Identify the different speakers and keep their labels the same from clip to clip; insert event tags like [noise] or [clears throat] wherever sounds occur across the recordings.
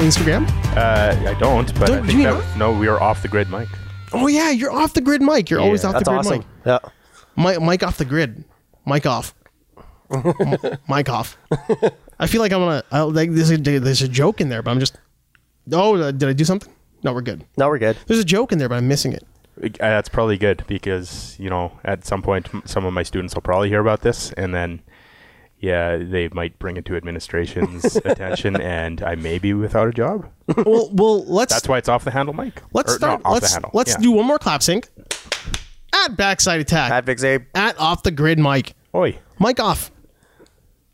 Speaker 1: Instagram?
Speaker 2: Uh, I don't, but
Speaker 1: Don't-
Speaker 2: I
Speaker 1: do
Speaker 2: think
Speaker 1: you
Speaker 2: that, no, we are off the grid, Mike.
Speaker 1: Oh yeah, you're off the grid, Mike. You're always
Speaker 2: Yeah.
Speaker 1: off
Speaker 3: That's
Speaker 1: the grid,
Speaker 3: awesome.
Speaker 1: Mike.
Speaker 3: Yeah.
Speaker 1: Mike. Mike off the grid. Mike off. M- Mike off. I feel like I'm gonna. I, like there's a, there's a joke in there, but I'm just. Oh, uh, did I do something? No, we're good.
Speaker 3: No, we're good.
Speaker 1: There's a joke in there, but I'm missing it.
Speaker 2: Uh, That's probably good because you know at some point m- some of my students will probably hear about this, and then yeah, they might bring it
Speaker 1: [laughs]
Speaker 2: to administration's attention, and I may be without a job.
Speaker 1: well, well, let's
Speaker 2: That's why it's off the handle, Mike.
Speaker 1: let's
Speaker 2: Or
Speaker 1: start.
Speaker 2: not off
Speaker 1: Let's
Speaker 2: the handle.
Speaker 1: let's
Speaker 2: yeah.
Speaker 1: do one more clap sync. At backside attack.
Speaker 3: At Big Zabe.
Speaker 1: at off the grid, Mike.
Speaker 2: Oi,
Speaker 1: Mike off.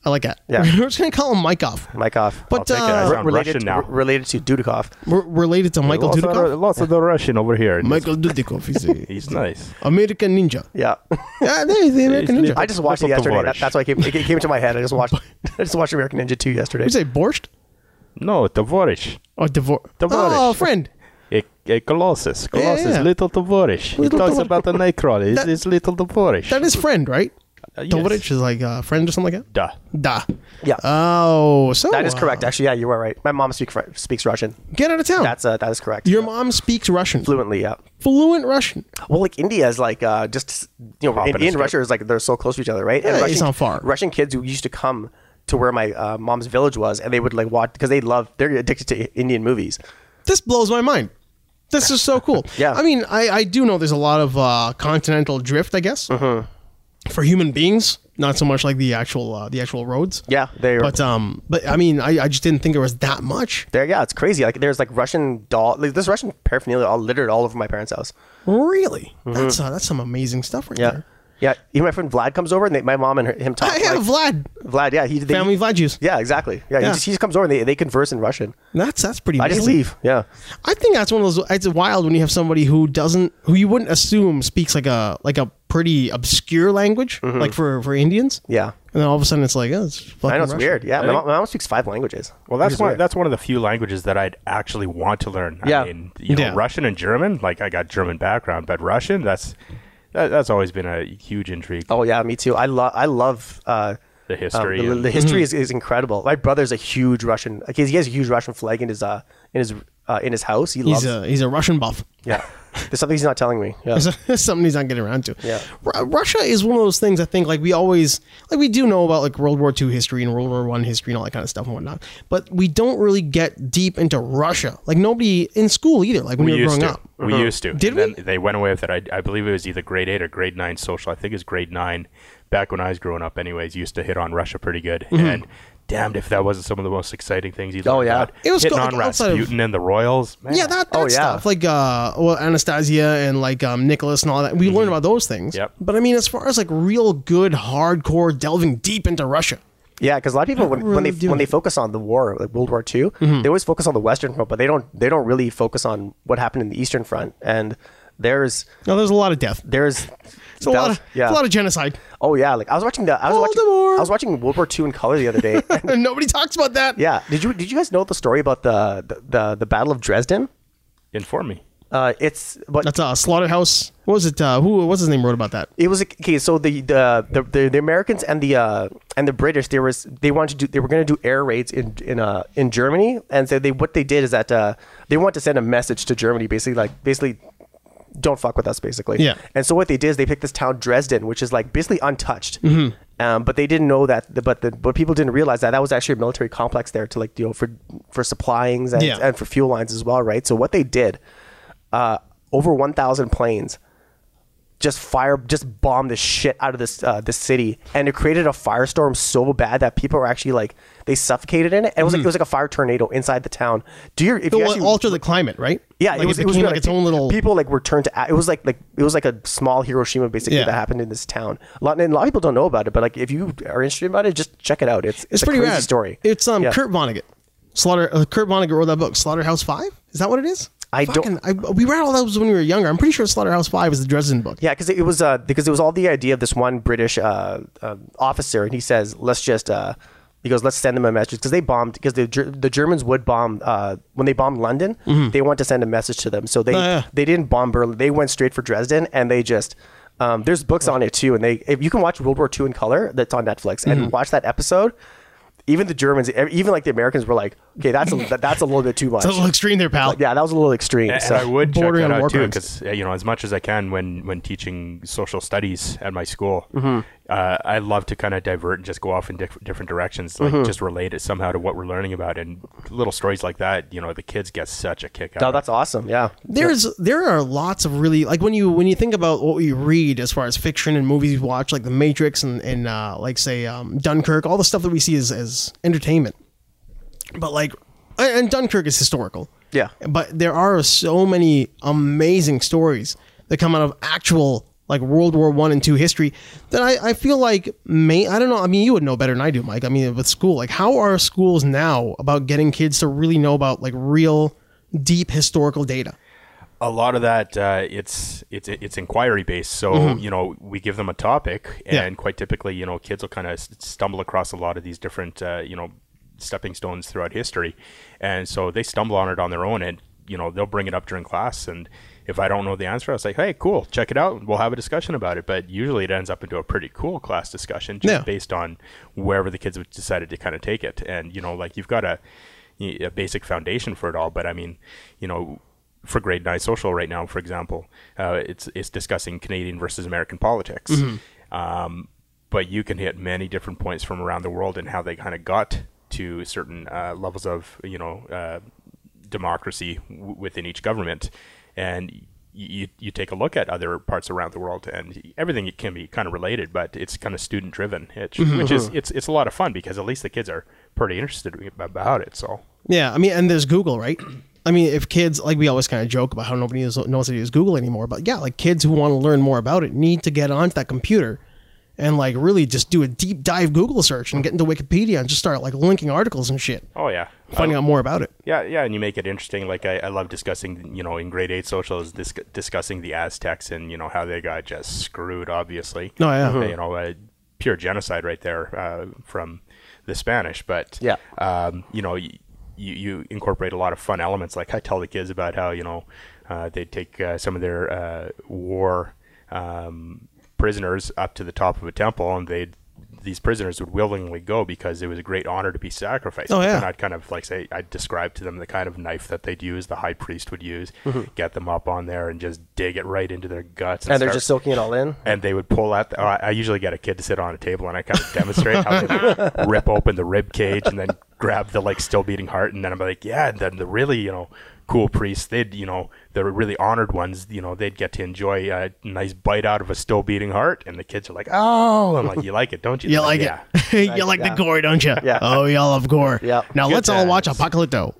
Speaker 1: I like that. [laughs]
Speaker 3: Yeah.
Speaker 1: we're just gonna call him Mike off.
Speaker 3: Mike off.
Speaker 2: I'll
Speaker 1: But
Speaker 2: take it. I
Speaker 1: uh,
Speaker 2: sound
Speaker 3: related
Speaker 2: Russian
Speaker 3: to,
Speaker 2: now.
Speaker 3: related to Dudikoff.
Speaker 1: we're related to Michael
Speaker 2: lots, of the,
Speaker 1: Dudikoff.
Speaker 2: lots of the Russian over here.
Speaker 1: Michael Dudikoff is
Speaker 3: [laughs]
Speaker 1: a
Speaker 2: he's nice.
Speaker 1: American ninja. [laughs]
Speaker 3: Yeah.
Speaker 1: Yeah, he's the American
Speaker 2: He's
Speaker 1: ninja.
Speaker 2: the-
Speaker 3: I just watched it
Speaker 2: Purple
Speaker 3: yesterday. That,
Speaker 2: Tavares.
Speaker 3: that's why it came, it came to my head. I
Speaker 1: [laughs]
Speaker 3: just watched. I just watched American Ninja 2 yesterday.
Speaker 1: you say borscht
Speaker 2: No, Tavorish.
Speaker 1: or divor-
Speaker 2: Tavares.
Speaker 1: Oh, friend.
Speaker 2: A, a Colossus. Colossus,
Speaker 1: yeah.
Speaker 2: little Tavorish. He
Speaker 1: Little
Speaker 2: talks
Speaker 1: Tavorish.
Speaker 2: about the Nightcrawler. It's,
Speaker 1: That-
Speaker 2: it's little Tavorish.
Speaker 1: That is friend, right?
Speaker 2: Uh, yes.
Speaker 1: Tovarich is like uh, friend or something like that.
Speaker 2: Duh.
Speaker 1: Da.
Speaker 3: yeah.
Speaker 1: Oh, so
Speaker 3: that is
Speaker 1: uh,
Speaker 3: correct. Actually, yeah, you are right. My mom speak, fr- speaks Russian.
Speaker 1: Get out of town.
Speaker 3: That's uh, that is correct.
Speaker 1: Oh. Your mom speaks Russian,
Speaker 3: fluently. Yeah.
Speaker 1: fluent Russian.
Speaker 3: Well, like India is like uh, just you know,
Speaker 2: Hop in a
Speaker 3: India and
Speaker 2: strip.
Speaker 3: Russia is like they're so close to each other, right?
Speaker 1: Yeah,
Speaker 3: and
Speaker 1: it's not far.
Speaker 3: Russian kids who used to come to where my uh, mom's village was, and they would like watch because they love they're addicted to Indian movies.
Speaker 1: this blows my mind. This is so cool.
Speaker 3: [laughs] Yeah.
Speaker 1: I mean, I, I do know there's a lot of uh, continental drift, I guess,
Speaker 3: Mm-hmm.
Speaker 1: for human beings. Not so much like the actual uh, the actual roads.
Speaker 3: Yeah, they
Speaker 1: But um, but I mean, I, I just didn't think there was that much.
Speaker 3: there. Yeah, it's crazy. Like there's like Russian doll. Like, there's Russian paraphernalia all littered all over my parents' house.
Speaker 1: Really, that's uh, that's some amazing stuff right
Speaker 3: Mm-hmm. Yeah,
Speaker 1: there. [laughs]
Speaker 3: yeah. Even my friend Vlad comes over, and they, my mom and her, him talk.
Speaker 1: I have
Speaker 3: like,
Speaker 1: Vlad
Speaker 3: Vlad. Yeah, he they,
Speaker 1: family Vlad juice.
Speaker 3: Yeah, exactly.
Speaker 1: Yeah.
Speaker 3: Yeah, He, just, he just comes over and they, they converse in Russian.
Speaker 1: That's that's pretty.
Speaker 3: I just
Speaker 1: amazing.
Speaker 3: leave. Yeah,
Speaker 1: I think that's one of those. It's wild when you have somebody who doesn't, who you wouldn't assume speaks like a like a pretty obscure language, like for for Indians.
Speaker 3: yeah.
Speaker 1: And then all of a sudden it's like, oh, it's fucking.
Speaker 3: Mm-hmm. I know it's
Speaker 1: Russian.
Speaker 3: weird. Yeah,
Speaker 2: I
Speaker 3: my,
Speaker 2: think-
Speaker 3: mom, my mom speaks five languages.
Speaker 2: Well, that's
Speaker 3: Which is
Speaker 2: one.
Speaker 3: weird.
Speaker 2: That's one of the few languages that I'd actually want to learn.
Speaker 3: Yeah.
Speaker 2: I mean, you know,
Speaker 1: Yeah.
Speaker 2: Russian and German. Like I got German background, but Russian. That's that, that's always been a huge intrigue.
Speaker 3: Oh yeah, me too. I love I love uh,
Speaker 2: The
Speaker 3: um,
Speaker 2: history.
Speaker 3: the,
Speaker 2: and-
Speaker 3: the
Speaker 1: Mm-hmm.
Speaker 3: history is, is incredible. My brother's a huge Russian. Like, he has a huge Russian flag in his uh in his uh, in his house. He
Speaker 1: He's
Speaker 3: loves.
Speaker 1: a he's a Russian buff.
Speaker 3: yeah, there's something he's not telling me. Yeah.
Speaker 1: That's [laughs] something he's not getting around to.
Speaker 3: Yeah.
Speaker 1: Ru- Russia is one of those things I think like we always like we do know about like World War II history and World War One history and all that kind of stuff and whatnot, but we don't really get deep into Russia. Like nobody in school either. Like when
Speaker 2: we
Speaker 1: we were
Speaker 2: used
Speaker 1: growing
Speaker 2: to.
Speaker 1: up. Uh-huh.
Speaker 2: We used to.
Speaker 1: Did
Speaker 2: and
Speaker 1: we?
Speaker 2: Then they went away with it. I, I believe it was either grade eight or grade nine social. I think it was grade nine. Back when I was growing up, anyways, used to hit on Russia pretty good.
Speaker 1: Mm-hmm.
Speaker 2: And damned if that wasn't some of the most exciting things you.
Speaker 3: Oh,
Speaker 2: learned
Speaker 3: yeah.
Speaker 2: about.
Speaker 1: It was
Speaker 2: hitting
Speaker 1: cool,
Speaker 2: on
Speaker 1: like, outside of-
Speaker 2: Rasputin and the Royals. Man.
Speaker 1: Yeah, that, that
Speaker 3: Oh, yeah.
Speaker 1: stuff like uh, well Anastasia and like um, Nicholas and all that. We learned about those things.
Speaker 2: Yep.
Speaker 1: But I mean, as far as like real good hardcore delving deep into Russia,
Speaker 3: Yeah, because a lot of people when, when
Speaker 1: really
Speaker 3: they
Speaker 1: doing
Speaker 3: when they
Speaker 1: it.
Speaker 3: focus on the war, like World War II, they always focus on the Western Front, but they don't they don't really focus on what happened in the Eastern Front. And there's
Speaker 1: no, there's a lot of death.
Speaker 3: there's
Speaker 1: [laughs] It's a lot of
Speaker 3: yeah
Speaker 1: it's a lot of genocide.
Speaker 3: oh yeah like I was watching the I was watching
Speaker 1: Voldemort.
Speaker 3: I was watching World War II in color the other
Speaker 1: [laughs]
Speaker 3: day. and-
Speaker 1: And nobody talks about that.
Speaker 3: yeah, did you did you guys know the story about the the the, the Battle of Dresden?
Speaker 2: Inform me.
Speaker 3: Uh, it's but
Speaker 1: That's uh, slaughterhouse. What was it? Uh, who? What's his name? Wrote about that.
Speaker 3: it was okay. So the the the, the, the Americans and the uh, and the British, there was they wanted to do they were going to do air raids in in uh, in Germany, and so they what they did is that uh, they wanted to send a message to Germany, basically like basically don't fuck with us, basically.
Speaker 1: Yeah.
Speaker 3: And so what they did is they picked this town Dresden, which is like basically untouched.
Speaker 1: Mm-hmm.
Speaker 3: Um, but they didn't know that. The, but the but people didn't realize that that was actually a military complex there to like you know for for supplyings and,
Speaker 1: Yeah.
Speaker 3: and for fuel lines as well, right? So what they did, uh, over one thousand planes just fire just bombed the shit out of this uh, this city and it created a firestorm so bad that people were actually like they suffocated in it and it was like it was like a fire tornado inside the town do you
Speaker 1: Mm-hmm. It
Speaker 3: if you
Speaker 1: will
Speaker 3: actually,
Speaker 1: alter the climate, right?
Speaker 3: yeah
Speaker 1: like
Speaker 3: it was, it
Speaker 1: became
Speaker 3: was
Speaker 1: like
Speaker 3: weird.
Speaker 1: its own little.
Speaker 3: people like were turned to a- it was like like it was like a small hiroshima basically
Speaker 1: Yeah.
Speaker 3: that happened in this town a lot and a lot of people don't know about it but like if you are interested about it just check it out it's it's,
Speaker 1: it's
Speaker 3: a
Speaker 1: pretty
Speaker 3: crazy
Speaker 1: rad.
Speaker 3: story
Speaker 1: It's um
Speaker 3: Yeah.
Speaker 1: Kurt Vonnegut. Slaughter. Uh, Kurt Vonnegut wrote that book, Slaughterhouse Five. Is that what it is?
Speaker 3: I don't-
Speaker 1: I, we read all those when we were younger. I'm pretty sure Slaughterhouse Five is the Dresden book.
Speaker 3: Yeah, because it was uh, because it was all the idea of this one British uh, uh, officer, and he says, "Let's just," uh, he goes, "Let's send them a message," because they bombed because the Ger- the Germans would bomb uh, when they bombed London. They want to send a message to them, so they
Speaker 1: yeah.
Speaker 3: they didn't bomb Berlin. They went straight for Dresden, and they just. Um, there's books on it too, and they if you can watch World War II in color. That's on Netflix, and watch that episode. even the Germans, ev- even like the Americans were like, okay, that's a, that, that's a little bit too much.
Speaker 1: It's a little [laughs] extreme there, pal.
Speaker 3: yeah, that was a little extreme.
Speaker 2: And
Speaker 3: so
Speaker 2: I would check
Speaker 1: bordering
Speaker 2: that
Speaker 1: on war
Speaker 2: out too,
Speaker 1: crimes.
Speaker 2: because you know, as much as I can when when teaching social studies at my school,
Speaker 1: Mm-hmm.
Speaker 2: uh, I love to kind of divert and just go off in diff- different directions,
Speaker 1: Mm-hmm.
Speaker 2: like just relate it somehow to what we're learning about. And little stories like that, you know, the kids get such a kick out.
Speaker 3: no,
Speaker 2: of.
Speaker 3: that's awesome. Yeah,
Speaker 1: There's there are lots of really like when you when you think about what we read as far as fiction and movies we watch like The Matrix and and uh, like say um, Dunkirk all the stuff that we see as as entertainment, but like and and Dunkirk is historical.
Speaker 3: Yeah.
Speaker 1: But there are so many amazing stories that come out of actual like World War One and Two history that I, I feel like may I don't know I mean you would know better than I do Mike I mean with school like how are schools now about getting kids to really know about like real deep historical data
Speaker 2: a lot of that uh, it's it's it's inquiry based so you know we give them a topic and
Speaker 1: Mm-hmm. Yeah.
Speaker 2: quite typically you know kids will kind of stumble across a lot of these different uh, you know stepping stones throughout history and so they stumble on it on their own and you know they'll bring it up during class and if i don't know the answer i was like hey cool check it out we'll have a discussion about it but usually it ends up into a pretty cool class discussion just
Speaker 1: Yeah.
Speaker 2: based on wherever the kids have decided to kind of take it and you know like you've got a a basic foundation for it all but i mean you know for grade nine social right now, for example, uh, it's it's discussing Canadian versus American politics. Um, but you can hit many different points from around the world and how they kind of got to certain uh, levels of you know uh, democracy w- within each government, and y- you you take a look at other parts around the world and everything can be kind of related, but it's kind of student driven, which is it's it's a lot of fun because at least the kids are pretty interested about it. So
Speaker 1: Yeah, I mean, and there's Google, right? I mean, if kids like we always kind of joke about how nobody knows, knows how to use Google anymore, but yeah, like kids who want to learn more about it need to get onto that computer and like really just do a deep dive Google search and get into Wikipedia and just start like linking articles and shit,
Speaker 2: oh yeah,
Speaker 1: finding out more about it.
Speaker 2: Yeah, yeah, and you make it interesting. Like I, I love discussing, you know, in grade eight socials, dis- discussing the Aztecs and you know how they got just screwed, obviously.
Speaker 1: Oh, yeah. Mhm.
Speaker 2: you know, uh, pure genocide right there uh, from the Spanish. But
Speaker 3: Yeah.
Speaker 2: um, you know, y- you you incorporate a lot of fun elements. Like I tell the kids about how you know uh, they take uh, some of their uh, war um, prisoners up to the top of a temple, and they these prisoners would willingly go because it was a great honor to be sacrificed.
Speaker 1: Oh,
Speaker 2: But then
Speaker 1: yeah.
Speaker 2: I'd kind of like say I'd describe to them the kind of knife that they'd use, the high priest would use, get them up on there and just dig it right into their guts.
Speaker 3: Mm-hmm. and they're
Speaker 2: start-
Speaker 3: just soaking it all in.
Speaker 2: and they would pull out. The, oh, I I usually get a kid to sit on a table and I kind of demonstrate how they
Speaker 3: [laughs]
Speaker 2: like, rip open the rib cage and then grab the like still beating heart. And then I'm like, yeah. And then the really you know cool priests, they'd you know the really honored ones, you know, they'd get to enjoy a nice bite out of a still beating heart. And the kids are like, oh, I'm like, you like it, don't you?
Speaker 1: You
Speaker 2: They're
Speaker 1: like [laughs]
Speaker 2: yeah.
Speaker 1: it? you like the gore, don't you?
Speaker 3: Yeah.
Speaker 1: Oh, y'all love gore.
Speaker 3: Yeah.
Speaker 1: Now
Speaker 2: Good
Speaker 1: let's all watch
Speaker 2: times.
Speaker 1: Apocalypto.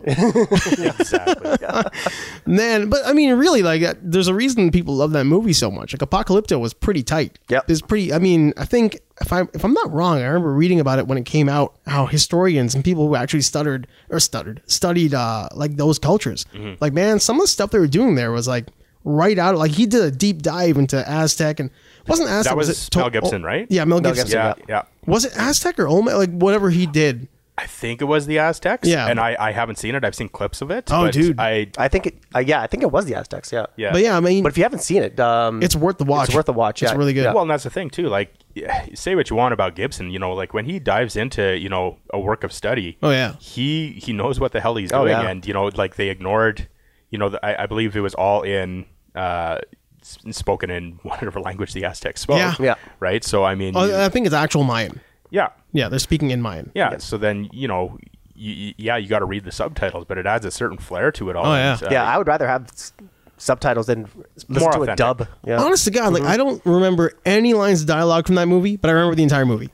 Speaker 2: [laughs] exactly.
Speaker 3: [laughs]
Speaker 1: Man, but I mean, really, like, uh, there's a reason people love that movie so much. Like, Apocalypto was pretty tight.
Speaker 3: Yep.
Speaker 1: it's pretty. I mean, I think if I if I'm not wrong, I remember reading about it when it came out. How historians and people who actually stuttered or stuttered studied uh like those cultures.
Speaker 2: Mm-hmm.
Speaker 1: Like, man, some of the stuff they were doing there was like right out. Like, he did a deep dive into Aztec and wasn't Aztec.
Speaker 2: That was
Speaker 1: it Tol- oh,
Speaker 2: Mel Gibson, right?
Speaker 1: Yeah, Mel
Speaker 3: Mel
Speaker 1: Gibson.
Speaker 3: Gibson.
Speaker 2: Yeah,
Speaker 3: Yeah.
Speaker 2: yeah.
Speaker 1: Was it Aztec or Olmec? Like, whatever he did.
Speaker 2: I think it was the Aztecs.
Speaker 1: Yeah.
Speaker 2: and I, I haven't seen it. I've seen clips of it.
Speaker 1: Oh,
Speaker 2: but
Speaker 1: dude.
Speaker 2: I
Speaker 3: I think it. Uh, yeah, I think it was the Aztecs. Yeah.
Speaker 2: yeah.
Speaker 1: But yeah, I mean,
Speaker 3: But if you haven't seen it, um,
Speaker 1: it's worth the watch.
Speaker 3: worth the watch,
Speaker 1: It's
Speaker 3: yeah.
Speaker 1: really good.
Speaker 3: Yeah.
Speaker 2: Well, and that's the thing too. Like, yeah, say what you want about Gibson, you know, like when he dives into you know a work of study,
Speaker 1: Oh, yeah.
Speaker 2: he he knows what the hell he's
Speaker 3: Oh,
Speaker 2: doing,
Speaker 3: yeah.
Speaker 2: and you know, like they ignored, you know, the, I, I believe it was all in uh, s- spoken in [laughs] whatever language the Aztecs spoke.
Speaker 1: Yeah.
Speaker 3: Yeah.
Speaker 2: Right. So I mean, you-
Speaker 1: Oh, I think it's actual Mayan.
Speaker 2: yeah,
Speaker 1: Yeah, they're speaking in Mayan.
Speaker 2: yeah. So then you know, you, you- yeah, you got to read the subtitles, but it adds a certain flair to it all.
Speaker 1: Oh, yeah.
Speaker 2: And, uh,
Speaker 3: yeah, I would rather have s- subtitles than listen
Speaker 2: More
Speaker 3: to a
Speaker 2: authentic.
Speaker 3: dub. Yeah. Mm-hmm.
Speaker 1: Honest to God, like I don't remember any lines of dialogue from that movie, but I remember the entire movie.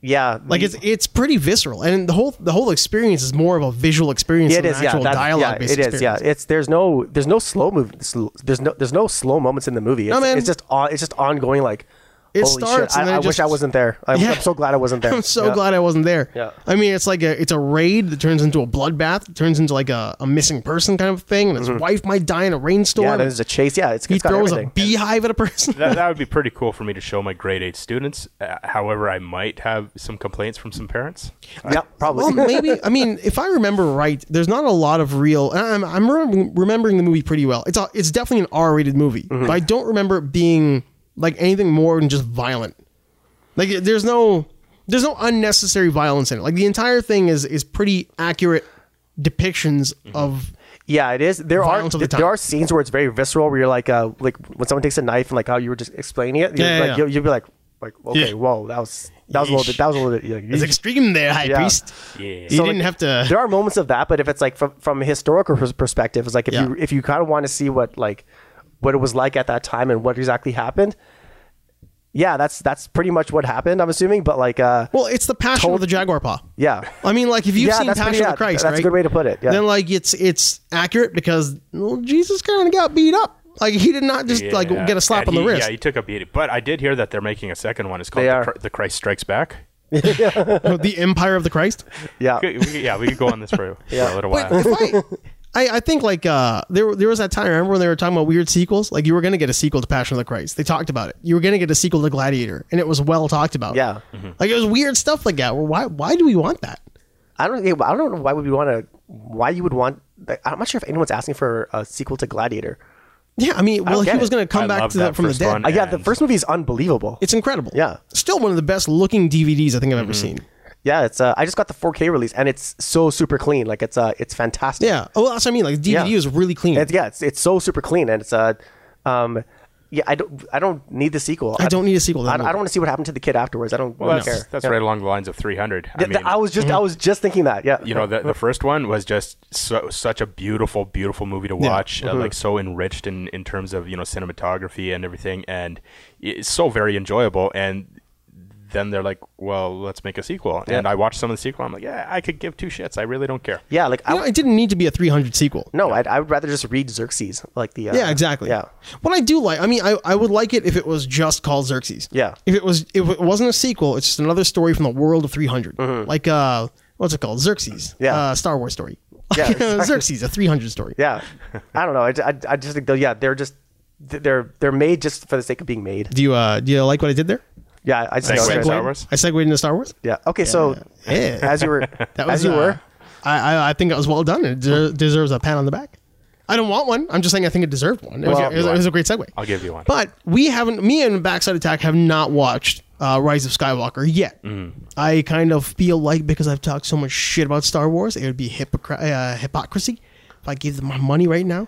Speaker 3: yeah.
Speaker 1: Like
Speaker 3: the-
Speaker 1: it's it's pretty visceral, and the whole the whole experience is more of a visual experience
Speaker 3: Yeah, it
Speaker 1: than
Speaker 3: is.
Speaker 1: an
Speaker 3: Yeah,
Speaker 1: actual
Speaker 3: that's-
Speaker 1: dialogue
Speaker 3: yeah,
Speaker 1: based
Speaker 3: it is. Yeah,
Speaker 1: experience.
Speaker 3: it's there's no there's no slow move. sl- There's no there's no slow moments in the movie. It's,
Speaker 1: man.
Speaker 3: it's just on, it's just ongoing. Like
Speaker 1: It
Speaker 3: holy
Speaker 1: starts
Speaker 3: shit!
Speaker 1: and
Speaker 3: I,
Speaker 1: then
Speaker 3: I
Speaker 1: it
Speaker 3: wish
Speaker 1: just-
Speaker 3: I wasn't there. I,
Speaker 1: Yeah.
Speaker 3: I'm so glad I wasn't there.
Speaker 1: [laughs] I'm so
Speaker 3: Yeah.
Speaker 1: glad I wasn't there.
Speaker 3: Yeah.
Speaker 1: I mean, it's like a it's a raid that turns into a bloodbath, that turns into like a, a missing person kind of thing, and his wife might die in a rainstorm.
Speaker 3: Mm-hmm. Yeah,
Speaker 1: and
Speaker 3: there's a chase. Yeah, it's,
Speaker 1: he
Speaker 3: it's got
Speaker 1: throws a [laughs]
Speaker 3: everything.
Speaker 1: beehive at a person.
Speaker 2: that, that would be pretty cool for me to show my grade eight students. Uh, however, I might have some complaints from some parents.
Speaker 3: yeah, probably.
Speaker 1: Well,
Speaker 3: [laughs]
Speaker 1: maybe. I mean, if I remember right, there's not a lot of real. and I'm, I'm remem- remembering the movie pretty well. It's a, it's definitely an R-rated movie,
Speaker 3: Mm-hmm.
Speaker 1: but I don't remember it being like anything more than just violent. Like there's no there's no unnecessary violence in it. Like the entire thing is is pretty accurate depictions
Speaker 3: Mm-hmm.
Speaker 1: of
Speaker 3: Yeah, it is. There are
Speaker 1: Violence of the
Speaker 3: there are
Speaker 1: time.
Speaker 3: scenes where it's very visceral, where you're like, uh, like when someone takes a knife and like how you were just explaining it, you're
Speaker 1: Yeah, yeah,
Speaker 3: like,
Speaker 1: yeah.
Speaker 3: You'll, you'll be like, like okay,
Speaker 1: Yeah.
Speaker 3: whoa, that was that was a little bit, that was a little bit. Like,
Speaker 1: it's extreme there, high
Speaker 3: Yeah.
Speaker 1: priest.
Speaker 2: Yeah.
Speaker 1: You
Speaker 3: So,
Speaker 1: didn't
Speaker 3: like,
Speaker 1: have to.
Speaker 3: there are moments of that, but if it's like from from a historical pers- perspective, it's like if
Speaker 1: Yeah.
Speaker 3: you if you kind of want to see what like what it was like at that time and what exactly happened. Yeah, that's that's pretty much what happened. I'm assuming, but like, uh,
Speaker 1: well, it's the passion of the jaguar paw.
Speaker 3: yeah,
Speaker 1: I mean, like if you've
Speaker 3: Yeah,
Speaker 1: seen
Speaker 3: that's
Speaker 1: Passion
Speaker 3: pretty-
Speaker 1: of
Speaker 3: yeah,
Speaker 1: the Christ,
Speaker 3: that's a
Speaker 1: right?
Speaker 3: good way to put it, yeah.
Speaker 1: Then like it's it's accurate because well, Jesus kind of got beat up. Like he did not just like
Speaker 2: Yeah.
Speaker 1: get a slap
Speaker 2: And
Speaker 1: on the
Speaker 2: he-
Speaker 1: wrist.
Speaker 2: Yeah, he took a beating. But I did hear that they're making a second one. It's called
Speaker 3: They
Speaker 2: the,
Speaker 3: are.
Speaker 2: Cri- the Christ Strikes Back.
Speaker 1: [laughs] the Empire of the Christ.
Speaker 3: yeah,
Speaker 2: Good- we- yeah, we could go on
Speaker 3: [laughs]
Speaker 2: this for, for a little
Speaker 1: But
Speaker 2: while.
Speaker 1: if I, I, I think like uh, there there was that time I remember when they were talking about weird sequels. Like you were gonna get a sequel to Passion of the Christ. They talked about it. You were gonna get a sequel to Gladiator, and it was well talked about. Mm-hmm.
Speaker 3: Yeah.
Speaker 1: like it was weird stuff like that. Well, why why do we want that?
Speaker 3: I don't. I don't know why would we want to. Why you would want? Like, I'm not sure if anyone's asking for a sequel to Gladiator.
Speaker 1: Yeah, I mean, well,
Speaker 3: don't
Speaker 1: he
Speaker 3: get
Speaker 1: was
Speaker 3: it.
Speaker 1: gonna come
Speaker 2: I
Speaker 1: back
Speaker 2: love
Speaker 1: to that
Speaker 2: that
Speaker 1: from the
Speaker 2: first
Speaker 1: dead.
Speaker 2: one.
Speaker 3: Uh, yeah, the
Speaker 2: And-
Speaker 3: first movie is unbelievable.
Speaker 1: It's incredible.
Speaker 3: Yeah.
Speaker 1: still one of the best looking DVDs I think I've ever seen.
Speaker 3: yeah, it's. Uh, I just got the 4K release, and it's so super clean. Like it's. Uh, it's fantastic.
Speaker 1: Yeah. Oh, that's what I mean. Like DVD
Speaker 3: Yeah.
Speaker 1: is really clean.
Speaker 3: It's, yeah, it's, it's so super clean, and it's Uh, um, yeah, I don't. I don't need the sequel.
Speaker 1: I don't need a sequel. to
Speaker 3: I, I
Speaker 1: that
Speaker 3: don't
Speaker 1: movie.
Speaker 3: want to see what happened to the kid afterwards. I don't
Speaker 2: Well,
Speaker 3: really
Speaker 2: that's
Speaker 3: care.
Speaker 2: that's
Speaker 3: Yeah.
Speaker 2: right along the lines of 300. I
Speaker 3: Th-
Speaker 2: mean,
Speaker 3: th- I was just. I
Speaker 1: mm-hmm.
Speaker 3: was just thinking that. Yeah.
Speaker 2: you know, the, the first one was just so, such a beautiful, beautiful movie to watch. Uh, like so enriched in in terms of you know cinematography and everything, and it's so very enjoyable. And then they're like, well, let's make a sequel. And I watched some of the sequel. I'm like, yeah, I could give two shits. I really don't care.
Speaker 3: Yeah. Like I.
Speaker 1: You know, it didn't need to be a 300 sequel.
Speaker 3: no, I'd, I would rather just read Xerxes. Like the. Uh,
Speaker 1: Yeah, exactly.
Speaker 3: Yeah.
Speaker 1: What I do like, I mean, I, I would like it if it was just called Xerxes.
Speaker 3: Yeah.
Speaker 1: If it was, if it wasn't a sequel, it's just another story from the world of 300. Like, uh, what's it called? Xerxes.
Speaker 3: Mm-hmm. Yeah.
Speaker 1: Uh, Star Wars story. [laughs]
Speaker 3: Yeah, exactly.
Speaker 1: Xerxes, a 300 story.
Speaker 3: Yeah, I don't know. I, I, I just think though, yeah, they're just they're they're made just for the sake of being made.
Speaker 1: Do you, uh, do you like what I did there?
Speaker 3: Yeah, I just
Speaker 2: Thanks,
Speaker 3: know.
Speaker 2: Star
Speaker 1: Segued-
Speaker 2: Wars?
Speaker 1: I segued into Star Wars.
Speaker 3: Yeah. Okay. So
Speaker 1: Yeah.
Speaker 3: as you were,
Speaker 1: [laughs] That was,
Speaker 3: as you
Speaker 1: uh,
Speaker 3: were,
Speaker 1: I, I, I think it was well done. It de- deserves a pat on the back. I don't want one. I'm just saying I think it deserved one. It, was,
Speaker 3: Well-
Speaker 1: it was- it was a great segue.
Speaker 2: I'll give you one.
Speaker 1: But we haven't. Me and Backside Attack have not watched uh, Rise of Skywalker yet.
Speaker 2: Mm-hmm.
Speaker 1: I kind of feel like because I've talked so much shit about Star Wars, it would be hypocr- uh, hypocrisy if I gave them my money right now.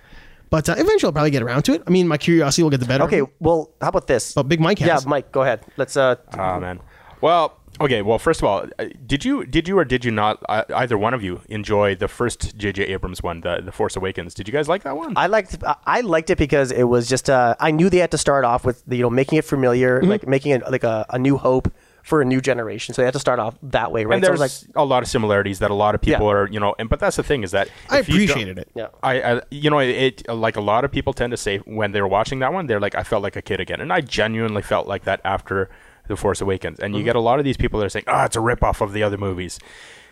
Speaker 1: But uh, eventually, I'll probably get around to it. I mean, my curiosity will get the better. of
Speaker 3: okay.
Speaker 1: me.
Speaker 3: Well, how about this?
Speaker 1: But Oh, Big Mike has.
Speaker 3: yeah, Mike, go ahead. Let's. Uh,
Speaker 2: Ah man. Well, okay. Well, first of all, uh, did you did you or did you not uh, either one of you enjoy the first J.J. Abrams one, the the Force Awakens? Did you guys like that one?
Speaker 3: I liked I- I liked it because it was just uh, I knew they had to start off with you know making it familiar,
Speaker 1: Mm-hmm.
Speaker 3: like making it like a, a new hope for a new generation. So they had to start off that way, right?
Speaker 2: and
Speaker 3: so it was
Speaker 2: there's
Speaker 3: like
Speaker 2: a lot of similarities that a lot of people
Speaker 3: Yeah.
Speaker 2: are, you know, and but that's the thing is that
Speaker 1: I
Speaker 2: if you don't-
Speaker 1: appreciated it.
Speaker 3: Yeah.
Speaker 2: I, I, you know, it like a lot of people tend to say when they were watching that one, they're like, I felt like a kid again, and I genuinely felt like that after the Force Awakens. And you get a lot of these people that are saying, oh, it's a ripoff of the other movies.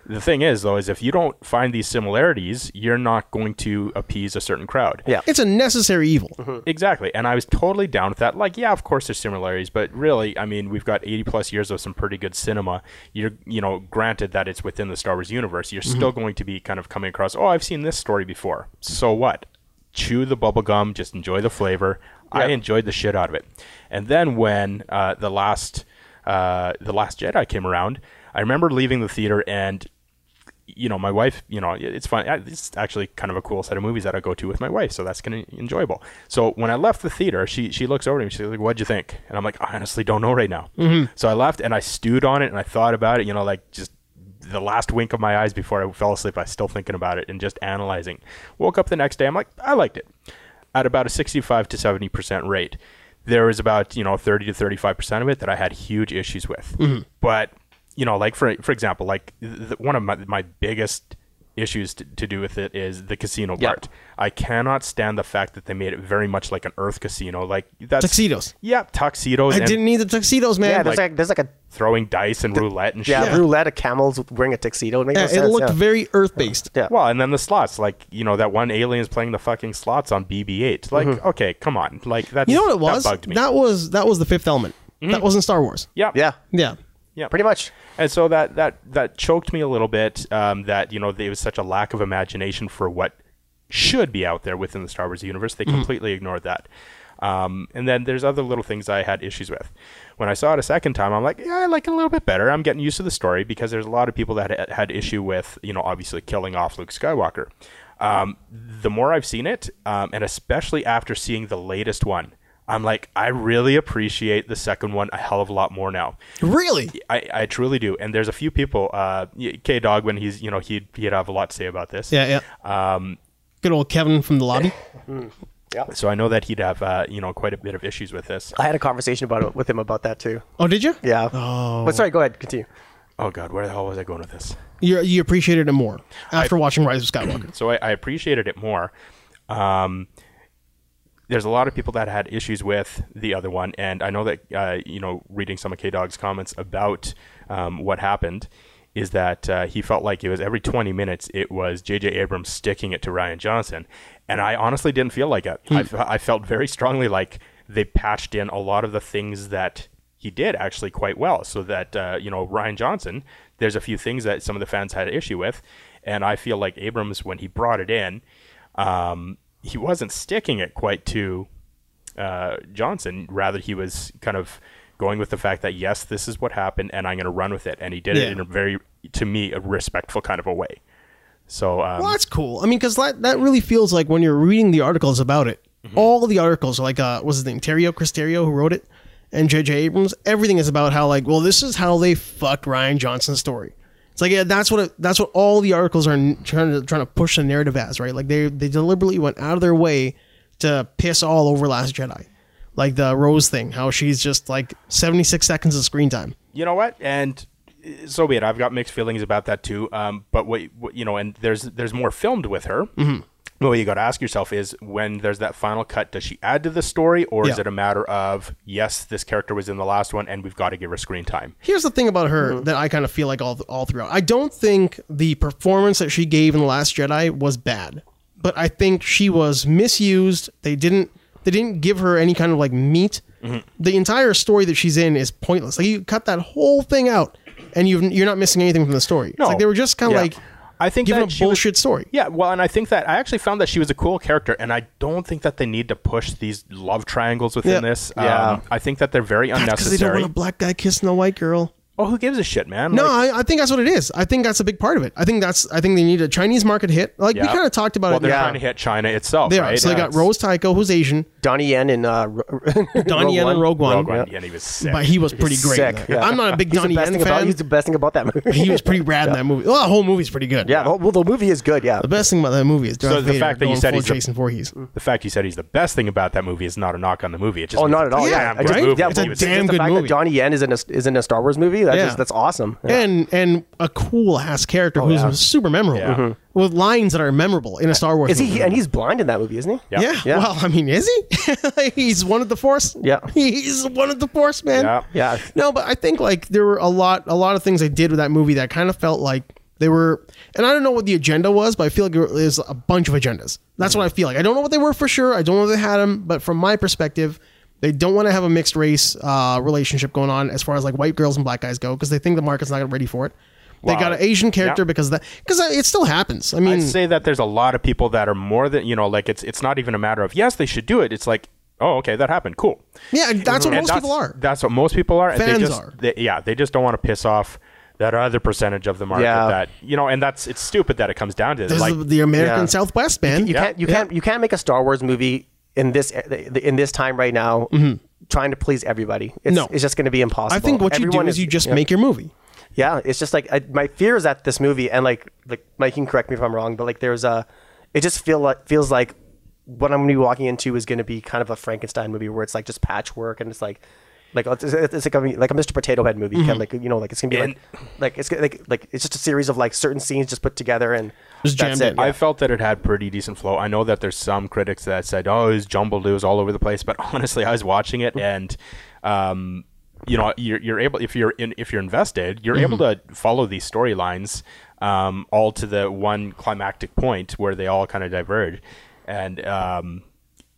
Speaker 2: The thing is, though, is if you don't find these similarities, you're not going to appease a certain crowd.
Speaker 3: Yeah.
Speaker 1: It's a necessary evil.
Speaker 2: Mm-hmm. Exactly. And I was totally down with that. Like, yeah, of course there's similarities, but really, I mean, we've got 80 plus years of some pretty good cinema. You're, you know, granted that it's within the Star Wars universe, you're still going to be kind of coming across, oh, I've seen this story before. So what? Chew the bubble gum, just enjoy the flavor. I
Speaker 3: Yeah.
Speaker 2: enjoyed the shit out of it. And then when uh, the last uh, the last Jedi came around, I remember leaving the theater and you know, my wife, you know, it's fun. I- It's actually kind of a cool set of movies that I go to with my wife, so that's gonna enjoyable. So when I left the theater, she she looks over at me. She's like, "What'd you think?" And I'm like, "I honestly don't know right now." So I left and I stewed on it and I thought about it. You know, like just the last wink of my eyes before I fell asleep. I was still thinking about it and just analyzing. Woke up the next day. I'm like, I liked it at about a 65 to 70 percent rate. There was about you know 30 to 35 percent of it that I had huge issues with. But you know, like for for example, like th- one of my my biggest issues to, to do with it is the casino
Speaker 3: Yeah.
Speaker 2: part. I cannot stand the fact that they made it very much like an Earth casino, like that's
Speaker 1: Tuxedos.
Speaker 2: Yeah, tuxedos.
Speaker 1: I
Speaker 2: and
Speaker 1: didn't need the tuxedos, man.
Speaker 3: yeah, there's like, there's like a
Speaker 2: throwing dice and roulette and shit.
Speaker 3: yeah,
Speaker 1: Yeah.
Speaker 3: roulette of camels wearing a tuxedo. It, makes no
Speaker 1: Yeah, it
Speaker 3: sense,
Speaker 1: looked
Speaker 3: yeah.
Speaker 1: very earth based.
Speaker 3: Yeah.
Speaker 2: Well, and then the slots, like you know, that one alien's playing the fucking slots on BB-8. Like, okay, come on, like that.
Speaker 1: Mm-hmm. You know what it was?
Speaker 2: That bugged me. Mm-hmm.
Speaker 1: was that was the Fifth Element. That wasn't Star Wars.
Speaker 2: yeah,
Speaker 3: yeah,
Speaker 1: Yeah.
Speaker 2: yeah,
Speaker 3: pretty much.
Speaker 2: And so that that that choked me a little bit. Um, that you know there was such a lack of imagination for what should be out there within the Star Wars universe. They completely ignored that. Um, and then there's other little things I had issues with. When I saw it a second time, I'm like, yeah, I like it a little bit better. I'm getting used to the story because there's a lot of people that had, had issue with, you know, obviously killing off Luke Skywalker. Um, the more I've seen it, um, and especially after seeing the latest one, I'm like, I really appreciate the second one a hell of a lot more now.
Speaker 1: Really?
Speaker 2: I, I truly do. And there's a few people, uh, K Dog, when he's, you know, he'd, he'd have a lot to say about this.
Speaker 1: Yeah, yeah.
Speaker 2: Um,
Speaker 1: Good old Kevin from the
Speaker 3: [laughs]
Speaker 1: lobby.
Speaker 2: so I know that he'd have, uh, you know, quite a bit of issues with this.
Speaker 3: I had a conversation about it with him about that too.
Speaker 1: Oh, did you?
Speaker 3: Yeah.
Speaker 1: Oh.
Speaker 3: But sorry, go ahead, continue.
Speaker 2: Oh, God, where the hell was I going with this?
Speaker 1: You you appreciated it more after watching Rise of Skywalker.
Speaker 2: So I, I appreciated it more. Um, there's a lot of people that had issues with the other one, and I know that uh, you know reading some of K Dog's comments about um, what happened is that uh, he felt like it was every 20 minutes it was J.J. Abrams sticking it to Ryan Johnson, and I honestly didn't feel like it. I, fe- I felt very strongly like they patched in a lot of the things that he did actually quite well. So that uh, you know Ryan Johnson, there's a few things that some of the fans had issue with, and I feel like Abrams when he brought it in, um, he wasn't sticking it quite to uh, Johnson. Rather, he was kind of going with the fact that yes, this is what happened, and I'm going to run with it. And he did
Speaker 1: Yeah.
Speaker 2: it in a very, to me, a respectful kind of a way. So
Speaker 1: [clears throat]
Speaker 2: um,
Speaker 1: Well, that's cool. I mean, because that, that really feels like when you're reading the articles about it, all the articles are like, uh, what's his name? Terrio Cristerio, who wrote it, and J.J. Abrams. Everything is about how, like, well, this is how they fucked Ryan Johnson's story. It's like, yeah, that's what it, that's what all the articles are n- trying to trying to push the narrative as, right? Like they they deliberately went out of their way to piss all over Last Jedi, like the Rose thing, how she's just like 76 seconds of screen time.
Speaker 2: you know what? And uh, so be it. I've got mixed feelings about that too. Um, but what, what you know, and there's there's more filmed with her. Mm-hmm. Well, you got to ask yourself is when there's that final cut, does she add to the story, or is
Speaker 1: Yeah.
Speaker 2: it a matter of yes, this character was in the last one, and we've got to give her screen time?
Speaker 1: Here's the thing about her
Speaker 2: Mm-hmm.
Speaker 1: that I kind of feel like all all throughout. I don't think the performance that she gave in the Last Jedi was bad, but I think she was misused. They didn't they didn't give her any kind of like meat.
Speaker 2: Mm-hmm.
Speaker 1: The entire story that she's in is pointless. Like you cut that whole thing out, and you you're not missing anything from the story.
Speaker 2: No.
Speaker 1: it's like they were just kind of
Speaker 2: Yeah.
Speaker 1: like
Speaker 2: I think
Speaker 1: giving a
Speaker 2: that she was-
Speaker 1: bullshit story.
Speaker 2: Yeah, well, and I think that I actually found that she was a cool character, and I don't think that they need to push these love triangles within
Speaker 1: Yeah.
Speaker 2: this.
Speaker 3: Yeah.
Speaker 2: Um, I think that they're very
Speaker 1: Because they don't
Speaker 2: unnecessary.
Speaker 1: want a black guy kissing a white girl.
Speaker 2: oh, who gives a shit, man?
Speaker 1: No,
Speaker 2: Like,
Speaker 1: I, I think that's what it is. I think that's a big part of it. I think that's. I think they need a Chinese market hit. Like we
Speaker 2: yeah.
Speaker 1: kind of talked about
Speaker 2: Well,
Speaker 1: it.
Speaker 2: they're
Speaker 1: in-
Speaker 2: trying to hit China itself,
Speaker 1: They are.
Speaker 2: right?
Speaker 1: So they got Rose Tycho, who's Asian.
Speaker 3: Donnie Yen and uh, [laughs]
Speaker 1: Donnie Yen and Rogue One.
Speaker 2: Rogue One, yeah, and he was sick.
Speaker 1: But he was pretty great. in
Speaker 3: Sick.
Speaker 1: that. I'm not a big
Speaker 3: he's
Speaker 1: Donnie
Speaker 3: the best
Speaker 1: Yen
Speaker 3: thing About,
Speaker 1: fan.
Speaker 3: he's the best thing about that movie.
Speaker 1: he
Speaker 3: [laughs]
Speaker 1: was pretty rad in that movie. Well, the whole movie's pretty good.
Speaker 3: yeah, the, whole, well, the movie is good. Yeah.
Speaker 1: The best thing about that movie is Darth
Speaker 2: the
Speaker 1: Vader
Speaker 2: fact that you
Speaker 1: going
Speaker 2: said
Speaker 1: full
Speaker 2: he's the-
Speaker 1: Jason Voorhees.
Speaker 2: the fact you said he's the best thing about that movie is not a knock on the movie. It just
Speaker 3: Oh,
Speaker 2: means
Speaker 3: not
Speaker 2: it's
Speaker 3: at all.
Speaker 2: a
Speaker 3: Yeah,
Speaker 2: damn
Speaker 3: I just-
Speaker 2: good movie.
Speaker 3: yeah,
Speaker 1: It's a
Speaker 3: just the
Speaker 1: damn good
Speaker 3: fact
Speaker 1: movie.
Speaker 3: That Donnie Yen is in a is in a Star Wars movie. That
Speaker 1: Yeah.
Speaker 3: just, that's awesome. Yeah.
Speaker 1: And and a cool ass character who's
Speaker 3: yeah.
Speaker 1: super memorable
Speaker 2: Yeah. Mhm.
Speaker 1: with lines that are memorable in a Star Wars.
Speaker 3: is he,
Speaker 1: movie.
Speaker 3: he- and he's blind in that movie, isn't he?
Speaker 1: Yeah.
Speaker 3: Yeah.
Speaker 1: Well, I mean, is he? [laughs] he's one of the force.
Speaker 3: Yeah.
Speaker 1: [laughs] He's one of the force, man.
Speaker 2: Yeah.
Speaker 3: Yeah.
Speaker 1: No, but I think like there were a lot, a lot of things they did with that movie that kind of felt like they were, and I don't know what the agenda was, but I feel like there was a bunch of agendas. That's what I feel like. I don't know what they were for sure. I don't know if they had them, but from my perspective, they don't want to have a mixed race uh, relationship going on as far as like white girls and black guys go because they think the market's not ready for it. They
Speaker 2: Wow.
Speaker 1: got an Asian character
Speaker 2: Yeah.
Speaker 1: because of that because it still happens. I mean,
Speaker 2: I'd say that there's a lot of people that are more than you know, like it's it's not even a matter of yes, they should do it. It's like, oh, okay, that happened, cool.
Speaker 1: yeah, that's what
Speaker 2: And
Speaker 1: most
Speaker 2: that's,
Speaker 1: people are.
Speaker 2: That's what most people are. and
Speaker 1: Fans
Speaker 2: they just,
Speaker 1: are.
Speaker 2: They, yeah, they just don't want to piss off that other percentage of the market
Speaker 3: Yeah.
Speaker 2: that you know, and that's it's stupid that it comes down to
Speaker 1: This
Speaker 2: like
Speaker 1: is the American
Speaker 3: yeah.
Speaker 1: Southwest, man.
Speaker 3: You can't you can't you can't make a Star Wars movie in this in this time right now. Trying to please everybody,
Speaker 1: Mm-hmm.
Speaker 3: it's,
Speaker 1: No.
Speaker 3: it's just going to be impossible.
Speaker 1: I think what you
Speaker 3: Everyone
Speaker 1: do is you just
Speaker 3: yeah.
Speaker 1: make your movie.
Speaker 3: Yeah, it's just like I, my fear is that this movie and like like Mike can correct me if I'm wrong, but like there's a, it just feel like feels like what I'm gonna be walking into is gonna be kind of a Frankenstein movie where it's like just patchwork and it's like. Like oh, it's, it's it's like a, like a Mr. Potato Head movie,
Speaker 1: Mm-hmm.
Speaker 3: kind of like you know, like it's gonna be like, like it's gonna- like like it's just a series of like certain scenes just put together and
Speaker 1: Just
Speaker 3: that's
Speaker 1: jammed
Speaker 3: it.
Speaker 1: in.
Speaker 2: I felt that it had pretty decent flow. I know that there's some critics that said, "Oh, it was jumbled, it was all over the place." But [laughs] honestly, I was watching it, and um, you know, you're, you're able if you're in if you're invested, you're able
Speaker 1: Mm-hmm.
Speaker 2: to follow these storylines um, all to the one climactic point where they all kind of diverge, and. Um,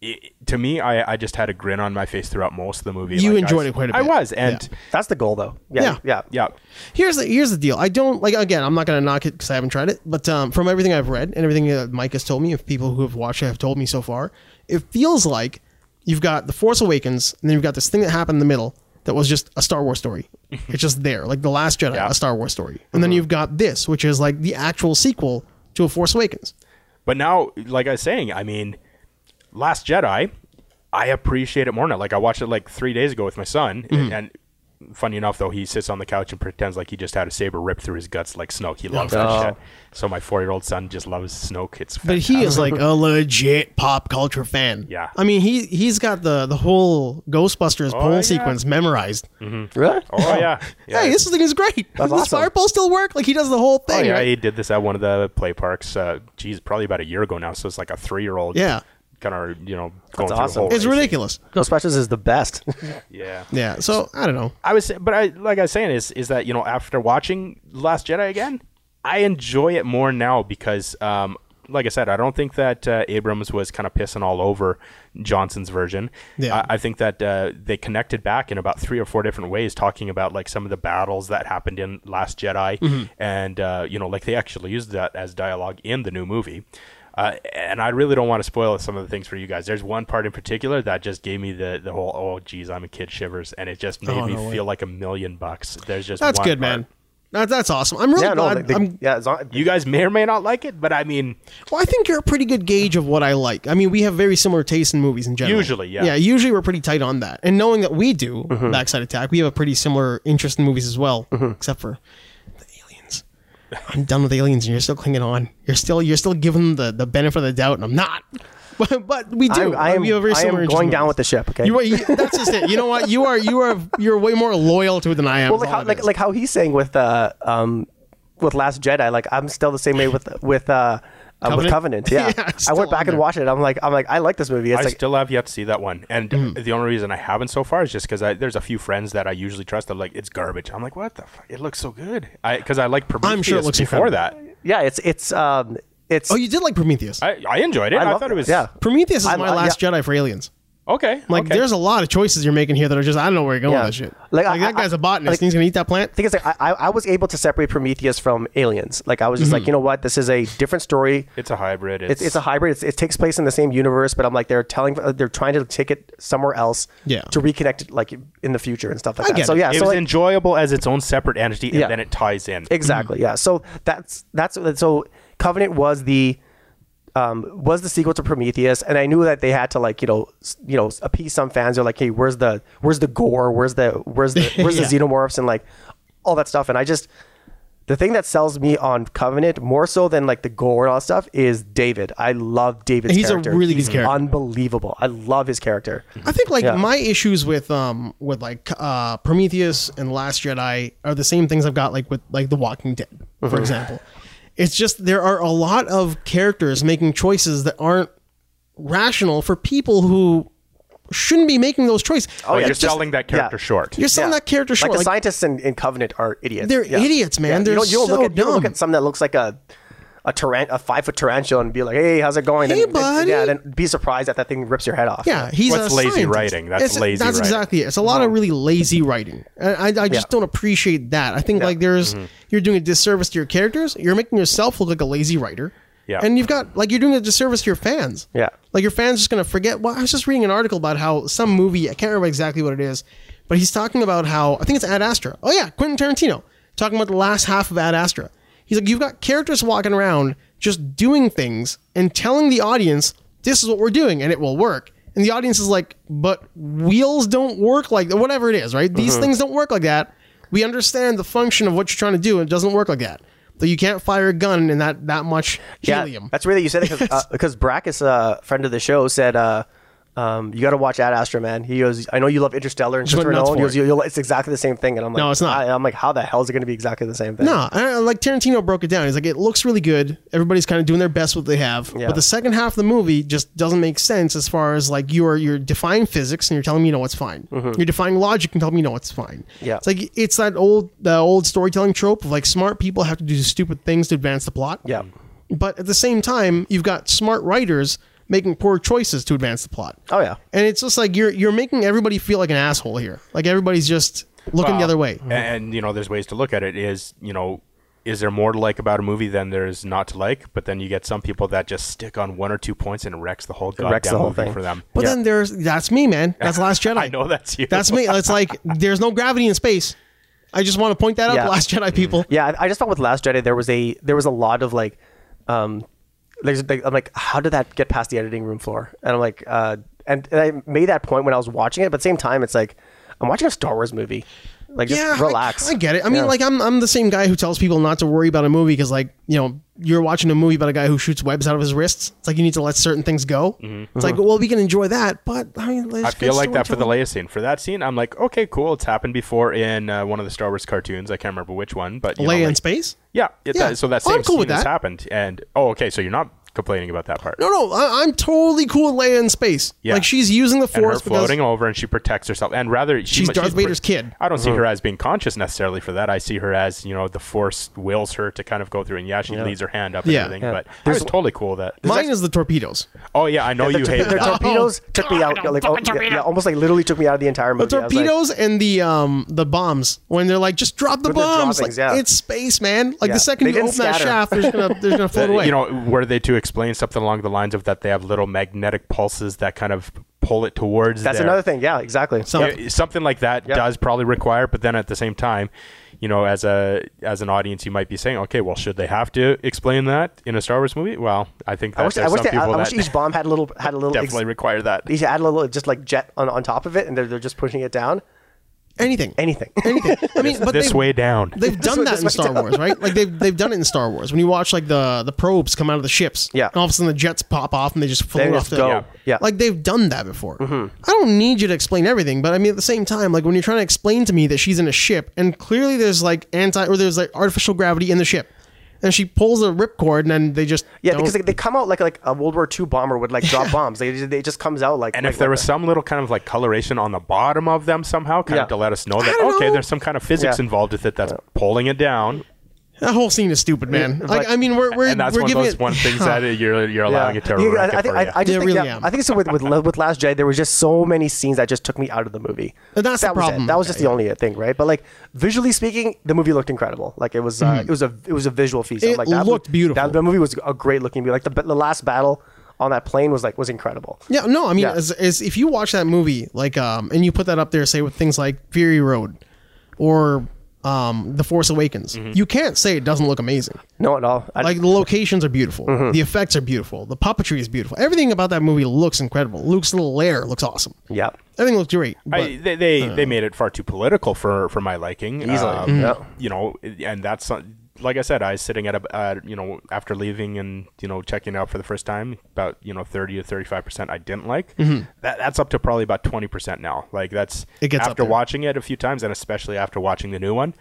Speaker 2: it, to me, I, I just had a grin on my face throughout most of the movie.
Speaker 1: You
Speaker 2: I
Speaker 1: enjoyed
Speaker 2: was-
Speaker 1: it quite a
Speaker 2: I
Speaker 1: bit.
Speaker 2: was, and
Speaker 3: That's the goal, though.
Speaker 1: Yeah.
Speaker 3: Yeah, yeah,
Speaker 2: yeah,
Speaker 1: Here's the here's the deal. I don't like again. I'm not gonna knock it because I haven't tried it. But um, from everything I've read and everything that Mike has told me, of people who have watched it have told me so far, it feels like you've got The Force Awakens, and then you've got this thing that happened in the middle that was just a Star Wars story. it's just there, like The Last Jedi,
Speaker 2: Yeah.
Speaker 1: a Star Wars story. And then you've got this, which is like the actual sequel to A Force Awakens.
Speaker 2: But now, like I was saying, I mean, Last Jedi, I appreciate it more now. Like I watched it like three days ago with my son,
Speaker 1: Mm-hmm.
Speaker 2: and, and funny enough, though, he sits on the couch and pretends like he just had a saber ripped through his guts like Snoke. He loves
Speaker 3: Oh.
Speaker 2: that shit. So my four-year-old son just loves Snoke. It's
Speaker 1: But
Speaker 2: fantastic.
Speaker 1: he is like a legit pop culture fan.
Speaker 2: Yeah. Oh,
Speaker 1: I mean, he he's got the the whole Ghostbusters pole
Speaker 2: yeah.
Speaker 1: sequence memorized.
Speaker 3: Really?
Speaker 2: oh yeah,
Speaker 1: [laughs]
Speaker 2: yeah.
Speaker 1: Hey, this thing is great. Does this
Speaker 3: awesome.
Speaker 1: fire pole still work? Like he does the whole thing.
Speaker 2: Oh, yeah,
Speaker 1: right?
Speaker 2: he did this at one of the play parks. Uh, geez, probably about a year ago now. So it's like a three-year-old.
Speaker 1: Yeah.
Speaker 2: kind of you know going through
Speaker 3: awesome.
Speaker 2: the whole.
Speaker 1: It's
Speaker 2: racing.
Speaker 1: ridiculous.
Speaker 3: [laughs] Ghostbusters is the best.
Speaker 2: Yeah.
Speaker 1: Yeah. So I don't know.
Speaker 2: I was, but I like I was saying is is that you know after watching Last Jedi again, I enjoy it more now because, um, like I said, I don't think that uh, Abrams was kind of pissing all over Johnson's version.
Speaker 1: Yeah.
Speaker 2: I, I think that uh, they connected back in about three or four different ways, talking about like some of the battles that happened in Last Jedi, and uh, you know, like they actually used that as dialogue in the new movie. Uh, and I really don't want to spoil some of the things for you guys. There's one part in particular that just gave me the, the whole oh geez I'm a kid shivers, and it just made
Speaker 1: Oh,
Speaker 2: me
Speaker 1: no way.
Speaker 2: feel like a million bucks. There's just
Speaker 1: That's
Speaker 2: one
Speaker 1: good,
Speaker 2: part.
Speaker 1: man. That, that's awesome. I'm really
Speaker 3: [laughs] yeah, no,
Speaker 1: glad.
Speaker 3: they, they-
Speaker 1: I'm,
Speaker 3: yeah, it's on,
Speaker 2: You guys may or may not like it, but I mean,
Speaker 1: well, I think you're a pretty good gauge of what I like. I mean, we have very similar tastes in movies in general.
Speaker 2: Usually, yeah. Mm-hmm.
Speaker 1: Yeah, usually we're pretty tight on that. And knowing that we do Backside Attack, we have a pretty similar interest in movies as well, except for the aliens. I'm done with aliens, and you're still clinging on. You're still you're still giving them the, the benefit of the doubt, and I'm not. [laughs] But, but we do. Uh,
Speaker 3: I'm, I am,
Speaker 1: we have a very
Speaker 3: I am
Speaker 1: similar interest
Speaker 3: going
Speaker 1: in
Speaker 3: down
Speaker 1: movies.
Speaker 3: with the ship. Okay.
Speaker 1: You, are- you, that's just it. You know what? You are you are you're way more loyal to it than I am.
Speaker 3: well,
Speaker 1: is
Speaker 3: like
Speaker 1: all
Speaker 3: how,
Speaker 1: it
Speaker 3: like,
Speaker 1: is.
Speaker 3: like how he's saying with uh, um, with Last Jedi. Like I'm still the same way with with uh, uh with
Speaker 1: Covenant?
Speaker 3: Covenant. Yeah,
Speaker 1: Yeah,
Speaker 3: I
Speaker 1: still
Speaker 3: went back
Speaker 1: on there.
Speaker 3: and watched it. I'm like I'm like I like this movie. It's
Speaker 2: I
Speaker 3: like
Speaker 2: still have yet to see that one, and
Speaker 1: Mm-hmm.
Speaker 2: the only reason I haven't so far is just because there's a few friends that I usually trust. that like, it's garbage. I'm like, what the? fuck? It looks so good. I because I like Prometheus
Speaker 1: I'm sure it looks
Speaker 2: before
Speaker 1: incredible.
Speaker 2: that.
Speaker 3: yeah, it's it's um it's
Speaker 1: oh, you did like Prometheus.
Speaker 2: I, I enjoyed it. I,
Speaker 3: love
Speaker 2: thought
Speaker 3: it.
Speaker 2: it was
Speaker 3: yeah.
Speaker 1: Prometheus is
Speaker 3: I-
Speaker 1: my
Speaker 3: I-
Speaker 1: last Jedi for aliens.
Speaker 2: okay.
Speaker 1: Like,
Speaker 2: okay.
Speaker 1: there's a lot of choices you're making here that are just I don't know where you're going
Speaker 3: Yeah.
Speaker 1: with this shit. Like,
Speaker 3: Like, I-
Speaker 1: that
Speaker 3: I-
Speaker 1: guy's a botanist.
Speaker 3: like-
Speaker 1: and he's gonna eat that plant.
Speaker 3: I think it's like I, I- I was able to separate Prometheus from Aliens. Like I was just like, you know what, this is a different story.
Speaker 2: it's a hybrid.
Speaker 3: It's, it's a hybrid. It's, it takes place in the same universe, but I'm like they're telling uh, they're trying to take it somewhere else.
Speaker 1: Yeah.
Speaker 3: To reconnect it like in the future and stuff like
Speaker 1: I
Speaker 3: that.
Speaker 1: get
Speaker 3: so
Speaker 1: it.
Speaker 3: yeah,
Speaker 2: it
Speaker 3: so
Speaker 2: was
Speaker 3: like,
Speaker 2: enjoyable as its own separate entity, and
Speaker 3: Yeah.
Speaker 2: then it ties in.
Speaker 3: exactly yeah. So that's that's so Covenant was the um, was the sequel to Prometheus, and I knew that they had to like you know s- you know appease some fans. They're like, hey, where's the where's the gore? Where's the where's the
Speaker 1: [laughs]
Speaker 3: where's
Speaker 1: Yeah.
Speaker 3: the xenomorphs and like all that stuff? And I just the thing that sells me on Covenant more so than like the gore and all that stuff is David. I love David's.
Speaker 1: He's a
Speaker 3: character.
Speaker 1: really good character.
Speaker 3: Unbelievable. I love his character.
Speaker 1: I think like
Speaker 3: Yeah.
Speaker 1: my issues with um with like uh Prometheus and Last Jedi are the same things I've got like with like The Walking Dead, for example. It's just there are a lot of characters making choices that aren't rational for people who shouldn't be making those choices.
Speaker 2: Like,
Speaker 3: yeah,
Speaker 2: you're
Speaker 3: it's just-
Speaker 2: selling that character
Speaker 3: yeah.
Speaker 2: short.
Speaker 1: You're selling
Speaker 3: Oh, Yeah.
Speaker 1: that character short.
Speaker 3: Like the
Speaker 1: like-
Speaker 3: scientists in, in Covenant are idiots.
Speaker 1: They're idiots, man. They're
Speaker 3: you don't, you don't
Speaker 1: so
Speaker 3: look at, You don't look
Speaker 1: dumb.
Speaker 3: at something that looks like a a, taran- a five foot tarantula and be like, hey, how's it going?
Speaker 1: Hey,
Speaker 3: and,
Speaker 1: buddy.
Speaker 3: yeah, then be surprised that that thing rips your head off.
Speaker 1: Yeah, he's
Speaker 2: What's
Speaker 1: a
Speaker 2: lazy
Speaker 1: scientist.
Speaker 2: writing? That's
Speaker 1: It's-
Speaker 2: lazy
Speaker 1: That's
Speaker 2: writing. Mm-hmm.
Speaker 1: exactly it. It's a lot of really lazy writing. And I, I just don't appreciate that. I think like there's
Speaker 2: Mm-hmm.
Speaker 1: you're doing a disservice to your characters. You're making yourself look like a lazy writer.
Speaker 2: Yeah.
Speaker 1: And you've got like you're doing a disservice to your fans.
Speaker 3: Yeah.
Speaker 1: Like your fans just gonna forget. Well, I was just reading an article about how some movie I can't remember exactly what it is, but he's talking about how I think it's Ad Astra. Oh yeah, Quentin Tarantino talking about the last half of Ad Astra. He's like, you've got characters walking around just doing things and telling the audience this is what we're doing and it will work. And the audience is like, but wheels don't work like that. Whatever it is, right?
Speaker 3: Mm-hmm.
Speaker 1: These things don't work like that. We understand the function of what you're trying to do, and it doesn't work like that. Though you can't fire a gun in that that much
Speaker 3: Yeah,
Speaker 1: helium.
Speaker 3: that's really you said it
Speaker 1: [laughs]
Speaker 3: because Brackus, a uh, friend of the show, said. Uh, um, you got to watch Ad Astra, man. He goes, I know you love Interstellar and
Speaker 1: went
Speaker 3: Christopher
Speaker 1: nuts
Speaker 3: Nolan. He
Speaker 1: for
Speaker 3: goes, you'll, you'll- it's exactly the same thing. And I'm like,
Speaker 1: No, it's not.
Speaker 3: I, am like, how the hell is it going to be exactly the same thing?
Speaker 1: No, I, I- like Tarantino broke it down. He's like, it looks really good. Everybody's kind of doing their best with what they have,
Speaker 3: Yeah.
Speaker 1: but the second half of the movie just doesn't make sense as far as like you're you're defying physics and you're telling me no, it's fine. You're defying logic and telling me no, it's fine.
Speaker 3: Mm-hmm. Yeah.
Speaker 1: it's like it's that old the old storytelling trope of like smart people have to do stupid things to advance the plot.
Speaker 3: Yeah.
Speaker 1: but at the same time, you've got smart writers making poor choices to advance the plot.
Speaker 3: Oh, yeah.
Speaker 1: and it's just like you're you're making everybody feel like an asshole here. Like everybody's just looking the
Speaker 2: Well,
Speaker 1: other way.
Speaker 2: And, you know, there's ways to look at it. Is you know, is there more to like about a movie than there is not to like? But then you get some people that just stick on one or two points and it wrecks the whole goddamn
Speaker 3: wrecks the whole
Speaker 2: movie
Speaker 3: thing.
Speaker 2: for them.
Speaker 1: But
Speaker 3: Yeah.
Speaker 1: then there's that's me, man.
Speaker 2: [laughs]
Speaker 1: That's Last Jedi.
Speaker 2: I know that's you.
Speaker 1: That's me. It's like there's no gravity in space. I just want to point that out,
Speaker 3: Yeah.
Speaker 1: to Last Jedi people.
Speaker 2: Mm-hmm.
Speaker 3: Yeah, I- I just thought with Last Jedi there was a there was a lot of like, um, there's like I'm like, how did that get past the editing room floor? And I'm like, uh, and, and I made that point when I was watching it, but same time it's like I'm watching a Star Wars movie, like just
Speaker 1: yeah, I-
Speaker 3: relax.
Speaker 1: I, get it. I mean,
Speaker 3: Yeah.
Speaker 1: like I'm I'm the same guy who tells people not to worry about a movie because like you know you're watching a movie about a guy who shoots webs out of his wrists. It's like you need to let certain things go. It's like well we can enjoy that, but I mean there's
Speaker 2: Mm-hmm. I
Speaker 1: good
Speaker 2: feel like that for the
Speaker 1: storytelling.
Speaker 2: Leia scene. For that scene, I'm like, okay, cool. It's happened before in uh, one of the Star Wars cartoons. I can't remember which one, but you know,
Speaker 1: Leia in
Speaker 2: like-
Speaker 1: space.
Speaker 2: yeah, it,
Speaker 1: Yeah.
Speaker 2: that- so that
Speaker 1: Oh,
Speaker 2: same
Speaker 1: I'm cool
Speaker 2: scene
Speaker 1: with
Speaker 2: has
Speaker 1: that.
Speaker 2: happened. And oh, okay, so you're not complaining about that part.
Speaker 1: No, no, I, I'm totally cool with Leia in space.
Speaker 2: Yeah.
Speaker 1: Like she's using the
Speaker 2: and her
Speaker 1: force because
Speaker 2: floating over, and she protects herself. And rather, she
Speaker 1: She's
Speaker 2: mu-
Speaker 1: Darth Vader's
Speaker 2: pre-
Speaker 1: kid.
Speaker 2: I don't see her as being conscious necessarily for that. I see her as you know the Force wills her to kind of go through, and yeah, she leaves her hand up and
Speaker 1: Yeah.
Speaker 2: everything.
Speaker 1: Yeah.
Speaker 2: But I was totally cool with that.
Speaker 1: mine is the torpedoes.
Speaker 2: Oh yeah, I know
Speaker 3: The,
Speaker 2: you
Speaker 1: [laughs]
Speaker 3: tor-
Speaker 2: hated
Speaker 3: the
Speaker 2: that.
Speaker 3: torpedoes took me out, like oh, yeah, yeah, almost like literally took me out of the entire movie.
Speaker 1: The
Speaker 3: I was like-
Speaker 1: torpedoes and the um the bombs when they're like just drop the
Speaker 3: the
Speaker 1: bombs
Speaker 3: droppings,
Speaker 1: like
Speaker 3: yeah.
Speaker 1: it's space man like
Speaker 3: Yeah.
Speaker 1: the second
Speaker 3: They
Speaker 1: you
Speaker 3: didn't
Speaker 1: open that
Speaker 3: scatter.
Speaker 1: shaft there's gonna there's
Speaker 3: [laughs]
Speaker 1: gonna float away
Speaker 2: You know, were they to explain something along the lines of that they have little magnetic pulses that kind of pull it towards?
Speaker 3: That's
Speaker 2: their-
Speaker 3: another thing. Yeah, exactly.
Speaker 1: So-
Speaker 2: Yeah, something like that
Speaker 3: Yep.
Speaker 2: does probably require but then at the same time you know as a as an audience you might be saying okay well should they have to explain that in a star wars movie well i think that
Speaker 3: I wish,
Speaker 2: there's
Speaker 3: I wish,
Speaker 2: some
Speaker 3: they, I,
Speaker 2: people
Speaker 3: I wish
Speaker 2: that
Speaker 3: each bomb had a little had a little ex-
Speaker 2: definitely require that
Speaker 3: each had a little just like jet on, on top of it, and they're, they're just pushing it down.
Speaker 1: anything
Speaker 3: Anything.
Speaker 1: anything I mean but
Speaker 2: this
Speaker 1: they've,
Speaker 2: way down
Speaker 1: they've done
Speaker 3: way-
Speaker 1: that
Speaker 3: this
Speaker 1: in
Speaker 3: way
Speaker 1: Star
Speaker 3: down.
Speaker 1: Wars right like they've they've done it in Star Wars when you watch like the the probes come out of the ships
Speaker 3: Yeah.
Speaker 1: and all of a sudden the jets pop off and they just float
Speaker 3: They
Speaker 1: off
Speaker 3: just
Speaker 1: the
Speaker 3: go. Yeah. Yeah.
Speaker 1: like they've done that before I don't need you to explain everything but I mean at the same time like when you're trying to explain to me that she's in a ship and clearly there's like anti or there's like artificial gravity in the ship. And she pulls a ripcord, and then they just
Speaker 3: Yeah,
Speaker 1: don't-
Speaker 3: because like, they come out like like a World War II bomber would like
Speaker 1: [laughs]
Speaker 3: drop bombs. They they just comes out like.
Speaker 2: and
Speaker 3: like,
Speaker 2: if there
Speaker 3: like
Speaker 2: was some little kind of like coloration on the bottom of them somehow kind
Speaker 3: Yeah.
Speaker 2: of to let us know that
Speaker 1: don't
Speaker 2: okay
Speaker 1: know.
Speaker 2: there's some kind of physics
Speaker 3: Yeah.
Speaker 2: involved with it that's pulling it down
Speaker 1: That whole scene is stupid, man. like, I mean, we're we're,
Speaker 2: and that's
Speaker 1: we're
Speaker 2: one of
Speaker 1: giving
Speaker 2: those
Speaker 1: it,
Speaker 2: one
Speaker 3: [laughs]
Speaker 1: [laughs]
Speaker 2: things that you're you're allowing it to
Speaker 3: Yeah,
Speaker 2: wreck
Speaker 3: I, I
Speaker 2: it
Speaker 3: think
Speaker 2: for
Speaker 3: I,
Speaker 2: you.
Speaker 3: I just
Speaker 1: Yeah,
Speaker 3: think,
Speaker 1: really
Speaker 3: yeah,
Speaker 1: am.
Speaker 3: I think so with, with with Last Jedi there was just so many scenes that just took me out of the movie.
Speaker 1: And that's the
Speaker 3: that was
Speaker 1: problem.
Speaker 3: It. That was just
Speaker 1: Yeah,
Speaker 3: the only thing, right? But like visually speaking, the movie looked incredible. Like it was uh, it was a it was a visual feast.
Speaker 1: Mm-hmm. It
Speaker 3: like that
Speaker 1: looked
Speaker 3: was-
Speaker 1: beautiful.
Speaker 3: That, the movie was a great looking movie. Like the the last battle on that plane was like was incredible.
Speaker 1: Yeah, no, I mean,
Speaker 3: Yeah.
Speaker 1: as, as if you watch that movie, like, um, and you put that up there, say with things like Fury Road, or um, The Force Awakens, you can't say it doesn't look amazing.
Speaker 3: No, at all. Mm-hmm. I, Mm-hmm.
Speaker 1: Like the locations are beautiful, the effects are beautiful, the puppetry is beautiful. Everything about that movie looks incredible. Luke's little lair looks awesome.
Speaker 3: yeah,
Speaker 1: Everything looks great. But Hmm.
Speaker 2: I, they they, they made it far too political for for my liking.
Speaker 3: Easily,
Speaker 2: Um,
Speaker 3: yeah.
Speaker 2: You know, and that's not- like I said, I was sitting at a uh, you know after leaving and you know checking out for the first time about you know thirty to thirty five percent I didn't like. That that's up to probably about twenty percent now. Like that's
Speaker 1: Mm-hmm. It gets up
Speaker 2: after
Speaker 1: there.
Speaker 2: watching it a few times and especially after watching the new one,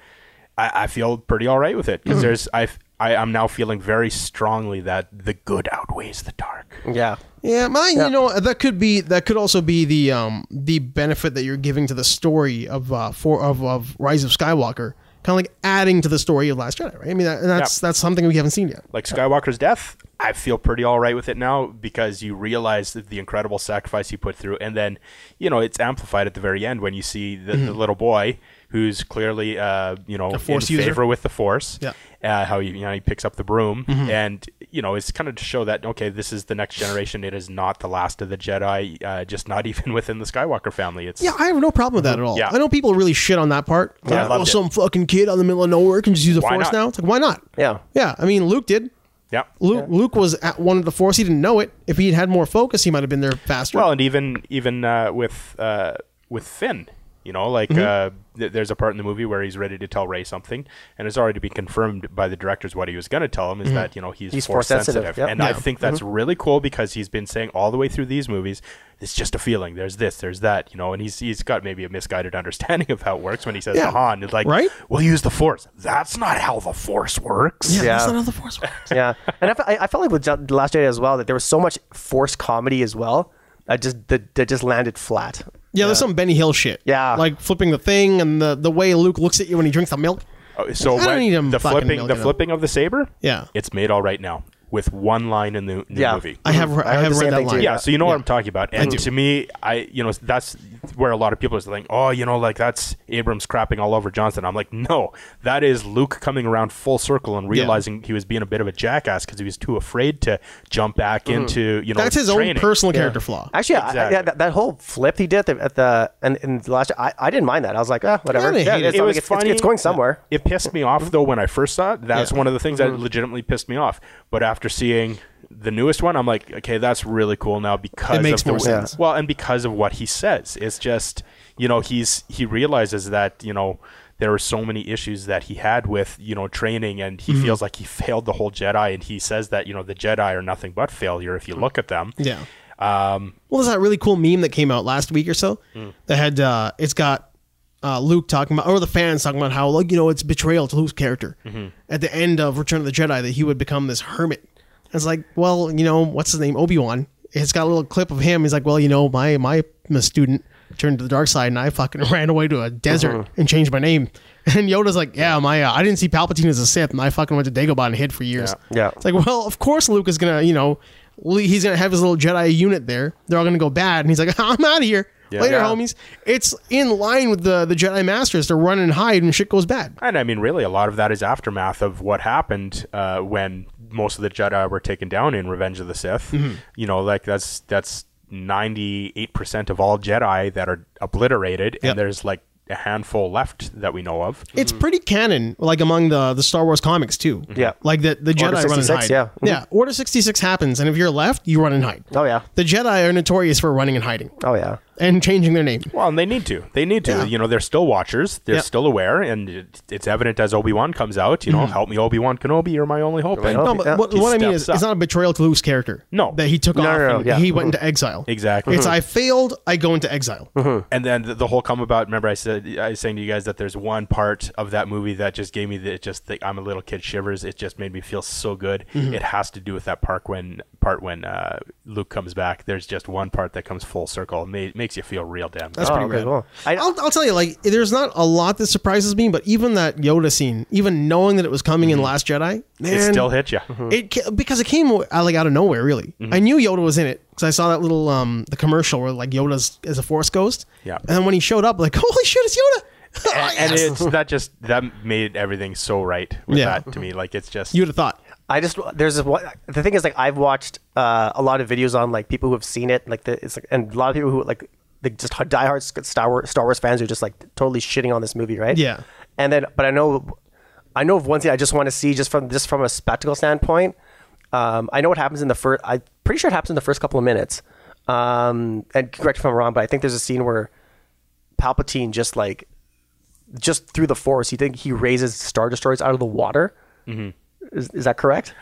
Speaker 2: I, I feel pretty all right with it
Speaker 1: Mm-hmm.
Speaker 2: because there's I. I, I'm now feeling very strongly that the good outweighs the dark.
Speaker 3: yeah.
Speaker 1: Yeah, mine.
Speaker 3: Yeah.
Speaker 1: You know, that could be that could also be the um the benefit that you're giving to the story of uh for of, of Rise of Skywalker, kind of like adding to the story of Last Jedi, right? I mean, that, and that's that's something we haven't seen yet.
Speaker 2: like Skywalker's death, I feel pretty all right with it now because you realize that the incredible sacrifice he put through, and then you know it's amplified at the very end when you see the, the little boy who's clearly uh, you know
Speaker 1: Mm-hmm. Force
Speaker 2: in
Speaker 1: user.
Speaker 2: favor with the Force.
Speaker 1: Yeah. Mm-hmm.
Speaker 2: Uh, how he, you know he picks up the broom, and you know it's kind of to show that okay, this is the next generation. It is not the last of the Jedi, uh, just not [laughs] even within the Skywalker family. It's
Speaker 1: Yeah, I have no problem with that at all.
Speaker 2: Mm-hmm. Yeah.
Speaker 1: I know people really shit on that part.
Speaker 2: Yeah, I
Speaker 1: Like,
Speaker 2: loved
Speaker 1: oh,
Speaker 2: it.
Speaker 1: some fucking kid out in the middle of nowhere can just use the
Speaker 2: Why
Speaker 1: Force
Speaker 2: not?
Speaker 1: now. It's like, why not?
Speaker 3: Yeah.
Speaker 1: Yeah, I mean, Luke did.
Speaker 2: yeah.
Speaker 1: Luke, Luke was at one of the Force. He didn't know it. If he had had more focus, he might have been there faster.
Speaker 2: Well, and even even uh, with uh, with Finn, you know, like uh, th- there's a part in the movie where he's ready to tell Ray something, and it's already been confirmed by the directors what he was going to tell him is that you know he's,
Speaker 3: He's
Speaker 2: force
Speaker 3: force sensitive,
Speaker 2: sensitive,
Speaker 3: yep.
Speaker 2: and I
Speaker 3: Yeah.
Speaker 2: think that's really cool because he's been saying all the way through these movies, it's just a feeling. There's this, there's that, you know, and he's he's got maybe a misguided [laughs] understanding of how it works when he says
Speaker 1: Yeah.
Speaker 2: to Han, it's like,
Speaker 1: Right?
Speaker 2: We'll use the force. That's not how the force works.
Speaker 1: yeah, that's
Speaker 3: yeah.
Speaker 1: not how the Force works.
Speaker 3: [laughs] yeah, and I, fe- I- I felt like with Ju- The Last Jedi as well that there was so much forced comedy as well that just that, that just landed flat.
Speaker 1: Yeah, there's some Benny Hill shit.
Speaker 3: Yeah.
Speaker 1: like flipping the thing and the the way Luke looks at you when he drinks the milk.
Speaker 2: Oh, So
Speaker 1: I don't
Speaker 2: when
Speaker 1: need him
Speaker 2: the
Speaker 1: fucking
Speaker 2: flipping the
Speaker 1: milking him.
Speaker 2: flipping of the saber,
Speaker 1: Yeah.
Speaker 2: it's made all right now with one line in the, the
Speaker 3: Yeah.
Speaker 2: movie.
Speaker 1: I have re-
Speaker 3: I
Speaker 1: I,
Speaker 3: heard
Speaker 1: have
Speaker 3: the
Speaker 1: read
Speaker 3: same
Speaker 1: that
Speaker 3: thing too.
Speaker 1: line.
Speaker 2: yeah so you know what i'm talking about and to me i you know that's where a lot of people is like, oh, you know, like that's Abrams crapping all over Johnson. I'm like, no, that is Luke coming around full circle and realizing he was being a bit of a jackass because he was too afraid to jump back into you
Speaker 1: Mm-hmm.
Speaker 2: know.
Speaker 1: That's his own
Speaker 2: training.
Speaker 1: personal character flaw.
Speaker 3: Actually, I- I,
Speaker 2: Exactly.
Speaker 3: yeah, that, that whole flip he did at the, at the and in the last, I, I didn't mind that. I was like, ah, whatever.
Speaker 1: I didn't
Speaker 3: Yeah,
Speaker 1: hate
Speaker 3: it's,
Speaker 1: it.
Speaker 3: not like it's, it's, it's going somewhere.
Speaker 2: It pissed me off though when I first saw it. That's
Speaker 1: Yeah. Mm-hmm.
Speaker 2: one of the things that legitimately pissed me off. But after seeing the newest one, I'm like, okay, that's really cool now because
Speaker 1: It makes
Speaker 2: of the
Speaker 1: more sense.
Speaker 2: well, and because of what he says. It's just you know he's he realizes that you know there were so many issues that he had with you know training, and
Speaker 1: Mm-hmm.
Speaker 2: he feels like he failed the whole Jedi, and he says that you know the Jedi are nothing but failure if you look at them.
Speaker 1: Yeah. Um, well, there's that really cool meme that came out last week or so that had uh, it's got uh, Luke talking about, or the fans talking about how like you know it's betrayal to Luke's character
Speaker 3: Mm-hmm.
Speaker 1: at the end of Return of the Jedi that he would become this hermit. And it's like, well, you know, what's his name, Obi Wan? It's got a little clip of him. He's like, well, you know, my my student turned to the dark side and I fucking [laughs] ran away to a desert
Speaker 3: Mm-hmm.
Speaker 1: and changed my name. [laughs] And Yoda's like, yeah, my uh, I didn't see Palpatine as a Sith, and I fucking went to Dagobah and hid for years.
Speaker 3: Yeah.
Speaker 1: It's like, well, of course Luke is gonna, you know, le- he's gonna have his little Jedi unit there. They're all gonna go bad, and he's like, [laughs] I'm out of here. Later,
Speaker 2: Yeah.
Speaker 1: homies. It's in line with the the Jedi Masters to run and hide when shit goes bad.
Speaker 2: And I mean, really, a lot of that is aftermath of what happened uh, when most of the Jedi were taken down in Revenge of the Sith.
Speaker 1: Mm-hmm.
Speaker 2: You know, like that's that's ninety eight percent of all Jedi that are obliterated,
Speaker 1: Yep.
Speaker 2: and there's like a handful left that we know of.
Speaker 1: It's
Speaker 3: Mm-hmm.
Speaker 1: pretty canon, like among the the Star Wars comics too.
Speaker 3: Yeah.
Speaker 1: like that the Jedi run and
Speaker 3: 66,
Speaker 1: hide.
Speaker 3: Mm-hmm. yeah. Mhm.
Speaker 1: yeah. Order sixty six happens, and if you're left, you run and hide.
Speaker 3: Oh, yeah.
Speaker 1: The Jedi are notorious for running and hiding
Speaker 3: Oh, yeah.
Speaker 1: and changing their name.
Speaker 2: Well, and they need to. They need to.
Speaker 1: Yeah.
Speaker 2: You know, they're still watchers. They're
Speaker 1: Yep.
Speaker 2: still aware, and it, it's evident as Obi Wan comes out. You know,
Speaker 1: Mm-hmm.
Speaker 2: help me, Obi Wan Kenobi. You're my only hope. And-
Speaker 1: No, but
Speaker 3: Yeah.
Speaker 1: what,
Speaker 2: He
Speaker 1: what I mean
Speaker 2: steps
Speaker 1: is,
Speaker 2: up.
Speaker 1: it's not a betrayal to Luke's character.
Speaker 2: No. mm-hmm.
Speaker 1: that he took off.
Speaker 3: no, no,
Speaker 1: and
Speaker 3: yeah. Mm-hmm.
Speaker 1: He went into exile.
Speaker 2: Exactly.
Speaker 1: It's I failed. I go into exile.
Speaker 2: And then the, the whole come about. Remember, I said I was saying to you guys that there's one part of that movie that just gave me the it just the, I'm a little kid shivers. It just made me feel so good.
Speaker 1: Mm-hmm.
Speaker 2: It has to do with that part when part when uh, Luke comes back. There's just one part that comes full circle. It ma- makes you feel real damn.
Speaker 1: That's
Speaker 2: good.
Speaker 1: pretty
Speaker 3: Oh, okay,
Speaker 1: rad.
Speaker 3: cool. I-
Speaker 1: I'll, I'll tell you, like, there's not a lot that surprises me, but even that Yoda scene, even knowing that it was coming in Last Jedi, man,
Speaker 2: it still hits you.
Speaker 1: it ca- because it came uh, like out of nowhere. Really, I knew Yoda was in it because I saw that little um the commercial where like Yoda's as a Force ghost.
Speaker 2: Yeah.
Speaker 1: and then when he showed up, like, [laughs] holy shit, it's Yoda! Oh,
Speaker 2: And, and
Speaker 1: [laughs] yes.
Speaker 2: it's that just that made everything so right with
Speaker 1: Yeah. Mm-hmm.
Speaker 2: that to me. Like it's just
Speaker 1: you would have thought.
Speaker 3: I just there's this one. The thing is, like, I've watched uh, a lot of videos on like people who have seen it, like the it's like, and a lot of people who like they just diehard Sc- Star Wars Star Wars fans who are just like totally shitting on this movie, right?
Speaker 1: Yeah.
Speaker 3: And then, but I know, I know of one thing I just want to see just from just from a spectacle standpoint. Um, I know what happens in the first. I'm pretty sure it happens in the first couple of minutes. Um, and correct me if I'm wrong, but I think there's a scene where Palpatine just like just through the Force, he think he raises Star Destroyers out of the water. Is, is that correct?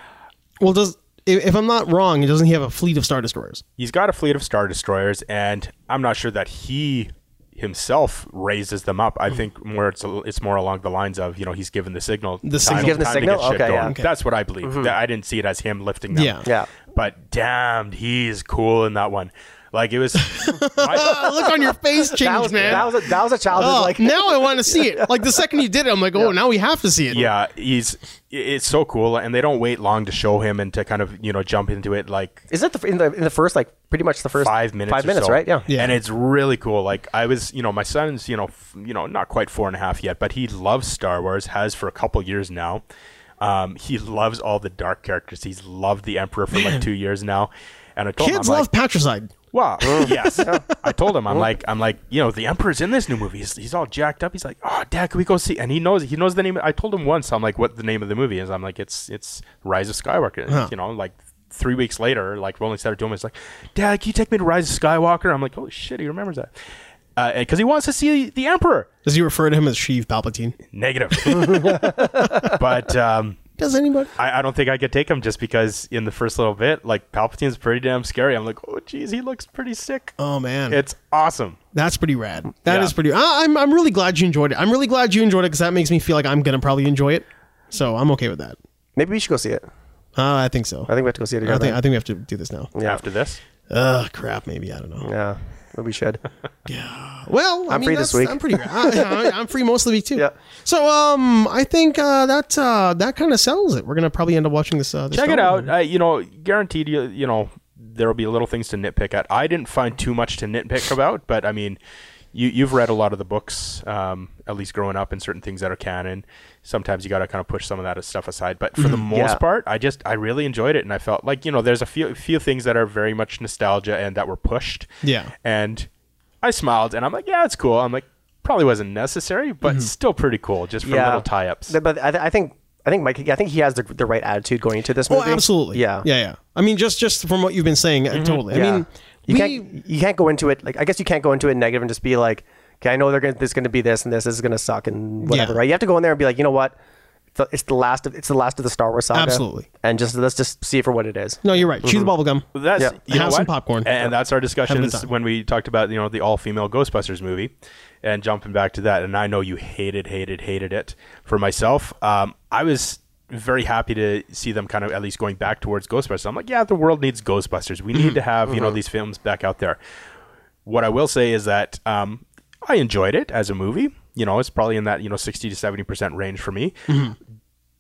Speaker 1: Well, does if, if I'm not wrong, doesn't he have a fleet of star destroyers?
Speaker 2: he's got a fleet of star destroyers and i'm not sure that he himself raises them up i think more it's, a, it's more along the lines of you know he's given the signal the
Speaker 1: signal.
Speaker 3: Given the signal? Okay, yeah. Mm-hmm.
Speaker 1: Okay.
Speaker 2: that's what i believe That- i didn't see it as him lifting them
Speaker 1: Yeah.
Speaker 3: Yeah.
Speaker 2: but damned he's cool in that one like it was my-
Speaker 1: The Look on your face changed,
Speaker 3: That was,
Speaker 1: man.
Speaker 3: that was a, that was a childhood
Speaker 1: Oh,
Speaker 3: like
Speaker 1: now I want to see it. Like the second you did it, I'm like, oh, now we have to see it.
Speaker 2: yeah he's i- it's so cool and they don't wait long to show him and to kind of you know jump into it like
Speaker 3: Is that the in the in the first like pretty much the first
Speaker 2: five minutes.
Speaker 3: Five
Speaker 2: or
Speaker 3: minutes,
Speaker 2: so.
Speaker 3: right? Yeah.
Speaker 1: Yeah.
Speaker 2: And it's really cool. Like I was, you know, my son's, you know, f- you know, not quite four and a half yet, but he loves Star Wars. Has for a couple years now. Um, he loves all the dark characters. He's loved the Emperor for like two years now. And I told him,
Speaker 1: Kids
Speaker 2: I'm
Speaker 1: love
Speaker 2: like,
Speaker 1: patricide.
Speaker 2: Wow. yes. I told him, I'm like, I'm like, you know, the Emperor's in this new movie. He's, he's all jacked up. He's like, oh, Dad, can we go see? And he knows, he knows the name. I told him once, I'm like, what the name of the movie is. I'm like, it's, it's Rise of Skywalker. You know, like three weeks later, like Rolling started doing, it's like, Dad, can you take me to Rise of Skywalker? I'm like, holy shit, he remembers that. Because he wants to see the Emperor.
Speaker 1: Does he refer to him as Sheev Palpatine?
Speaker 2: Negative. but um,
Speaker 1: Does anybody?
Speaker 2: I, I don't think I could take him just because in the first little bit, like Palpatine's pretty damn scary. I'm like, oh, geez, he looks pretty sick.
Speaker 1: Oh man,
Speaker 2: It's awesome.
Speaker 1: that's pretty rad. That is
Speaker 2: Yeah.
Speaker 1: pretty. I, I'm I'm really glad you enjoyed it. I'm really glad you enjoyed it because that makes me feel like I'm gonna probably enjoy it. So I'm okay with that.
Speaker 3: Maybe we should go see it.
Speaker 1: Uh, I think so.
Speaker 3: I think we have to go see it
Speaker 1: I
Speaker 3: together.
Speaker 1: think I think we have to do this now.
Speaker 3: Yeah.
Speaker 2: after this.
Speaker 1: Ugh, crap. Maybe I don't know.
Speaker 3: yeah, maybe we should. [laughs]
Speaker 1: Well, I
Speaker 3: I'm
Speaker 1: mean,
Speaker 3: free this
Speaker 1: that's-
Speaker 3: week.
Speaker 1: I'm pretty. I,
Speaker 3: [laughs]
Speaker 1: I, am free most of the week too.
Speaker 3: Yeah.
Speaker 1: So um, I think uh, that uh, that kind of settles it. We're gonna probably end up watching this. Uh, this
Speaker 2: Check it
Speaker 1: film.
Speaker 2: out. Uh, you know, guaranteed. You, you know, there will be little things to nitpick at. I didn't find too much to nitpick about, but I mean, you you've read a lot of the books, um, at least growing up, and certain things that are canon. Sometimes you got to kind of push some of that stuff aside. But for the most
Speaker 3: Yeah.
Speaker 2: part, I just I really enjoyed it, and I felt like you know there's a few few things that are very much nostalgia and that were pushed.
Speaker 1: Yeah.
Speaker 2: and I smiled, and I'm like, yeah, it's cool. I'm like, probably wasn't necessary, but still pretty cool, just for little tie-ups.
Speaker 3: But- But I, th- I think I think Mike. I think he has the, the right attitude going into this
Speaker 1: Oh,
Speaker 3: movie.
Speaker 1: absolutely.
Speaker 3: Yeah. Mm-hmm.
Speaker 1: yeah, yeah. I mean, just just from what you've been saying, uh totally. I
Speaker 3: Yeah.
Speaker 1: mean,
Speaker 3: you
Speaker 1: we,
Speaker 3: can't you can't go into it like I guess you can't go into it negative and just be like, okay, I know they're gonna there's gonna be this and this, this is gonna suck and whatever,
Speaker 1: Yeah.
Speaker 3: right? You have to go in there and be like, you know what, it's the, it's the last of it's the last of the Star Wars saga,
Speaker 1: Absolutely.
Speaker 3: and just let's just see it for what it is.
Speaker 1: no, you're right. Chew the
Speaker 3: Mm-hmm.
Speaker 1: bubble gum.
Speaker 2: But that's
Speaker 3: Yeah.
Speaker 2: you know
Speaker 1: Have some
Speaker 2: what?
Speaker 1: popcorn.
Speaker 2: and, and that's our discussions
Speaker 1: time.
Speaker 2: when we talked about you know the all-female ghostbusters movie and jumping back to that and i know you hated hated hated it for myself um, i was very happy to see them kind of at least going back towards ghostbusters i'm like yeah the world needs ghostbusters we
Speaker 1: Mm-hmm.
Speaker 2: need to have you know these films back out there what i will say is that um, i enjoyed it as a movie you know it's probably in that you know 60 to 70 percent range for me
Speaker 1: Mm-hmm.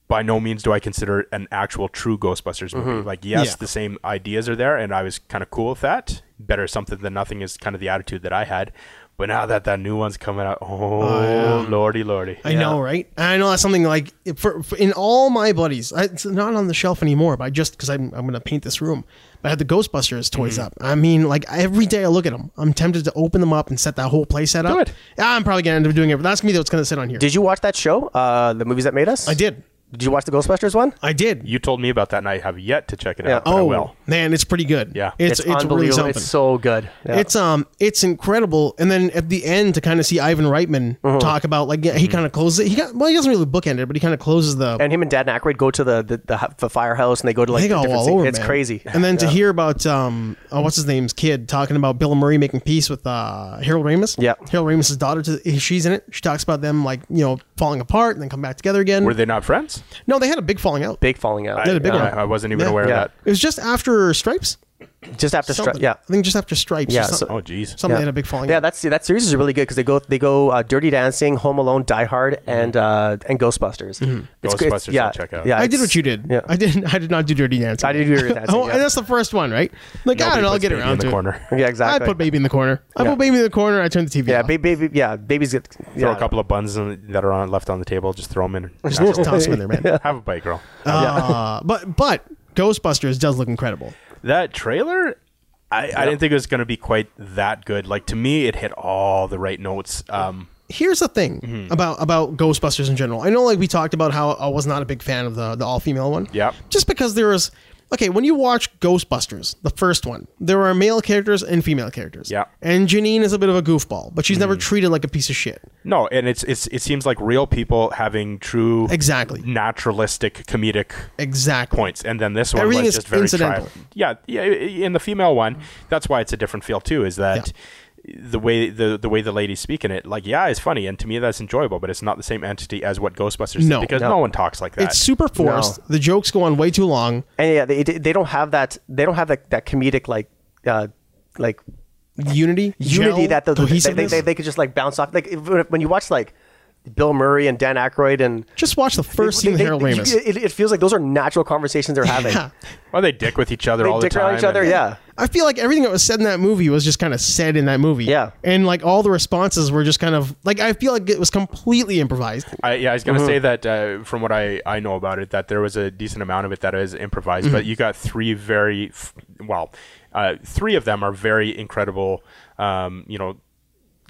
Speaker 2: by no means do I consider it an actual true Ghostbusters movie. Like, yes,
Speaker 1: Mm-hmm. Yeah.
Speaker 2: the same ideas are there, and I was kind of cool with that. Better something than nothing is kind of the attitude that I had. But now that that new one's coming out, oh, lordy, lordy.
Speaker 1: I know, right? And I know that's something like for, for in all my buddies, I, it's not on the shelf anymore. But I just because I'm I'm gonna paint this room. But I had the Ghostbusters toys
Speaker 3: Mm-hmm.
Speaker 1: up. I mean, like every day I look at them, I'm tempted to open them up and set that whole playset up.
Speaker 2: Do it.
Speaker 1: Yeah, I'm probably gonna end up doing it. But that's gonna be what's gonna sit on here.
Speaker 3: Did you watch that show, uh, the movies that made us?
Speaker 1: I did.
Speaker 3: Did you watch the Ghostbusters one?
Speaker 1: I did.
Speaker 2: You told me about that, and I have yet to check it out. But I
Speaker 1: oh
Speaker 2: will.
Speaker 1: man, it's pretty good.
Speaker 2: Yeah.
Speaker 1: it's it's, really something.
Speaker 3: It's so good. Yeah.
Speaker 1: It's um, it's incredible. And then at the end, to kind of see Ivan Reitman
Speaker 3: Mm-hmm.
Speaker 1: talk about like yeah, he kind of closes it. He got well, he doesn't really bookend it, but he kind of closes the.
Speaker 3: and him and Dan Aykroyd go to the the, the, hu- the firehouse and they go to like
Speaker 1: they
Speaker 3: the
Speaker 1: go
Speaker 3: different
Speaker 1: all
Speaker 3: scenes.
Speaker 1: over.
Speaker 3: It's
Speaker 1: man.
Speaker 3: crazy.
Speaker 1: And then to hear about um, oh, what's his name's kid talking about Bill Murray making peace with uh, Harold Ramis.
Speaker 3: Yeah.
Speaker 1: Harold Ramis' daughter. To, she's in it. She talks about them like you know falling apart and then come back together again.
Speaker 2: Were they not friends?
Speaker 1: no, they had a big falling out.
Speaker 3: [laughs] big falling out.
Speaker 1: They had a big
Speaker 2: I,
Speaker 1: one.
Speaker 2: I wasn't even
Speaker 1: Yeah.
Speaker 2: aware
Speaker 3: Yeah.
Speaker 2: of
Speaker 1: It was just after Stripes.
Speaker 3: Just after stri-
Speaker 1: Something.
Speaker 3: yeah.
Speaker 1: I think just after Stripes.
Speaker 3: Yeah,
Speaker 1: or
Speaker 3: so-
Speaker 2: that. Oh, geez.
Speaker 1: Something
Speaker 3: Yeah.
Speaker 1: had a big falling.
Speaker 3: Yeah,
Speaker 1: out.
Speaker 3: that's see, that series is really good because they go they go uh, Dirty Dancing, Home Alone, Die Hard,
Speaker 1: Mm-hmm.
Speaker 3: and uh, and Ghostbusters. It's,
Speaker 2: Mm-hmm. Ghostbusters
Speaker 3: it's- yeah,
Speaker 2: I'll check out.
Speaker 3: Yeah,
Speaker 1: I did
Speaker 3: it's-
Speaker 1: what you did.
Speaker 3: Yeah,
Speaker 1: I didn't. I did not do dirty dancing.
Speaker 3: I did do Dirty
Speaker 1: [laughs]
Speaker 3: Dancing,
Speaker 1: oh,
Speaker 3: yeah.
Speaker 1: and that's the first one, right? Like I
Speaker 2: Nobody
Speaker 1: don't know. I'll
Speaker 2: puts
Speaker 1: get
Speaker 2: baby
Speaker 1: around
Speaker 2: in the
Speaker 1: to it.
Speaker 2: corner. [laughs]
Speaker 3: yeah, exactly.
Speaker 1: I put baby in the corner. I
Speaker 3: Yeah.
Speaker 1: put baby in the corner. I turn the TV.
Speaker 3: yeah,
Speaker 1: off.
Speaker 3: ba- baby. Yeah, babies get yeah.
Speaker 2: Throw a couple of buns in, that are on, left on the table. Just throw them
Speaker 1: [laughs]
Speaker 2: in.
Speaker 1: Just toss them in there,
Speaker 3: [laughs]
Speaker 1: man.
Speaker 2: have a bite, girl.
Speaker 1: Uh, but but Ghostbusters does look incredible.
Speaker 2: that trailer I, I didn't think it was going to be quite that good like to me it hit all the right notes um
Speaker 1: Here's the thing
Speaker 3: Mm-hmm.
Speaker 1: about about Ghostbusters in general. I know, like we talked about how I was not a big fan of the the all female one.
Speaker 2: Yep.
Speaker 1: Just because there was okay when you watch Ghostbusters, the first one, there are male characters and female characters.
Speaker 2: Yeah.
Speaker 1: And Janine is a bit of a goofball, but she's never
Speaker 3: Mm.
Speaker 1: treated like a piece of shit.
Speaker 2: no and it's, it's it seems like real people having true
Speaker 1: Exactly.
Speaker 2: naturalistic comedic
Speaker 1: Exactly.
Speaker 2: points and then this one
Speaker 1: Everything
Speaker 2: was
Speaker 1: is
Speaker 2: just very
Speaker 1: incidental.
Speaker 2: trial- yeah yeah i- in the female one that's why it's a different feel too is that the way the the way the ladies speak in it like yeah it's funny and to me that's enjoyable but it's not the same entity as what ghostbusters
Speaker 1: No.
Speaker 2: is because
Speaker 1: No.
Speaker 2: no. one talks like that
Speaker 1: It's super forced. The jokes go on way too long.
Speaker 3: and yeah, they they don't have that they don't have that that comedic like uh like
Speaker 1: Unity,
Speaker 3: unity
Speaker 1: gel,
Speaker 3: that the, they, they,
Speaker 1: cohesiveness.
Speaker 3: they they could just like bounce off like if- when you watch like Bill Murray and Dan Aykroyd and.
Speaker 1: Just watch the first scene with Harold
Speaker 3: you-
Speaker 1: Ramis.
Speaker 3: it, it feels like those are natural conversations they're having.
Speaker 1: Yeah.
Speaker 2: well they dick with each other
Speaker 3: They
Speaker 2: all
Speaker 3: dick
Speaker 2: the time
Speaker 3: around each other.
Speaker 2: and-
Speaker 3: Yeah,
Speaker 1: I feel like everything that was said in that movie was just kind of said in that movie.
Speaker 3: Yeah.
Speaker 1: And like all the responses were just kind of like I feel like it was completely improvised.
Speaker 2: I, yeah, I was
Speaker 3: Mm-hmm.
Speaker 2: gonna say that uh, from what I, I know about it, that there was a decent amount of it that is improvised, but
Speaker 3: Mm-hmm.
Speaker 2: you got three very f- well, uh, three of them are very incredible, um, you know,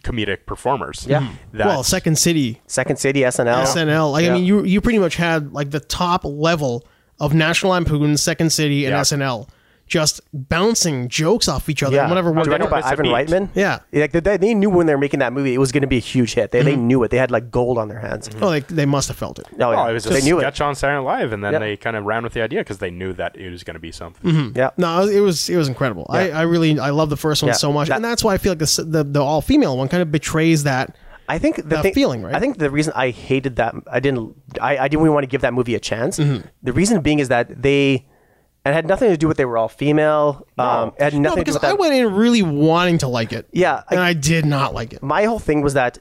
Speaker 2: comedic performers.
Speaker 3: Yeah. Mhm.
Speaker 2: that,
Speaker 1: well, Second City,
Speaker 3: Second City, SNL,
Speaker 1: SNL. Like I
Speaker 3: Yeah.
Speaker 1: mean, you you pretty much had like the top level of National Lampoon, Second City, and
Speaker 2: Yeah.
Speaker 1: SNL just bouncing jokes off each other.
Speaker 3: Yeah,
Speaker 1: And whatever.
Speaker 3: directed
Speaker 2: don't
Speaker 1: worked.
Speaker 3: by
Speaker 2: miss a
Speaker 3: Ivan
Speaker 2: beat.
Speaker 3: Reitman.
Speaker 1: Yeah.
Speaker 3: like they, they knew when they were making that movie, it was going to be a huge hit. They, they
Speaker 1: Mm-hmm.
Speaker 3: knew it. They had like gold on their hands.
Speaker 1: Oh, they, they must have felt it.
Speaker 2: well,
Speaker 3: No, oh, yeah.
Speaker 2: Mm-hmm. oh, it was a
Speaker 3: they knew
Speaker 2: sketch on Saturday Night Live, and then
Speaker 3: Yeah.
Speaker 2: they kind of ran with the idea because they knew that it was gonna be something.
Speaker 1: Mm-hmm.
Speaker 3: it. Yeah,
Speaker 1: No, it was it was incredible. I, I really I love the first one
Speaker 3: Yeah.
Speaker 1: so much,
Speaker 3: That-
Speaker 1: and that's why I feel like the s- the, the all female one kind of betrays that.
Speaker 3: I think the
Speaker 1: That
Speaker 3: thing-
Speaker 1: feeling, right?
Speaker 3: I think the reason I hated that, I didn't, I, I didn't really want to give that movie a chance.
Speaker 1: Mm-hmm.
Speaker 3: The reason being is that they, and it had nothing to do with they were all female. Um, it had nothing
Speaker 1: No,
Speaker 3: to do
Speaker 1: because
Speaker 3: with that.
Speaker 1: I went in really wanting to like it.
Speaker 3: Yeah, I-
Speaker 1: and I did not like it.
Speaker 3: my whole thing was that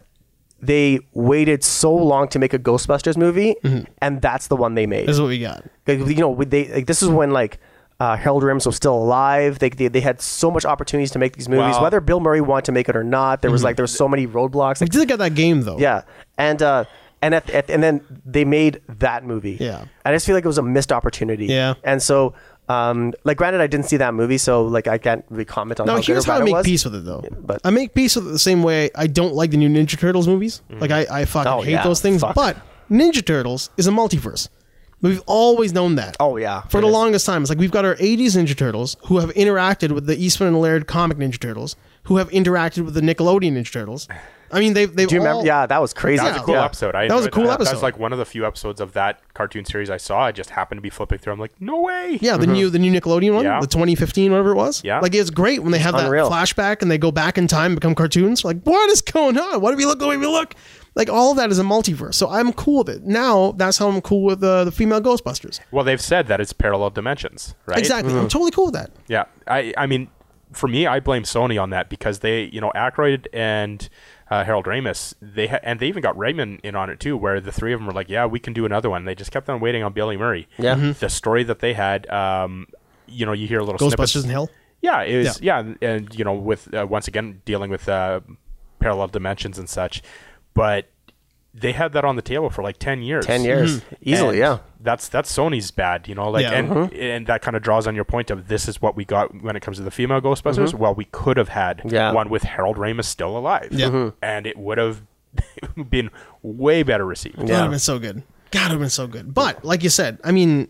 Speaker 3: they waited so long to make a
Speaker 1: Mm-hmm.
Speaker 3: Ghostbusters movie, and that's the one they made.
Speaker 1: Is what we got.
Speaker 3: Like, you know, with they like, this is when like Uh, Harold Rims was still alive. They, they, they had so much opportunities to make these movies,
Speaker 2: Wow.
Speaker 3: whether Bill Murray wanted to make it or not.
Speaker 1: Mm-hmm.
Speaker 3: There was like there was so many roadblocks.
Speaker 1: We
Speaker 3: Like,
Speaker 1: did get that game though.
Speaker 3: yeah, and uh, and at, at and then they made that movie.
Speaker 1: Yeah.
Speaker 3: I just feel like it was a missed opportunity.
Speaker 1: Yeah.
Speaker 3: and so um, like granted, I didn't see that movie, so like I can't really comment on
Speaker 1: Now
Speaker 3: how good or
Speaker 1: here's how
Speaker 3: bad
Speaker 1: I
Speaker 3: it
Speaker 1: make
Speaker 3: was.
Speaker 1: peace with it though.
Speaker 3: but-
Speaker 1: I make peace with it the same way I don't like the new Ninja Turtles movies. Like I, I fucking
Speaker 3: Oh,
Speaker 1: hate
Speaker 3: yeah.
Speaker 1: those things.
Speaker 3: Fuck.
Speaker 1: But Ninja Turtles is a multiverse. We've always known that.
Speaker 3: Oh, yeah.
Speaker 1: For
Speaker 3: It
Speaker 1: the
Speaker 3: is.
Speaker 1: longest time, it's like we've got our '80s Ninja Turtles who have interacted with the Eastman and Laird comic Ninja Turtles, who have interacted with the Nickelodeon Ninja Turtles. I mean, they've they've
Speaker 3: Do you remember?
Speaker 1: all-
Speaker 3: Yeah, that was crazy.
Speaker 2: That was a cool
Speaker 3: Yeah.
Speaker 2: episode. I
Speaker 1: That was a
Speaker 2: enjoyed
Speaker 1: cool
Speaker 2: That
Speaker 1: episode.
Speaker 2: was like one of the few episodes of that cartoon series I saw. I just happened to be flipping through. I'm like, no way.
Speaker 1: Yeah, the new the new Nickelodeon one,
Speaker 2: Mm-hmm. Yeah.
Speaker 1: the 2015, whatever it was.
Speaker 2: Yeah.
Speaker 1: like it's great when they have
Speaker 3: unreal.
Speaker 1: that flashback and they go back in time, and become cartoons. Like, what is going on? Why do we look the way we look? Like all of that is a multiverse. So I'm cool with it. Now that's how I'm cool with uh, the female Ghostbusters.
Speaker 2: Well, they've said that it's parallel dimensions, right?
Speaker 1: Exactly, I'm totally cool with that.
Speaker 2: Yeah. I, I mean, for me, I blame Sony on that because they, you know, Aykroyd and uh, Harold Ramis, they ha- and they even got Raymond in on it too, where the three of them were like, yeah, we can do another one. They just kept on waiting on Billy Murray.
Speaker 3: Yeah. Mhm.
Speaker 2: The story that they had, um, you know, you hear little snippets.
Speaker 1: Ghostbusters in Hell.
Speaker 2: Yeah, it was. Yeah, and, and, you know, with uh, once again dealing with uh, parallel dimensions and such, but they had that on the table for like ten years.
Speaker 3: Ten years
Speaker 2: And
Speaker 3: easily. Yeah. Mm-hmm.
Speaker 2: that's that's Sony's bad, you know. Like,
Speaker 1: Yeah.
Speaker 2: and and that kind of draws on your point of this is what we got when it comes to the female Ghostbusters. Well, we could have had
Speaker 3: Mm-hmm. Yeah. Mm-hmm.
Speaker 2: one with Harold Ramis still alive,
Speaker 1: Yeah. Mhm.
Speaker 2: and it would have [laughs] been way better received.
Speaker 1: That would have been so good. God, it would have been so good. But like you said, I mean,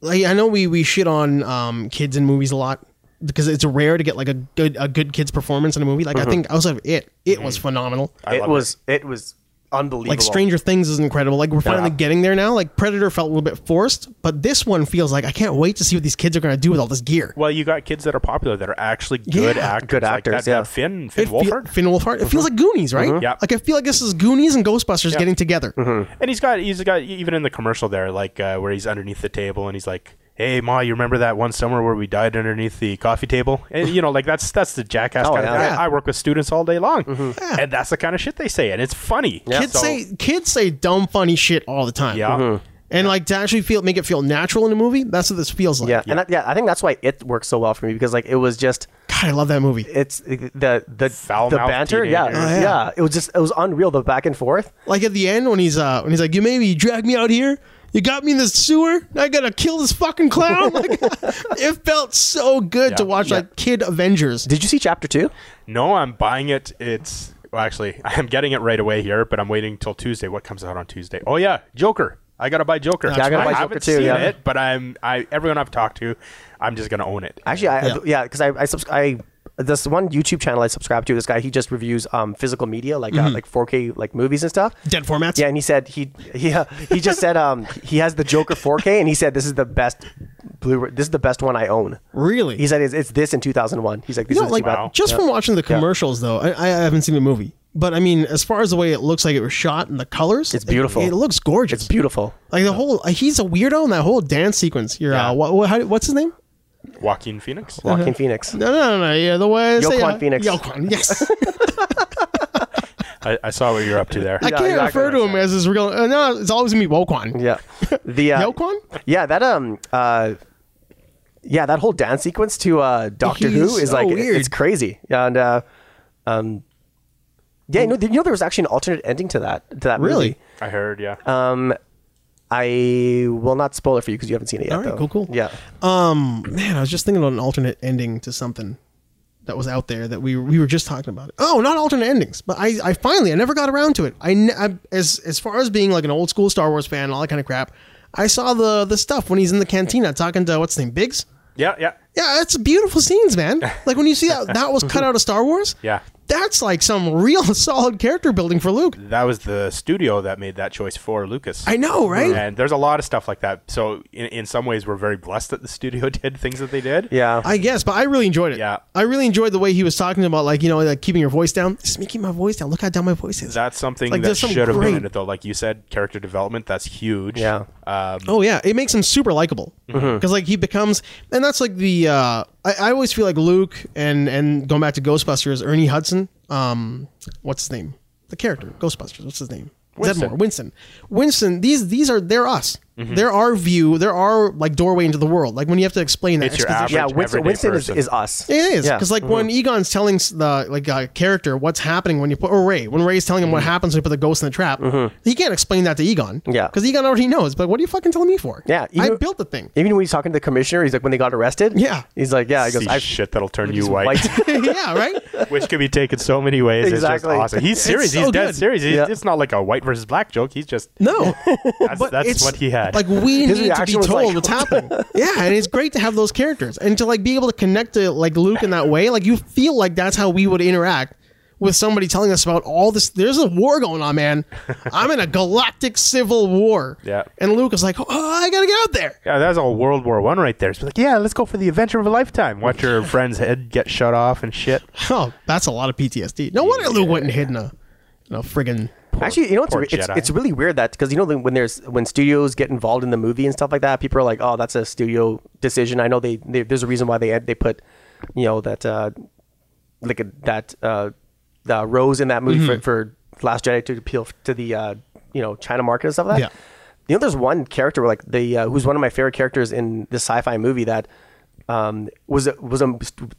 Speaker 1: like, I know we we shit on um, kids in movies a lot because it's rare to get like a good a good kids performance in a movie. Like
Speaker 2: Mm-hmm.
Speaker 1: I think outside of it, it was phenomenal.
Speaker 3: It
Speaker 2: love
Speaker 3: was it was unbelievable.
Speaker 1: Like Stranger Things is incredible. Like we're finally
Speaker 3: Yeah.
Speaker 1: getting there now. Like Predator felt a little bit forced, but this one feels like I can't wait to see what these kids are going to do with all this gear.
Speaker 2: Well, you got kids that are popular that are actually good
Speaker 1: Yeah.
Speaker 2: actors,
Speaker 3: Good
Speaker 2: like that-
Speaker 3: actors,
Speaker 2: that
Speaker 3: yeah.
Speaker 2: Finn
Speaker 1: It
Speaker 2: Finn
Speaker 1: feel-
Speaker 2: Wolfhard. Mm-hmm.
Speaker 1: Finn Wolfhard. It feels like Goonies, right?
Speaker 2: Yeah. Mm-hmm.
Speaker 1: Like I feel like this is Goonies and Ghostbusters getting together.
Speaker 2: And he's got he's got even in the commercial there, like uh, where he's underneath the table and he's like, "Hey, ma, you remember that one summer where we died underneath the coffee table?" And you know, like that's that's the jackass
Speaker 3: Oh,
Speaker 2: kind of
Speaker 3: yeah. Mm-hmm.
Speaker 2: thing. I work with students all day long,
Speaker 1: Yeah.
Speaker 2: and that's the kind of shit they say, and it's funny.
Speaker 1: Kids say kids say dumb funny shit all the time. Mm-hmm.
Speaker 2: Yeah. Mhm.
Speaker 3: Mm-hmm.
Speaker 1: And like to actually feel make it feel natural in a movie, that's what this feels like.
Speaker 3: Yeah, and that, yeah, I think that's why it worked so well for me because like it was just
Speaker 1: God, I love that movie.
Speaker 3: it's uh, the the the
Speaker 2: Foul-mouthed
Speaker 3: banter, yeah,
Speaker 2: teenagers.
Speaker 1: Oh, yeah.
Speaker 3: yeah, It was just it was unreal the back and forth.
Speaker 1: Like at the end when he's uh when he's like, You made me you dragged me out here, you got me in the sewer, now I gotta kill this fucking clown. [laughs] Like, it felt so good to
Speaker 2: Yeah.
Speaker 1: watch like kid Avengers.
Speaker 3: Did you see chapter two?
Speaker 2: No, I'm buying it. It's well, actually [laughs] I'm getting it right away here, but I'm waiting till Tuesday. What comes out on Tuesday? Oh yeah, Joker. I gotta buy Joker.
Speaker 3: I gotta buy Joker
Speaker 2: haven't
Speaker 3: too,
Speaker 2: seen
Speaker 3: yeah.
Speaker 2: it, but I'm I everyone I've talked to, I'm just gonna own it.
Speaker 3: Actually, I
Speaker 1: Yeah.
Speaker 3: yeah, because I I, subs- I this one YouTube channel I subscribe to. This guy he just reviews um physical media like uh, like 4K like movies and stuff.
Speaker 1: Mm-hmm. Dead formats.
Speaker 3: Yeah, and he said he he uh, he just said um he has the Joker 4K and he said this is the best blue this is the best one I own.
Speaker 1: Really?
Speaker 3: He said it's, it's this in 2001. He's like this
Speaker 1: You know,
Speaker 3: is
Speaker 1: like
Speaker 3: the best-
Speaker 2: Wow.
Speaker 1: just from watching the commercials though, I, I haven't seen the movie. But I mean, as far as the way it looks like it was shot and the colors,
Speaker 3: It's beautiful.
Speaker 1: It, it looks gorgeous.
Speaker 3: it's beautiful.
Speaker 1: like the whole, uh, he's a weirdo in that whole dance sequence. You're,
Speaker 2: Yeah.
Speaker 1: uh, what, what, how, do- what's his name?
Speaker 2: Joaquin Phoenix.
Speaker 3: Joaquin
Speaker 1: Uh-huh.
Speaker 3: Phoenix.
Speaker 1: No, no, no, no. Yeah, the way
Speaker 3: Joaquin
Speaker 1: say, uh,
Speaker 3: Phoenix.
Speaker 1: Joaquin,
Speaker 3: [laughs]
Speaker 1: yes.
Speaker 2: I, I saw what you're up to
Speaker 3: [laughs]
Speaker 2: there.
Speaker 1: I can't
Speaker 3: exactly
Speaker 1: refer to him as his real. Uh, no, it's always gonna be Woquan.
Speaker 3: Yeah.
Speaker 1: [laughs]
Speaker 3: The uh,
Speaker 1: Yoquan?
Speaker 3: Yeah, that um uh yeah, that whole dance sequence to uh Doctor Who
Speaker 1: He's
Speaker 3: is
Speaker 1: so
Speaker 3: like it-
Speaker 1: weird.
Speaker 3: it's crazy. And uh um yeah, no, you know there was actually an alternate ending to that to that
Speaker 1: Really?
Speaker 3: movie.
Speaker 2: I heard, yeah.
Speaker 3: Um I will not spoil it for you because you haven't seen it yet.
Speaker 1: All right,
Speaker 3: though.
Speaker 1: cool, cool.
Speaker 3: Yeah,
Speaker 1: Um, man, I was just thinking about an alternate ending to something that was out there that we we were just talking about. Oh, not alternate endings, but I, I finally I never got around to it. I, ne- I as as far as being like an old school Star Wars fan, all that kind of crap. I saw the the stuff when he's in the cantina talking to what's his name, Biggs.
Speaker 2: yeah, yeah.
Speaker 1: Yeah, it's beautiful scenes,
Speaker 3: [laughs]
Speaker 1: man. Like when you see that that was cut out of Star Wars.
Speaker 2: Yeah.
Speaker 1: that's like some real [laughs] solid character building for Luke.
Speaker 2: that was the studio that made that choice for Lucas.
Speaker 1: I know, right?
Speaker 2: And there's a lot of stuff like that. So in, in some ways, we're very blessed that the studio [laughs] did things that they did.
Speaker 3: yeah.
Speaker 1: I guess, but I really enjoyed it.
Speaker 2: Yeah.
Speaker 1: I really enjoyed the way he was talking about like you know like keeping your voice down. Just making my voice down. Look how down my voice is.
Speaker 2: That's something
Speaker 1: Like,
Speaker 2: that
Speaker 1: there's some
Speaker 2: should have been
Speaker 1: great-
Speaker 2: in it, though. Like you said, character development, that's huge.
Speaker 3: Yeah.
Speaker 2: Um,
Speaker 1: Oh yeah, it makes him super likable
Speaker 2: Mm-hmm.
Speaker 1: because like he becomes, and that's like the uh, I, I always feel like Luke and and going back to Ghostbusters, Ernie Hudson, um, what's his name, the character Ghostbusters, what's his name,
Speaker 2: Winston. Mm-hmm.
Speaker 1: Zedmore, Winston, Winston. These these are they're us. There are view, there are like doorway into the world. Like when you have to explain that
Speaker 2: It's your
Speaker 1: exposition.
Speaker 2: average
Speaker 3: yeah, Winston,
Speaker 2: everyday
Speaker 3: Winston is,
Speaker 2: person.
Speaker 3: is us.
Speaker 1: It is
Speaker 3: Yeah. Mm-hmm.
Speaker 1: because like when Egon's telling s- the like uh, character what's happening when you put or Ray when Ray's telling him what happens when you put the ghost in the trap, he can't explain that to Egon.
Speaker 3: Mm-hmm. Yeah.
Speaker 1: because Egon already knows. But what are you fucking telling me for?
Speaker 3: Yeah,
Speaker 1: I
Speaker 3: Egon-
Speaker 1: built the thing. [laughs]
Speaker 3: Even when he's talking to the commissioner, he's like, when they got arrested.
Speaker 1: Yeah.
Speaker 3: He's like, yeah. He
Speaker 2: See
Speaker 3: goes, I
Speaker 2: shit that'll turn you white,
Speaker 1: yeah, right.
Speaker 2: [laughs] which could be taken so many ways.
Speaker 3: Exactly.
Speaker 2: It's just awesome. He's serious.
Speaker 1: so
Speaker 2: he's dead
Speaker 1: good.
Speaker 2: serious. He's,
Speaker 3: Yeah.
Speaker 2: It's not like a white versus black joke. He's just
Speaker 3: [laughs]
Speaker 1: No,
Speaker 2: that's, that's
Speaker 1: it's
Speaker 2: what he had.
Speaker 1: Like we need
Speaker 3: His
Speaker 1: to be
Speaker 3: reaction was
Speaker 1: told
Speaker 3: like- [laughs]
Speaker 1: what's happening. yeah, and it's great to have those characters and to like be able to connect to like Luke in that way. Like you feel like that's how we would interact with somebody telling us about all this. There's a war going on, man. I'm in a galactic civil war.
Speaker 2: Yeah.
Speaker 1: and Luke is like, oh, I gotta get out there.
Speaker 2: Yeah, that's all World War One right there. It's like, yeah, let's go for the adventure of a lifetime.
Speaker 1: [laughs]
Speaker 2: Watch your friend's head get shut off and shit.
Speaker 1: Oh, that's a lot of PTSD. No wonder Luke went and hid in a, in a friggin'
Speaker 3: Actually, you know, it's,
Speaker 2: poor
Speaker 3: re- it's,
Speaker 2: Jedi.
Speaker 3: it's really weird that because you know when there's when studios get involved in the movie and stuff like that, people are like, "Oh, that's a studio decision." I know they, they there's a reason why they they put, you know, that uh, like a, that uh, the Rose in that movie
Speaker 1: Mm-hmm.
Speaker 3: for, for Last Jedi to appeal to the uh, you know China market and stuff like that.
Speaker 1: Yeah.
Speaker 3: You know, there's one character where, like the uh, who's one of my favorite characters in the sci-fi movie that um, was a, was a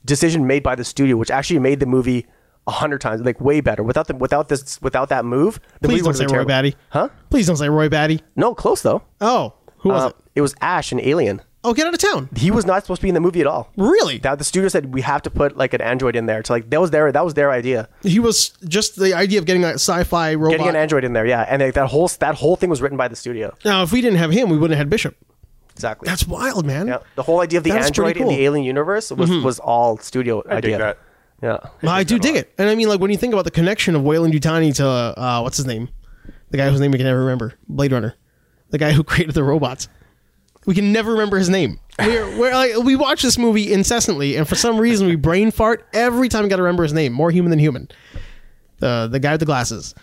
Speaker 3: decision made by the studio, which actually made the movie a hundred times like way better. Without the without this without that move, the
Speaker 1: Please
Speaker 3: movie
Speaker 1: don't
Speaker 3: would've
Speaker 1: say
Speaker 3: been
Speaker 1: Roy
Speaker 3: terrible.
Speaker 1: Batty.
Speaker 3: Huh?
Speaker 1: Please don't say Roy Batty.
Speaker 3: No, close though.
Speaker 1: Oh, who was
Speaker 3: Uh,
Speaker 1: it?
Speaker 3: it was Ash and Alien.
Speaker 1: Oh, get out of town.
Speaker 3: He was not supposed to be in the movie at all.
Speaker 1: Really?
Speaker 3: That the studio said we have to put like an android in there. So like that was their that was their idea.
Speaker 1: He was just the idea of getting a sci-fi robot.
Speaker 3: Getting an android in there, yeah. And like, that whole that whole thing was written by the studio.
Speaker 1: Now, if we didn't have him, we wouldn't have had Bishop.
Speaker 3: Exactly.
Speaker 1: That's wild, man.
Speaker 3: Yeah, the whole idea of the
Speaker 1: That is
Speaker 3: android
Speaker 1: pretty
Speaker 3: in
Speaker 1: cool. Mm-hmm.
Speaker 3: the alien universe was, was all studio
Speaker 2: dig
Speaker 3: idea.
Speaker 2: that.
Speaker 3: Yeah,
Speaker 1: Well, I do dig it, and I mean, like when you think about the connection of Wayland Yutani to uh, what's his name, the guy whose name we can never remember, Blade Runner, the guy who [laughs] created the robots. We can never remember his name. We're, we're like, we watch this movie incessantly, and for some reason, we brain fart every time. We got to remember his name. More human than human. The the guy with the glasses,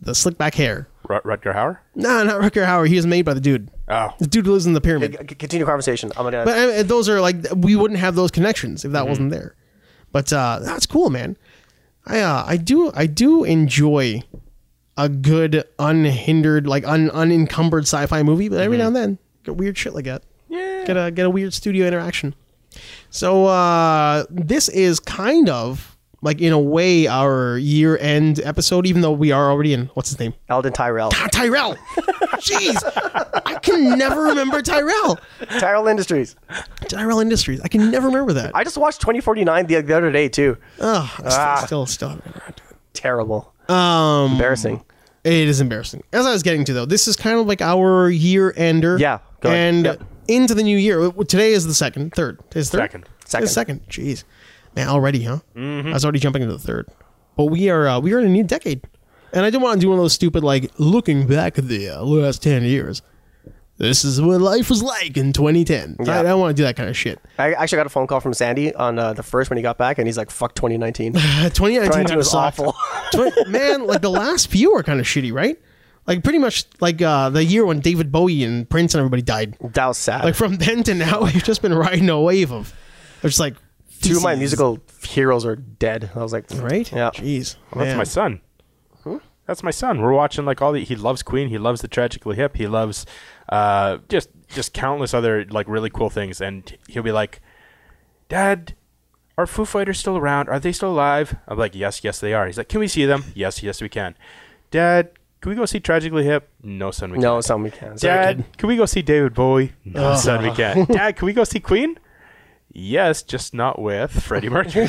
Speaker 1: the slick back hair.
Speaker 2: Rut- Rutger Hauer.
Speaker 1: Nah, not Rucker Howard. He was made by the dude.
Speaker 2: Oh.
Speaker 1: The dude who lives in the pyramid.
Speaker 3: C- continue conversation. I'm gonna.
Speaker 1: But I mean, those are like we wouldn't have those connections if that wasn't there. But uh, that's cool, man. I uh, I do I do enjoy a good unhindered like un, unencumbered sci-fi movie, but every now and then get weird shit like that. Yeah. Get a get a weird studio interaction. So uh, this is kind of like in a way our year end episode, even though we are already in what's his name
Speaker 3: Alden Tyrell,
Speaker 1: Ah, Tyrell. Jeez, I can never remember Tyrell.
Speaker 3: Tyrell Industries.
Speaker 1: Tyrell Industries. I can never remember that.
Speaker 3: I just watched 2049 the, the other day too.
Speaker 1: Ugh, I still,
Speaker 3: Ah.
Speaker 1: still, still haven't remembered.
Speaker 3: Terrible. Um, embarrassing.
Speaker 1: It is embarrassing. As I was getting to though, this is kind of like our year ender.
Speaker 3: Yeah, go ahead.
Speaker 1: and
Speaker 3: Yep.
Speaker 1: into the new year. W- Today is the second, third. Is third?
Speaker 2: Second.
Speaker 1: Second. second. Jeez, man, already, huh? Mm-hmm. I was already jumping into the third. But we are uh, we are in a new decade, and I didn't want to do one of those stupid like looking back at the uh, last ten years. This is what life was like in 2010. I, I don't want to do that kind of shit.
Speaker 3: I actually got a phone call from Sandy on uh, the first when he got back, and he's like,
Speaker 1: [laughs]
Speaker 3: "Fuck
Speaker 1: [sighs]
Speaker 3: 2019."
Speaker 1: 2019
Speaker 3: 2019
Speaker 1: kinda
Speaker 3: was
Speaker 1: sucked.
Speaker 3: awful.
Speaker 1: Twen- [laughs] man, like the last few are kind of shitty, right? Like pretty much like uh, the year when David Bowie and Prince and everybody died.
Speaker 3: that was sad.
Speaker 1: Like from [laughs] then to now, we've just been riding a wave of, of just like
Speaker 3: Two of my
Speaker 1: feces.
Speaker 3: musical heroes are dead. I was like,
Speaker 1: right?
Speaker 3: Yeah.
Speaker 1: jeez,
Speaker 2: Well, that's
Speaker 1: man.
Speaker 2: my son. That's my son. We're watching like all the. He loves Queen. He loves the Tragically Hip. He loves uh, just just countless other like really cool things. And he'll be like, "Dad, are Foo Fighters still around? Are they still alive?" I'm like, "Yes, yes, they are." He's like, "Can we see them?" "Yes, yes, we can." Dad, can we go see Tragically Hip? No, son, we
Speaker 3: No,
Speaker 2: can't.
Speaker 3: some we can. So
Speaker 2: Dad, can we go see David Bowie? No, son, we can't. Dad, can we go see Queen? Yes, just not with Freddie Mercury.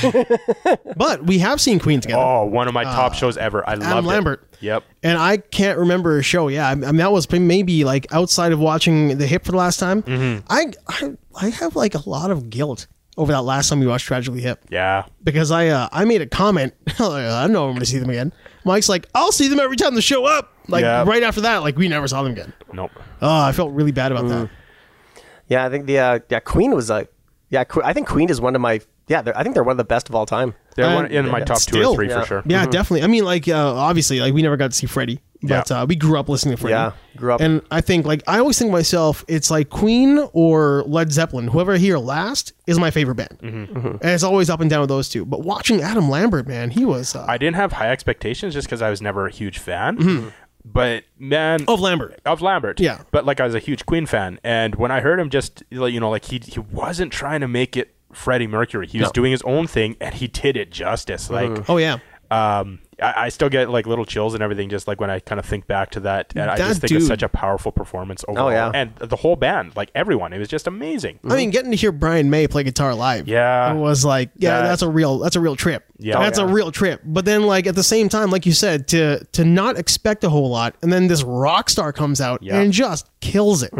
Speaker 1: [laughs] But we have seen Queen together,
Speaker 2: Oh, one of my top shows ever. I love
Speaker 1: Ah. Adam Lambert.
Speaker 2: Yep.
Speaker 1: and I can't remember a show. Yeah, I, I mean that was maybe like outside of watching The Hip for the last time.
Speaker 3: Mm-hmm.
Speaker 1: I, I I have like a lot of guilt over that last time we watched Tragically Hip.
Speaker 2: Yeah.
Speaker 1: because I uh, I made a comment. [laughs] I don't know if I'm going to see them again. Mike's like, I'll see them every time they show up. Like
Speaker 2: Yeah.
Speaker 1: right after that, like we never saw them again.
Speaker 2: Nope.
Speaker 1: Oh, I felt really bad about
Speaker 3: Mm.
Speaker 1: that.
Speaker 3: yeah, I think the uh, yeah Queen was like, yeah, Que- I think Queen is one of my yeah. they're- I think they're one of the best of all time.
Speaker 2: They're
Speaker 1: Uh,
Speaker 2: one, in my top two
Speaker 1: still,
Speaker 2: or three
Speaker 3: yeah.
Speaker 2: for sure.
Speaker 1: Yeah, definitely. I mean, like uh, obviously, like we never got to see Freddie, but
Speaker 2: Yeah.
Speaker 1: uh, we grew up listening to Freddie.
Speaker 3: Yeah, grew up.
Speaker 1: And I think like I always think to myself, it's like Queen or Led Zeppelin. Whoever I hear last is my favorite band,
Speaker 3: Mm-hmm.
Speaker 1: and it's always up and down with those two. But watching Adam Lambert, man, he was. Uh,
Speaker 2: I didn't have high expectations just because I was never a huge fan. But man,
Speaker 1: Of Lambert.
Speaker 2: of Lambert.
Speaker 1: Mm-hmm. Oh. Yeah.
Speaker 2: But like I was a huge Queen fan, and when I heard him, just like, you know, like he he wasn't trying to make it Freddie Mercury. He was
Speaker 1: No.
Speaker 2: doing his own thing, and he did it justice. Like,
Speaker 1: Oh yeah.
Speaker 2: um, I, I still get like little chills and everything just like when I kind of think back to that. And I
Speaker 1: That
Speaker 2: just think
Speaker 1: dude- Oh,
Speaker 2: it's such a powerful performance overall,
Speaker 3: yeah.
Speaker 2: and the whole band, like everyone, it was just amazing.
Speaker 1: I mean, getting to hear Brian May play guitar live,
Speaker 2: Mm-hmm. Yeah.
Speaker 1: it was like, yeah,
Speaker 2: That-
Speaker 1: that's a real, that's a real trip.
Speaker 2: Yeah.
Speaker 1: that's
Speaker 2: Oh,
Speaker 1: a
Speaker 2: yeah.
Speaker 1: real trip. But then, like at the same time, like you said, to to not expect a whole lot, and then this rock star comes out
Speaker 2: Yeah. Mm-hmm.
Speaker 1: and just kills it.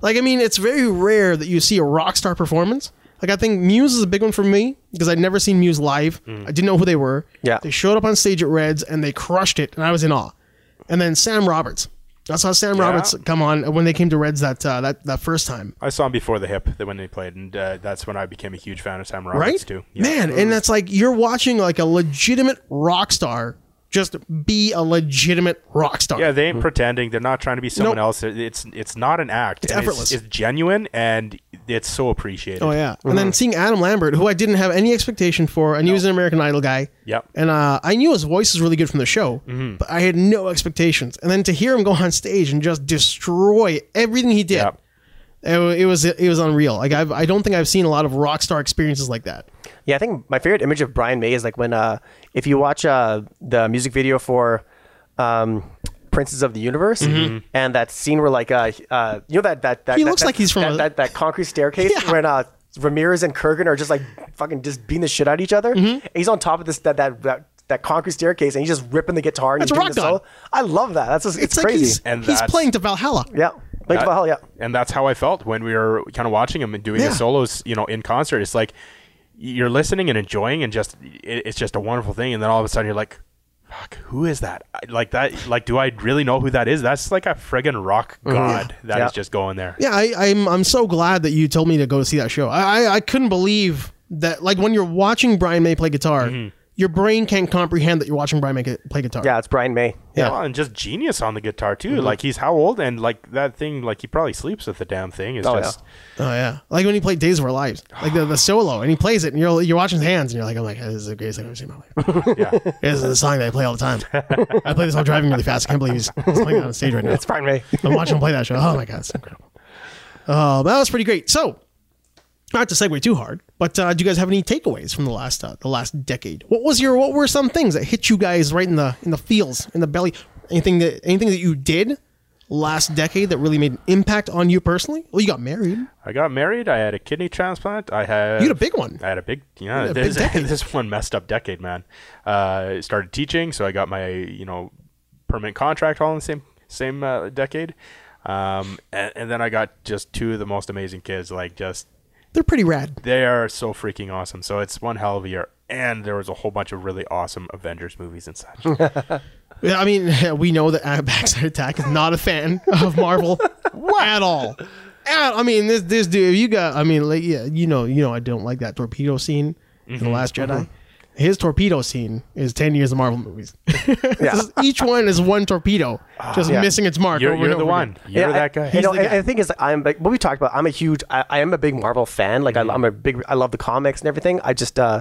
Speaker 1: Like, I mean, it's very rare that you see a rock star performance. Like, I think Muse is a big one for me because I'd never seen Muse live.
Speaker 2: Mm.
Speaker 1: I didn't know who they were.
Speaker 3: Yeah.
Speaker 1: they showed up on stage at Reds and they crushed it, and I was in awe. And then Sam Roberts. I saw Sam Roberts come on when they came to Reds that uh, that that first time.
Speaker 2: I saw him before the hip that when they played, and uh, that's when I became a huge fan of Sam Roberts
Speaker 1: right?
Speaker 2: too.
Speaker 1: Man, and that's like you're watching like a legitimate rock star just be a legitimate rock star.
Speaker 2: Yeah,
Speaker 3: Mm-hmm.
Speaker 2: they ain't pretending. They're not trying to be someone
Speaker 1: Nope.
Speaker 2: else. It- It's it's not an act. and
Speaker 1: effortless.
Speaker 2: It's, genuine and it's so appreciated.
Speaker 1: Oh yeah. And
Speaker 2: Mm-hmm.
Speaker 1: then seeing Adam Lambert, who I didn't have any expectation for, and he was an American Idol guy.
Speaker 2: Yep. Mm-hmm.
Speaker 1: And uh, I knew his voice was really good from the show, but I had no expectations. And then to hear him go on stage and just destroy everything he did,
Speaker 2: Yep.
Speaker 1: it, wa- it was it was unreal. Like I've, I don't think I've seen a lot of rock star experiences like that.
Speaker 3: Yeah, I think my favorite image of Brian May is like when uh, if you watch uh, the music video for um, Princes of the Universe and that scene where like uh, uh, you know that that that
Speaker 1: Mm-hmm. He
Speaker 3: that-
Speaker 1: looks
Speaker 3: that-
Speaker 1: like he's from
Speaker 3: that,
Speaker 1: a-
Speaker 3: that, that concrete staircase
Speaker 1: [laughs] Yeah.
Speaker 3: when uh, Ramirez and Kurgan are just like fucking just beating the shit out of each
Speaker 1: Mm-hmm.
Speaker 3: other. And he's on top of this that that. that that concrete staircase, and he's just ripping the guitar. And
Speaker 1: That's
Speaker 3: he's doing
Speaker 1: rock
Speaker 3: the
Speaker 1: on.
Speaker 3: solo. I love that. That's just, it's,
Speaker 1: It's, like
Speaker 3: crazy.
Speaker 1: he's,
Speaker 2: And
Speaker 1: he's
Speaker 2: that's-
Speaker 1: playing to Valhalla.
Speaker 3: yeah, like
Speaker 2: That-
Speaker 3: well, yeah.
Speaker 2: And that's how I felt when we were kind of watching him and doing
Speaker 1: Yeah.
Speaker 2: his solos, you know, in concert. It's like you're listening and enjoying, and just it, it's just a wonderful thing. And then all of a sudden, you're like, "Fuck, who is that? I- Like that? Like, do I really know who that is? That's like a friggin' rock god that is
Speaker 3: Mm-hmm. Yeah.
Speaker 2: just going there."
Speaker 1: Yeah, I, I'm I'm so glad that you told me to go see that show. I I, I couldn't believe that like when you're watching Brian May play guitar, your brain can't comprehend that you're watching Brian May gu- play guitar.
Speaker 3: Yeah, it's Brian May.
Speaker 1: Yeah. Mm-hmm.
Speaker 2: Well, and just genius on the guitar too. Like he's how old and like that thing. Like he probably sleeps with the damn thing. It's
Speaker 3: Oh,
Speaker 2: just
Speaker 1: Oh yeah. Like when he played Days of Our Lives, like the, the solo, and he plays it, and you're you're watching his hands, and you're like, I'm like, this is the greatest thing I've ever seen in my life.
Speaker 2: yeah.
Speaker 1: this is the song that I play all the time. I play this while driving really fast. I can't believe he's, he's playing it on stage right now.
Speaker 3: It's Brian May.
Speaker 1: I'm watching him play that show. Oh my god, it's incredible. Uh, that was pretty great. So, not to segue too hard, but uh, do you guys have any takeaways from the last uh, the last decade? What was your what were some things that hit you guys right in the in the feels in the belly? Anything that anything that you did last decade that really made an impact on you personally? Well, you got married.
Speaker 2: I got married. I had a kidney transplant. I had
Speaker 1: You had a big one.
Speaker 2: I had a big yeah.
Speaker 1: had
Speaker 2: [laughs]
Speaker 1: a big
Speaker 2: this,
Speaker 1: decade.
Speaker 2: this one messed up decade, man. Uh, started teaching, so I got my you know permanent contract all in the same same uh, decade, um, and, and then I got just two of the most amazing kids. Like just
Speaker 1: They're pretty rad.
Speaker 2: they are so freaking awesome. So it's one hell of a year. And there was a whole bunch of really awesome Avengers movies
Speaker 1: [laughs]
Speaker 2: and such.
Speaker 1: Yeah, I mean, [laughs] we know that uh, Backside Attack is not a fan of
Speaker 3: [laughs]
Speaker 1: Marvel at all. At- I mean, this this dude, you got. I mean, like, yeah, you know, you know, I don't like that torpedo scene in the
Speaker 3: Mm-hmm.
Speaker 1: Last Jedi.
Speaker 3: Uh-huh.
Speaker 1: His torpedo scene is ten years of Marvel
Speaker 3: [laughs]
Speaker 1: movies. [laughs] Just each one is one torpedo, just
Speaker 3: Ah. Yeah.
Speaker 1: missing its mark.
Speaker 2: You're,
Speaker 1: over and
Speaker 2: you're the
Speaker 1: over
Speaker 2: one.
Speaker 1: again.
Speaker 2: You're
Speaker 3: Yeah,
Speaker 2: that
Speaker 3: I,
Speaker 2: guy.
Speaker 3: You know,
Speaker 1: the
Speaker 3: and-
Speaker 1: guy.
Speaker 3: and the thing is, I'm like what we talked about. I'm a huge, I, I am a big Marvel fan. Like I, am a big, I love the comics and everything. I just, uh,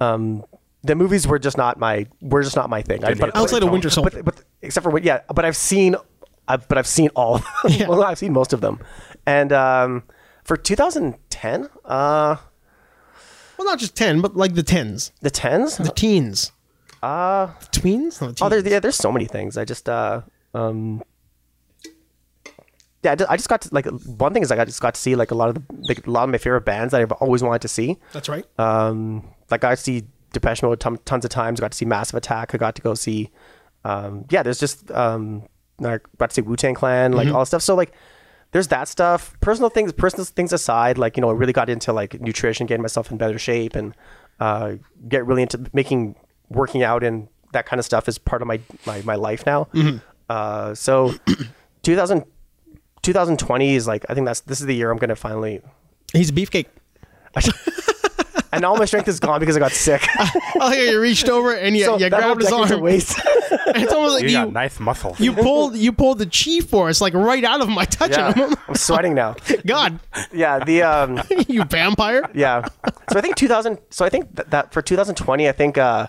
Speaker 3: um, the movies were just not my, were just not my thing. I,
Speaker 2: Didn't
Speaker 3: but,
Speaker 2: hit the
Speaker 1: Outside of
Speaker 2: Tone.
Speaker 1: Winter Soldier,
Speaker 3: but, but except for what, yeah. But I've seen, I've, but I've seen all. Of them.
Speaker 1: Yeah.
Speaker 3: [laughs] well, I've seen most of them. And um, for 2010, uh,
Speaker 1: well, not just ten, but like the tens,
Speaker 3: the tens.
Speaker 1: the teens,
Speaker 3: Uh,
Speaker 1: the tweens. No, the
Speaker 3: oh,
Speaker 1: teens.
Speaker 3: there's yeah, there's so many things. I just, uh, um. Yeah, I just, I just got to like one thing is like I just got to see like a lot of the like a lot of my favorite bands that I've always wanted to see.
Speaker 1: That's right.
Speaker 3: Um, like I see Depeche Mode ton- tons of times. I got to see Massive Attack. I got to go see, um, yeah. There's just um, I got to see Wu Tang Clan, like all this stuff. So like, there's that stuff. Personal things, personal things aside, like you know, I really got into like nutrition, getting myself in better shape, and uh, get really into making working out and that kind of stuff is part of my my, my life now. Uh, so, [clears throat] 2000. 2020 is like I think that's this is the year I'm gonna finally
Speaker 1: He's a beefcake.
Speaker 3: and all my strength is gone because I got sick.
Speaker 1: oh yeah, you reached over and you, you
Speaker 3: that whole
Speaker 1: grabbed his
Speaker 3: deck is a
Speaker 1: arm.
Speaker 3: waste.
Speaker 1: [laughs] It's almost like
Speaker 2: You,
Speaker 1: you,
Speaker 2: got knife muscle.
Speaker 1: you pulled you pulled the chi force like right out of my touch [laughs]
Speaker 3: yeah,
Speaker 1: on him.
Speaker 3: I'm sweating now.
Speaker 1: God, [laughs]
Speaker 3: Yeah, the um,
Speaker 1: you
Speaker 3: [laughs]
Speaker 1: vampire!
Speaker 3: yeah. So I think 2000. So I think that, that for 2020, I think uh,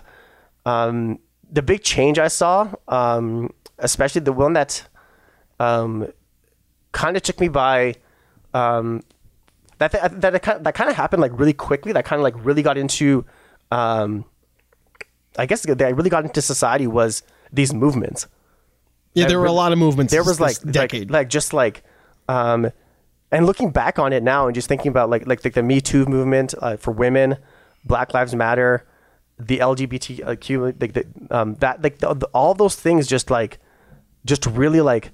Speaker 3: um, the big change I saw um, especially the one that um, kind of took me by. Um, that th- that it kind that kind of happened like really quickly. That kind of like really got into. Um, I guess that I really got into society was these movements.
Speaker 1: Yeah, there were a lot of movements.
Speaker 3: There was
Speaker 1: this-
Speaker 3: like
Speaker 1: this decade.
Speaker 3: like, like just like, um, and looking back on it now and just thinking about like like the, the Me Too movement uh, for women, Black Lives Matter, the LGBTQ like the, um, that like the, the- all those things just like just really like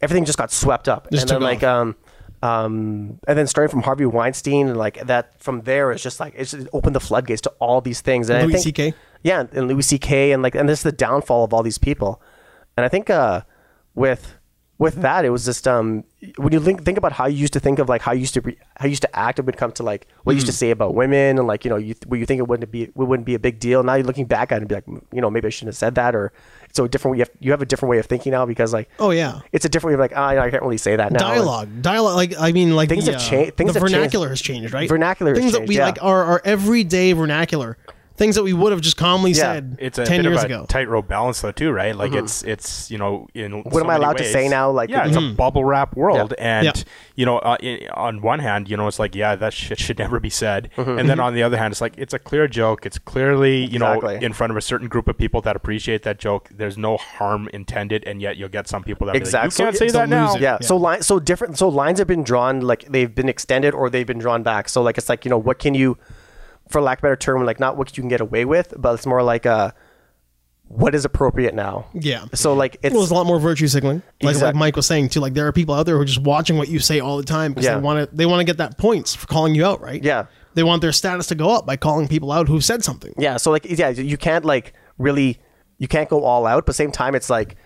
Speaker 3: everything just got swept up
Speaker 1: Just
Speaker 3: and then
Speaker 1: took
Speaker 3: like
Speaker 1: off.
Speaker 3: um um and then starting from Harvey Weinstein and like that from there it's just like it's just opened the floodgates to all these things and I
Speaker 1: Louis
Speaker 3: think-
Speaker 1: CK?
Speaker 3: yeah, and Louis C.K. and like, and this is the downfall of all these people. And I think uh, with
Speaker 1: Mm-hmm.
Speaker 3: with that, it was just um, when you think, think about how you used to think of like how you used to re- how you used to act when it comes to like what you used to
Speaker 1: Mm.
Speaker 3: say about women and like you know you where you think it wouldn't be it wouldn't be a big deal. Now you're looking back at it and be like "Mm, you know maybe I shouldn't have said that or so a different way you have, you have a different way of thinking now because like
Speaker 1: Oh, yeah.
Speaker 3: it's a different way of like ah I can't really say that now.
Speaker 1: dialogue, dialogue. Like I mean, like
Speaker 3: Things
Speaker 1: the,
Speaker 3: have
Speaker 1: uh,
Speaker 3: changed- things
Speaker 1: the
Speaker 3: have changed.
Speaker 1: vernacular has changed, right?
Speaker 3: Vernacular has
Speaker 1: Things that
Speaker 3: changed,
Speaker 1: we
Speaker 3: yeah.
Speaker 1: like are our everyday vernacular. Things that we would have just calmly
Speaker 3: Yeah.
Speaker 1: said
Speaker 2: it's a
Speaker 1: ten
Speaker 2: bit
Speaker 1: years
Speaker 2: of a
Speaker 1: ago.
Speaker 2: tightrope balance though too right like it's it's you know in what
Speaker 3: am I allowed to say now? Like,
Speaker 2: yeah it's a bubble wrap world and
Speaker 1: Yeah.
Speaker 2: you know uh, i on one hand you know it's like yeah that shit should never be said
Speaker 3: Mm-hmm.
Speaker 2: and then on the other hand it's like it's a clear joke it's clearly you know
Speaker 3: Exactly.
Speaker 2: in front of a certain group of people that appreciate that joke there's no harm intended and yet you'll get some people that be
Speaker 3: Exactly.
Speaker 2: like, you can't
Speaker 3: So
Speaker 2: say
Speaker 1: it's a
Speaker 2: that now
Speaker 1: loser.
Speaker 3: Yeah.
Speaker 1: Yeah.
Speaker 3: So line, so different. So lines have been drawn, like they've been extended or they've been drawn back. So like it's like you know what can you, for lack of a better term, like not what you can get away with, but it's more like uh, what is appropriate now.
Speaker 1: Yeah.
Speaker 3: So like it's
Speaker 1: Well, there's a lot more virtue signaling, like like
Speaker 3: Exact-
Speaker 1: Mike was saying too. Like there are people out there who are just watching what you say all the time because
Speaker 3: Yeah.
Speaker 1: they want to they want to get that points for calling you out, right?
Speaker 3: Yeah.
Speaker 1: They want their status to go up by calling people out who said something.
Speaker 3: yeah. So like yeah, you can't like really you can't go all out, but same time it's like.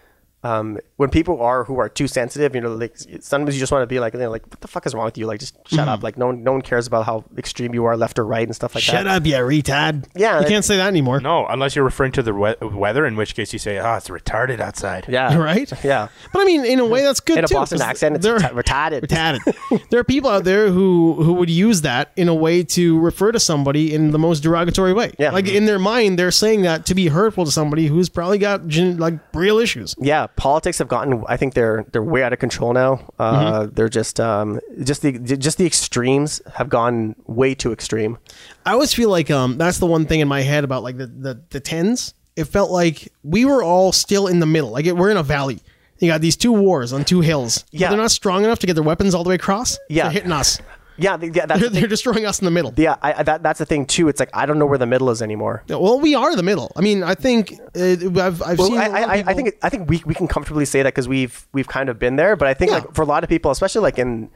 Speaker 3: Um, when people are who are too sensitive, you know, like sometimes you just want to be like, you know, like what the fuck is wrong with you? Like, just shut
Speaker 1: Mm-hmm.
Speaker 3: up. Like, no one, no one cares about how extreme you are, left or right, and stuff like that.
Speaker 1: Shut up, you retard.
Speaker 3: Yeah,
Speaker 1: You
Speaker 3: that-
Speaker 1: can't say that anymore.
Speaker 2: no unless you're referring to the we- weather in which case you say ah it's retarded outside
Speaker 3: Yeah.
Speaker 1: Right?
Speaker 3: Yeah.
Speaker 1: But I mean, in a way, that's good
Speaker 3: In a
Speaker 1: too,
Speaker 3: Boston
Speaker 1: 'cause
Speaker 3: accent, it's
Speaker 1: there-
Speaker 3: reti- retarded. [laughs]
Speaker 1: Retarded. there are people out there who who would use that in a way to refer to somebody in the most derogatory way.
Speaker 3: Yeah.
Speaker 1: Like in their mind, they're saying that to be hurtful to somebody who's probably got gen- like real issues.
Speaker 3: yeah, politics have gotten. I think they're they're way out of control now. Uh,
Speaker 1: Mm-hmm.
Speaker 3: They're just um, just the just the extremes have gone way too extreme.
Speaker 1: I always feel like um that's the one thing in my head about like the the, the tens. It felt like we were all still in the middle. Like it, we're in a valley. You got these two wars on two hills. but
Speaker 3: Yeah.
Speaker 1: they're not strong enough to get their weapons all the way across.
Speaker 3: Yeah.
Speaker 1: they're hitting us.
Speaker 3: Yeah, th- yeah,
Speaker 1: [laughs]
Speaker 3: that's
Speaker 1: They're,
Speaker 3: the thing.
Speaker 1: they're destroying us in the middle.
Speaker 3: yeah. I, I- that, that's the thing too. It's like I don't know where the middle is anymore.
Speaker 1: Well, we are the middle. I mean, I think uh, I've I've
Speaker 3: Well,
Speaker 1: seen. a
Speaker 3: I,
Speaker 1: lot of
Speaker 3: I, I
Speaker 1: people-
Speaker 3: think I think we, we can comfortably say that because we've we've kind of been there. But I think
Speaker 1: Yeah.
Speaker 3: like for a lot of people, especially like in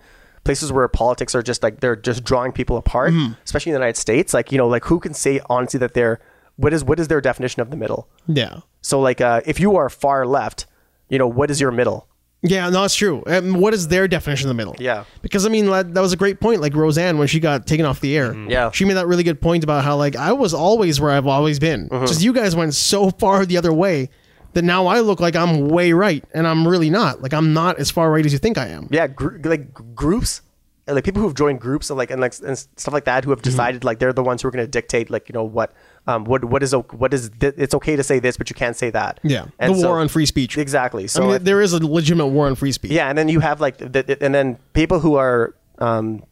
Speaker 3: places where politics are just like they're just drawing people apart,
Speaker 1: Mm-hmm.
Speaker 3: especially in the United States. Like you know, like who can say honestly that they're what is what is their definition of the middle?
Speaker 1: Yeah.
Speaker 3: So like uh, if you are far left, you know what is your middle?
Speaker 1: Yeah, no, it's true. Um, what is their definition of the middle?
Speaker 3: Yeah.
Speaker 1: because I mean that, that was a great point. Like Roseanne, when she got taken off the air,
Speaker 3: Mm-hmm. Yeah.
Speaker 1: she made that really good point about how like I was always where I've always been.
Speaker 3: Mm-hmm.
Speaker 1: Just you guys went so far the other way that now I look like I'm way right, and I'm really not. Like I'm not as far right as you think I am.
Speaker 3: Yeah, gr- like gr- groups, and, like people who've joined groups and like and like s- and stuff like that who
Speaker 1: Mm-hmm.
Speaker 3: have decided like they're the ones who are going to dictate like you know what um what what is o- what is th- it's okay to say this but you can't say that.
Speaker 1: Yeah,
Speaker 3: And
Speaker 1: the
Speaker 3: so-
Speaker 1: war on free speech.
Speaker 3: Exactly.
Speaker 1: I
Speaker 3: So
Speaker 1: mean,
Speaker 3: I-
Speaker 1: there is a legitimate war on free speech.
Speaker 3: yeah, and then you have like the, the- and then people who are um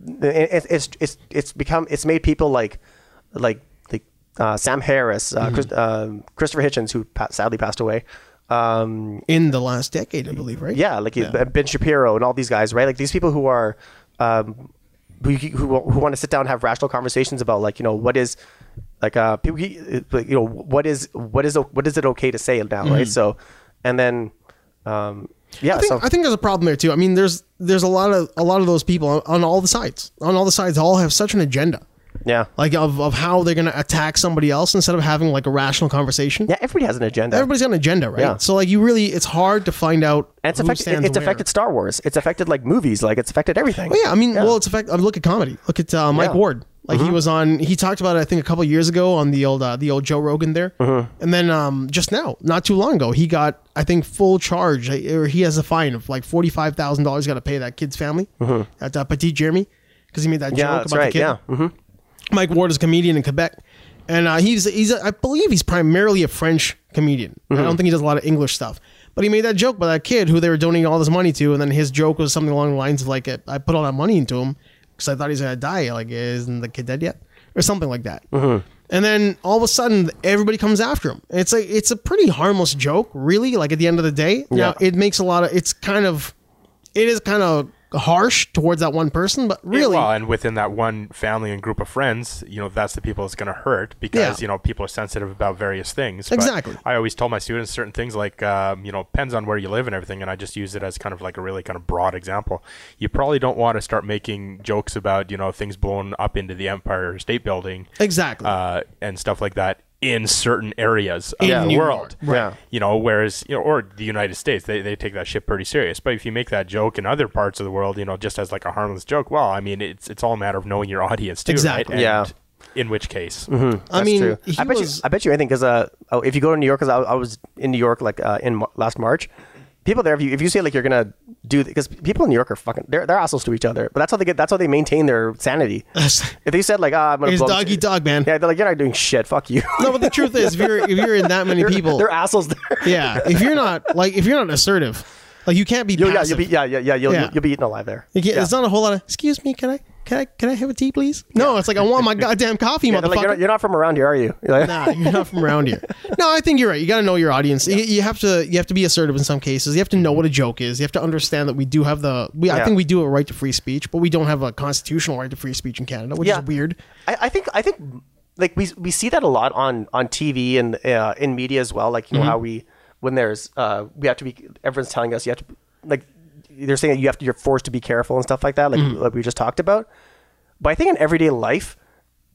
Speaker 3: it, it's- it's it's it's become it's made people like like like uh, Sam Harris,
Speaker 1: Mm-hmm.
Speaker 3: uh, Chris, um Christopher Hitchens who pa- sadly passed away. Um,
Speaker 1: in the last decade, I believe, right?
Speaker 3: yeah, like Ben Shapiro and all these guys, right? Like these people who are, um, who, who who want to sit down and have rational conversations about like you know what is, like uh, people like, you know what is what is what is it okay to say now, right? So, and then, um, yeah,
Speaker 1: Mm-hmm. I think,
Speaker 3: so
Speaker 1: I think there's a problem there too. I mean, there's there's a lot of a lot of those people on, on all the sides. On all the sides, all have such an agenda.
Speaker 3: yeah,
Speaker 1: like of, of how they're going to attack somebody else instead of having like a rational conversation.
Speaker 3: yeah, everybody has an agenda.
Speaker 1: Everybody's got an agenda, right?
Speaker 3: Yeah.
Speaker 1: So like you really, it's hard to find out.
Speaker 3: and it's
Speaker 1: who
Speaker 3: affected.
Speaker 1: stands
Speaker 3: It's
Speaker 1: where.
Speaker 3: affected Star Wars. It's affected like movies. Like it's affected everything.
Speaker 1: Well, yeah, I mean, well, it's affected. Look at comedy. Look at uh, Mike
Speaker 3: Yeah. Mm-hmm.
Speaker 1: Ward. Like he was on. He talked about it, I think, a couple years ago on the old uh, the old Joe Rogan there.
Speaker 3: Mm-hmm.
Speaker 1: And then um, just now, not too long ago, he got I think full charge like, or he has a fine of like forty five thousand dollars. Got to pay that kid's family. That uh, petite Jeremy because he made that
Speaker 3: Mm-hmm. Yeah,
Speaker 1: joke
Speaker 3: that's
Speaker 1: about
Speaker 3: right,
Speaker 1: the kid.
Speaker 3: yeah.
Speaker 1: Mike Ward is a comedian in Quebec,
Speaker 3: Mm-hmm.
Speaker 1: and uh, he's he's a, I believe he's primarily a French comedian. I don't think he does a lot of English stuff, But he made that joke by that kid who they were donating all this money to, and then his joke was something along the lines of like, uh, "I put all that money into him because I thought he's gonna die. Like, isn't the kid dead yet?" Or something like that.
Speaker 3: Mm-hmm.
Speaker 1: And then all of a sudden, everybody comes after him. And It's like it's a pretty harmless joke, really. Like at the end of the day, now it makes a lot of. It's kind of, it is kind of harsh towards that one person, but really,
Speaker 2: Well, and within that one family and group of friends, you know, that's the people it's going to hurt because,
Speaker 1: Yeah.
Speaker 2: you know, people are sensitive about various things. But
Speaker 1: Exactly.
Speaker 2: I always tell my students certain things like, um, you know, depends on where you live and everything. And I just use it as kind of like a really kind of broad example. You probably don't want to start making jokes about, you know, things blown up into the Empire State Building
Speaker 1: exactly.
Speaker 3: Ah,
Speaker 2: uh, and stuff like that in certain areas of
Speaker 1: Yeah.
Speaker 2: the
Speaker 1: New
Speaker 2: world.
Speaker 3: York, right. Yeah.
Speaker 2: You know, whereas, you know, or the United States, they, they take that shit pretty serious. But if you make that joke in other parts of the world, you know, just as like a harmless joke, well, I mean, it's it's all a matter of knowing your audience too,
Speaker 1: Exactly.
Speaker 2: right?
Speaker 3: Yeah. Mm-hmm.
Speaker 2: In which case,
Speaker 1: I mean,
Speaker 3: True.
Speaker 1: he
Speaker 3: I bet
Speaker 1: was.
Speaker 3: you. I bet you anything because uh, oh, if you go to New York, because I, I was in New York like uh, in Mar- last March. People there, if you, if you say like you're gonna do, because people in New York are fucking, they're, they're assholes to each other. But that's how they get, that's how they maintain their sanity.
Speaker 1: [laughs]
Speaker 3: if they said like, ah, I'm gonna
Speaker 1: It's
Speaker 3: blow up-
Speaker 1: doggy dog, man.
Speaker 3: Yeah, they're like, you're not doing shit. Fuck you.
Speaker 1: no, but the truth is, if you're if you're in that many
Speaker 3: They're-
Speaker 1: people,
Speaker 3: they're assholes. There.
Speaker 1: yeah. If you're not like if you're not assertive, like you can't be
Speaker 3: [laughs] You'll- yeah,
Speaker 1: passive.
Speaker 3: you'll be, yeah, yeah, yeah, you'll,
Speaker 1: Yeah.
Speaker 3: You'll, you'll be eaten alive there.
Speaker 1: You can't-
Speaker 3: yeah.
Speaker 1: It's not a whole lot of excuse me. Can I can I can I have a tea, please? No, it's like I
Speaker 3: [laughs]
Speaker 1: want my goddamn coffee,
Speaker 3: Yeah,
Speaker 1: motherfucker.
Speaker 3: they're like, you're, not, you're not from around here, are you? [laughs] You're like,
Speaker 1: Nah, you're not from around
Speaker 3: [laughs]
Speaker 1: here. No, I think you're right. You got to know your audience. You, you have to you have to be assertive in some cases. You have to know what a joke is. You have to understand that we do have the we. I
Speaker 3: Yeah.
Speaker 1: think we do have a right to free speech, but we don't have a constitutional right to free speech in Canada, which
Speaker 3: Yeah.
Speaker 1: is weird.
Speaker 3: I, I think I think like we we see that a lot on on TV and uh, in media as well. Like you
Speaker 1: Mm-hmm.
Speaker 3: know how we when there's uh we have to be everyone's telling us you have to like they're saying that you have to you're forced to be careful and stuff like that. Like
Speaker 1: Mm-hmm.
Speaker 3: like we just talked about. But I think in everyday life,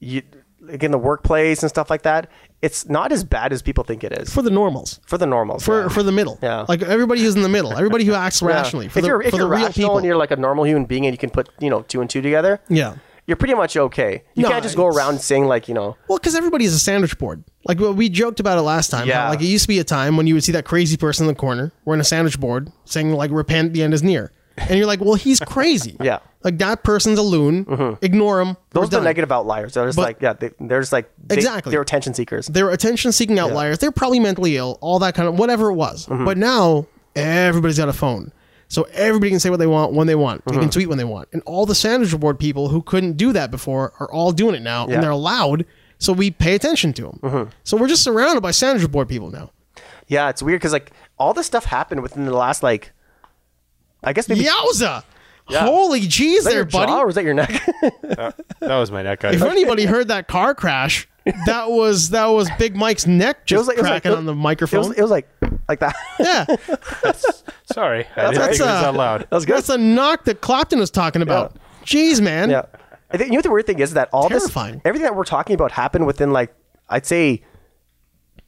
Speaker 3: you like in the workplace and stuff like that, it's not as bad as people think it is
Speaker 1: For the normals,
Speaker 3: for the normals.
Speaker 1: for
Speaker 3: yeah.
Speaker 1: for the middle,
Speaker 3: Yeah.
Speaker 1: like everybody who's in the middle, everybody who acts
Speaker 3: [laughs] Yeah.
Speaker 1: rationally, for
Speaker 3: if
Speaker 1: the
Speaker 3: you're if
Speaker 1: for the
Speaker 3: you're
Speaker 1: real
Speaker 3: rational
Speaker 1: people.
Speaker 3: and you're like a normal human being and you can put you know two and two together,
Speaker 1: yeah.
Speaker 3: you're pretty much okay. You
Speaker 1: No,
Speaker 3: can't just go
Speaker 1: it's-
Speaker 3: around saying like you know
Speaker 1: Well, because everybody's a sandwich board. Like well, we joked about it last time. how,
Speaker 3: Yeah.
Speaker 1: like it used to be a time when you would see that crazy person in the corner wearing a sandwich board saying like "Repent, the end is near," and you're like, "Well, he's crazy."
Speaker 3: [laughs] Yeah. Mm-hmm.
Speaker 1: Like that person's a loon. Ignore him. We're
Speaker 3: Those are the
Speaker 1: done.
Speaker 3: negative outliers. They're just like yeah, they, they're just like they,
Speaker 1: Exactly.
Speaker 3: They're attention seekers.
Speaker 1: They're attention-seeking outliers. They're probably mentally ill. All that kind of whatever it was.
Speaker 3: Mm-hmm.
Speaker 1: But now everybody's got a phone. So everybody can say what they want when they want. They
Speaker 3: Mm-hmm.
Speaker 1: can tweet when they want. And all the sandwich board people who couldn't do that before are all doing it now,
Speaker 3: Yeah. Mm-hmm.
Speaker 1: and they're allowed. So we pay attention to them. So we're just surrounded by sandwich board people now.
Speaker 3: yeah, it's weird because like all this stuff happened within the last like, I guess maybe.
Speaker 1: Yowza! Holy jeez,
Speaker 3: Is that your
Speaker 1: there, buddy.
Speaker 3: jaw or is that your neck?
Speaker 2: [laughs]
Speaker 3: [laughs]
Speaker 2: that was my neck. I,
Speaker 1: If anybody heard that car crash, that was that was Big Mike's neck just
Speaker 3: was like- it was like-
Speaker 1: cracking
Speaker 3: it was-
Speaker 1: on the
Speaker 3: it,
Speaker 1: microphone.
Speaker 3: was, it was like like that. [laughs]
Speaker 1: yeah,
Speaker 2: [laughs] sorry, I
Speaker 1: That's
Speaker 2: didn't think it was
Speaker 1: a-
Speaker 2: that loud.
Speaker 3: That was good.
Speaker 1: that's a knock that Clapton was talking about. Jeez, man.
Speaker 3: yeah, I think you know what the weird thing is that all
Speaker 1: Terrifying.
Speaker 3: this everything that we're talking about happened within like I'd say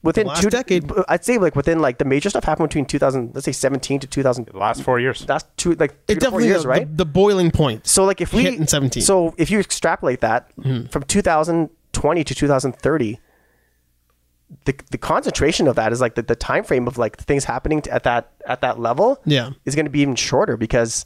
Speaker 3: within
Speaker 1: last
Speaker 3: two
Speaker 1: decade.
Speaker 3: I'd say like within like the major stuff happened between 2000 let's say 17 to 2000.
Speaker 2: Last four years.
Speaker 3: That's two like three
Speaker 1: It
Speaker 3: to four
Speaker 1: definitely
Speaker 3: years,
Speaker 1: the,
Speaker 3: right?
Speaker 1: the, boiling point.
Speaker 3: So like if we
Speaker 1: Hit in Hmm. 17.
Speaker 3: So if you extrapolate that from 2020 to 2030, the the concentration of that is like the, the time frame of like things happening to, at that at that level.
Speaker 1: Yeah.
Speaker 3: is going to be even shorter because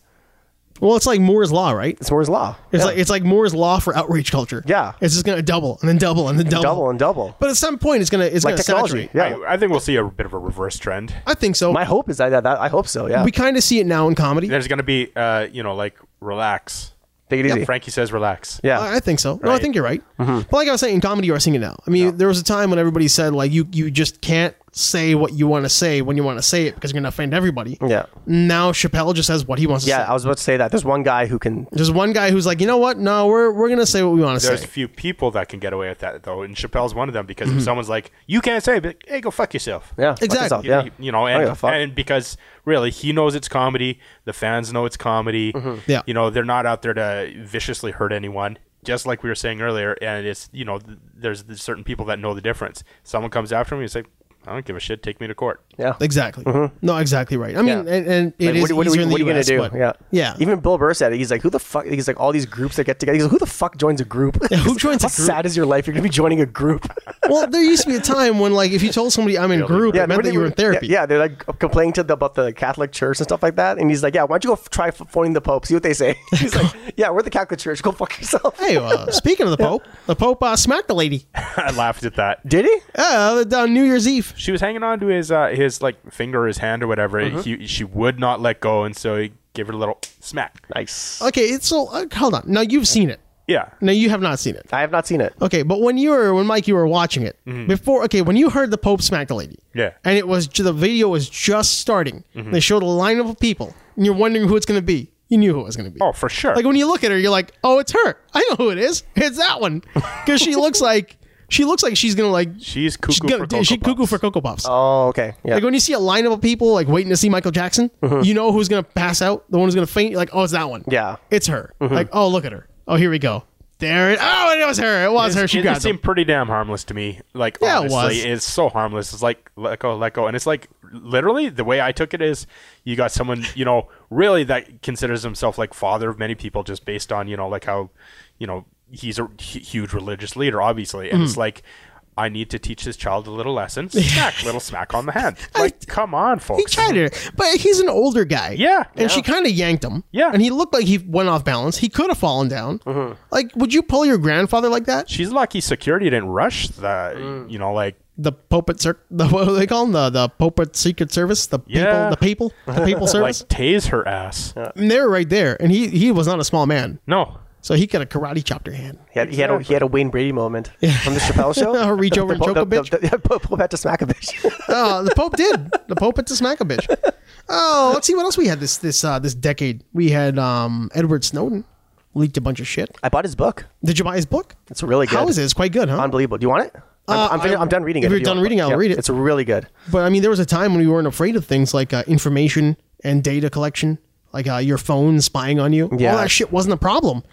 Speaker 1: well, it's like Moore's law, right?
Speaker 3: it's Moore's law.
Speaker 1: It's
Speaker 3: Yeah.
Speaker 1: like it's like Moore's law for outreach culture.
Speaker 3: Yeah.
Speaker 1: it's just gonna double and then double and then double.
Speaker 3: double and double.
Speaker 1: But at some point, it's gonna it's
Speaker 3: Like
Speaker 1: gonna
Speaker 3: technology.
Speaker 1: saturate.
Speaker 3: Yeah.
Speaker 2: I, I think we'll see a bit of a reverse trend.
Speaker 1: I think so.
Speaker 3: My hope is that, that I hope so. Yeah.
Speaker 1: we kind of see it now in comedy.
Speaker 2: There's going to be, uh, you know, like relax.
Speaker 3: Take it easy.
Speaker 2: Frankie says relax.
Speaker 3: Yeah.
Speaker 1: I, I think so. No, I
Speaker 2: Right.
Speaker 1: think you're right.
Speaker 3: Mm-hmm.
Speaker 1: But like I was saying, in comedy, you are seeing it now. I mean, there was a time when everybody said like you you just can't say what you want to say when you want to say it because you're gonna offend everybody.
Speaker 3: Yeah.
Speaker 1: Now Chappelle just says what he wants to
Speaker 3: yeah.
Speaker 1: say.
Speaker 3: I was about to say that. There's one guy who can.
Speaker 1: There's one guy who's like, you know what? No, we're we're gonna say what we want to
Speaker 2: There's
Speaker 1: say.
Speaker 2: few people that can get away with that though, and Chappelle's one of them because if someone's like, "You can't say," it," be like, "Hey, go fuck yourself."
Speaker 3: Mm-hmm. Yeah. fuck
Speaker 1: Exactly.
Speaker 3: yourself,
Speaker 2: You-
Speaker 3: Yeah.
Speaker 2: you, you know,
Speaker 3: I don't
Speaker 2: and,
Speaker 3: give a fuck.
Speaker 2: and because really he knows it's comedy, the fans know it's comedy.
Speaker 3: Mm-hmm.
Speaker 1: Yeah.
Speaker 2: you know, they're not out there to viciously hurt anyone. Just like we were saying earlier, and it's you know, th- there's th- certain people that know the difference. Someone comes after me and say, "I don't give a shit. Take me to court."
Speaker 3: yeah.
Speaker 1: Exactly. No, exactly right. I mean,
Speaker 3: Mm-hmm. Yeah.
Speaker 1: and, and it
Speaker 3: Like,
Speaker 1: is
Speaker 3: what, what, are
Speaker 1: easier
Speaker 3: we,
Speaker 1: in the
Speaker 3: what are you
Speaker 1: US,
Speaker 3: gonna
Speaker 1: but-
Speaker 3: do? Yeah,
Speaker 1: yeah.
Speaker 3: Even Bill Burr said it. He's like, who the fuck? He's like, all these groups that get together. [laughs] He's like, who the fuck joins a group?
Speaker 1: who joins
Speaker 3: How
Speaker 1: a group? [laughs]
Speaker 3: sad is your life? You're gonna be joining a group.
Speaker 1: [laughs] well, there used to be a time when, like, if you told somebody I'm in group, it meant
Speaker 3: nobody
Speaker 1: that you were in
Speaker 3: would- yeah,
Speaker 1: therapy.
Speaker 3: Yeah, they're like complaining to the, about the Catholic Church and stuff like that. And he's like, "Yeah, why don't you go f- try f- phoning the Pope? See what they say." [laughs] He's
Speaker 1: [laughs]
Speaker 3: like, "Yeah, we're the Catholic Church. Go fuck yourself."
Speaker 1: Hey,
Speaker 3: [laughs]
Speaker 1: uh, speaking of the Pope, the Pope uh, smacked the lady
Speaker 2: [laughs] I laughed at that.
Speaker 3: Did he?
Speaker 1: uh, on New Year's Eve.
Speaker 2: She was hanging on to his uh, his like finger, or his hand or whatever.
Speaker 3: Mm-hmm.
Speaker 2: He, she would not let go, and so he gave her a little smack.
Speaker 3: Nice.
Speaker 1: Okay, it's so uh, hold on. Now you've seen it.
Speaker 2: Yeah,
Speaker 1: No, you have not seen it.
Speaker 3: I have not seen it.
Speaker 1: Okay, but when you were when Mike you were watching it before. Okay, when you heard the Pope smack the lady.
Speaker 2: Mm-hmm. Yeah. Mm-hmm.
Speaker 1: And it was ju- the video was just starting. They showed a lineup of people, and you're wondering who it's going to be. You knew who it was going to be.
Speaker 2: Oh, for sure.
Speaker 1: Like when you look at her, you're like, oh, it's her. I know who it is. It's that
Speaker 2: [laughs]
Speaker 1: one because she looks like she looks like she's gonna like
Speaker 2: She's cuckoo
Speaker 1: she's gonna
Speaker 2: for
Speaker 1: do- she
Speaker 2: Cocoa
Speaker 1: cuckoo
Speaker 2: Puffs.
Speaker 1: for cocoa pops.
Speaker 3: Oh, okay. Yeah.
Speaker 1: Like when you see a lineup of people like waiting to see Michael Jackson,
Speaker 2: Mm-hmm.
Speaker 1: you know who's gonna pass out, the one who's gonna faint. You're like, oh, it's that one.
Speaker 3: Yeah.
Speaker 1: it's her.
Speaker 2: Mm-hmm.
Speaker 1: Like, oh, look at her. Oh, here we go. There it. Oh, it was her. It was her. She
Speaker 2: it, it
Speaker 1: grabbed him.
Speaker 2: seemed pretty damn harmless to me. Like
Speaker 1: Yeah, it
Speaker 2: honestly,
Speaker 1: was.
Speaker 2: it's so harmless. It's like let go, let go, and it's like literally the way I took it is you got someone you know really that considers himself like father of many people just based on you know like how you know he's a hu- huge religious leader obviously, and
Speaker 1: Mm-hmm.
Speaker 2: it's like. I need to teach this child a little
Speaker 1: [laughs]
Speaker 2: lesson. Smack, little smack on the hand. Like, come on,
Speaker 1: He
Speaker 2: folks.
Speaker 1: tried it, but he's an older guy.
Speaker 2: Yeah.
Speaker 1: and she kind of yanked him.
Speaker 2: Yeah.
Speaker 1: and he looked like he went off balance. He could have fallen down.
Speaker 3: Mm-hmm.
Speaker 1: Like, would you pull your grandfather like that?
Speaker 2: She's lucky security didn't rush the, you know, like
Speaker 1: the Pope at Cir- [laughs] the what do they call them? The the Pope at Secret Service, the people,
Speaker 2: Yeah.
Speaker 1: the people, the
Speaker 2: [laughs]
Speaker 1: people
Speaker 2: like
Speaker 1: service.
Speaker 2: tase her ass.
Speaker 1: and they were right there, and he he was not a small man,
Speaker 2: No,
Speaker 1: so he could have karate chopped her hand.
Speaker 3: He had, he, had a, he had a Wayne Brady moment from the Chappelle show.
Speaker 1: Or [laughs] reach over and choke a bitch.
Speaker 3: The, the, the, [laughs] Pope had to smack
Speaker 1: [laughs]
Speaker 3: a bitch.
Speaker 1: Uh, the Pope did. The Pope at the smack a bitch. Oh, let's see what else we had this this uh, this decade. We had um, Edward Snowden leaked a bunch of shit.
Speaker 3: I bought his book.
Speaker 1: Did you buy his book?
Speaker 3: It's really good.
Speaker 1: How is it? It's quite good, huh?
Speaker 3: Unbelievable. Do you want it? I'm,
Speaker 1: Uh,
Speaker 3: I'm, fin-
Speaker 1: I-
Speaker 3: I'm done reading it.
Speaker 1: if you're
Speaker 3: you
Speaker 1: done
Speaker 3: want
Speaker 1: reading, I'll
Speaker 3: Yep,
Speaker 1: read it.
Speaker 3: It's really good.
Speaker 1: But I mean, there was a time when we weren't afraid of things like uh, information and data collection, like uh, your phone spying on you.
Speaker 3: Yeah.
Speaker 1: All that shit wasn't a problem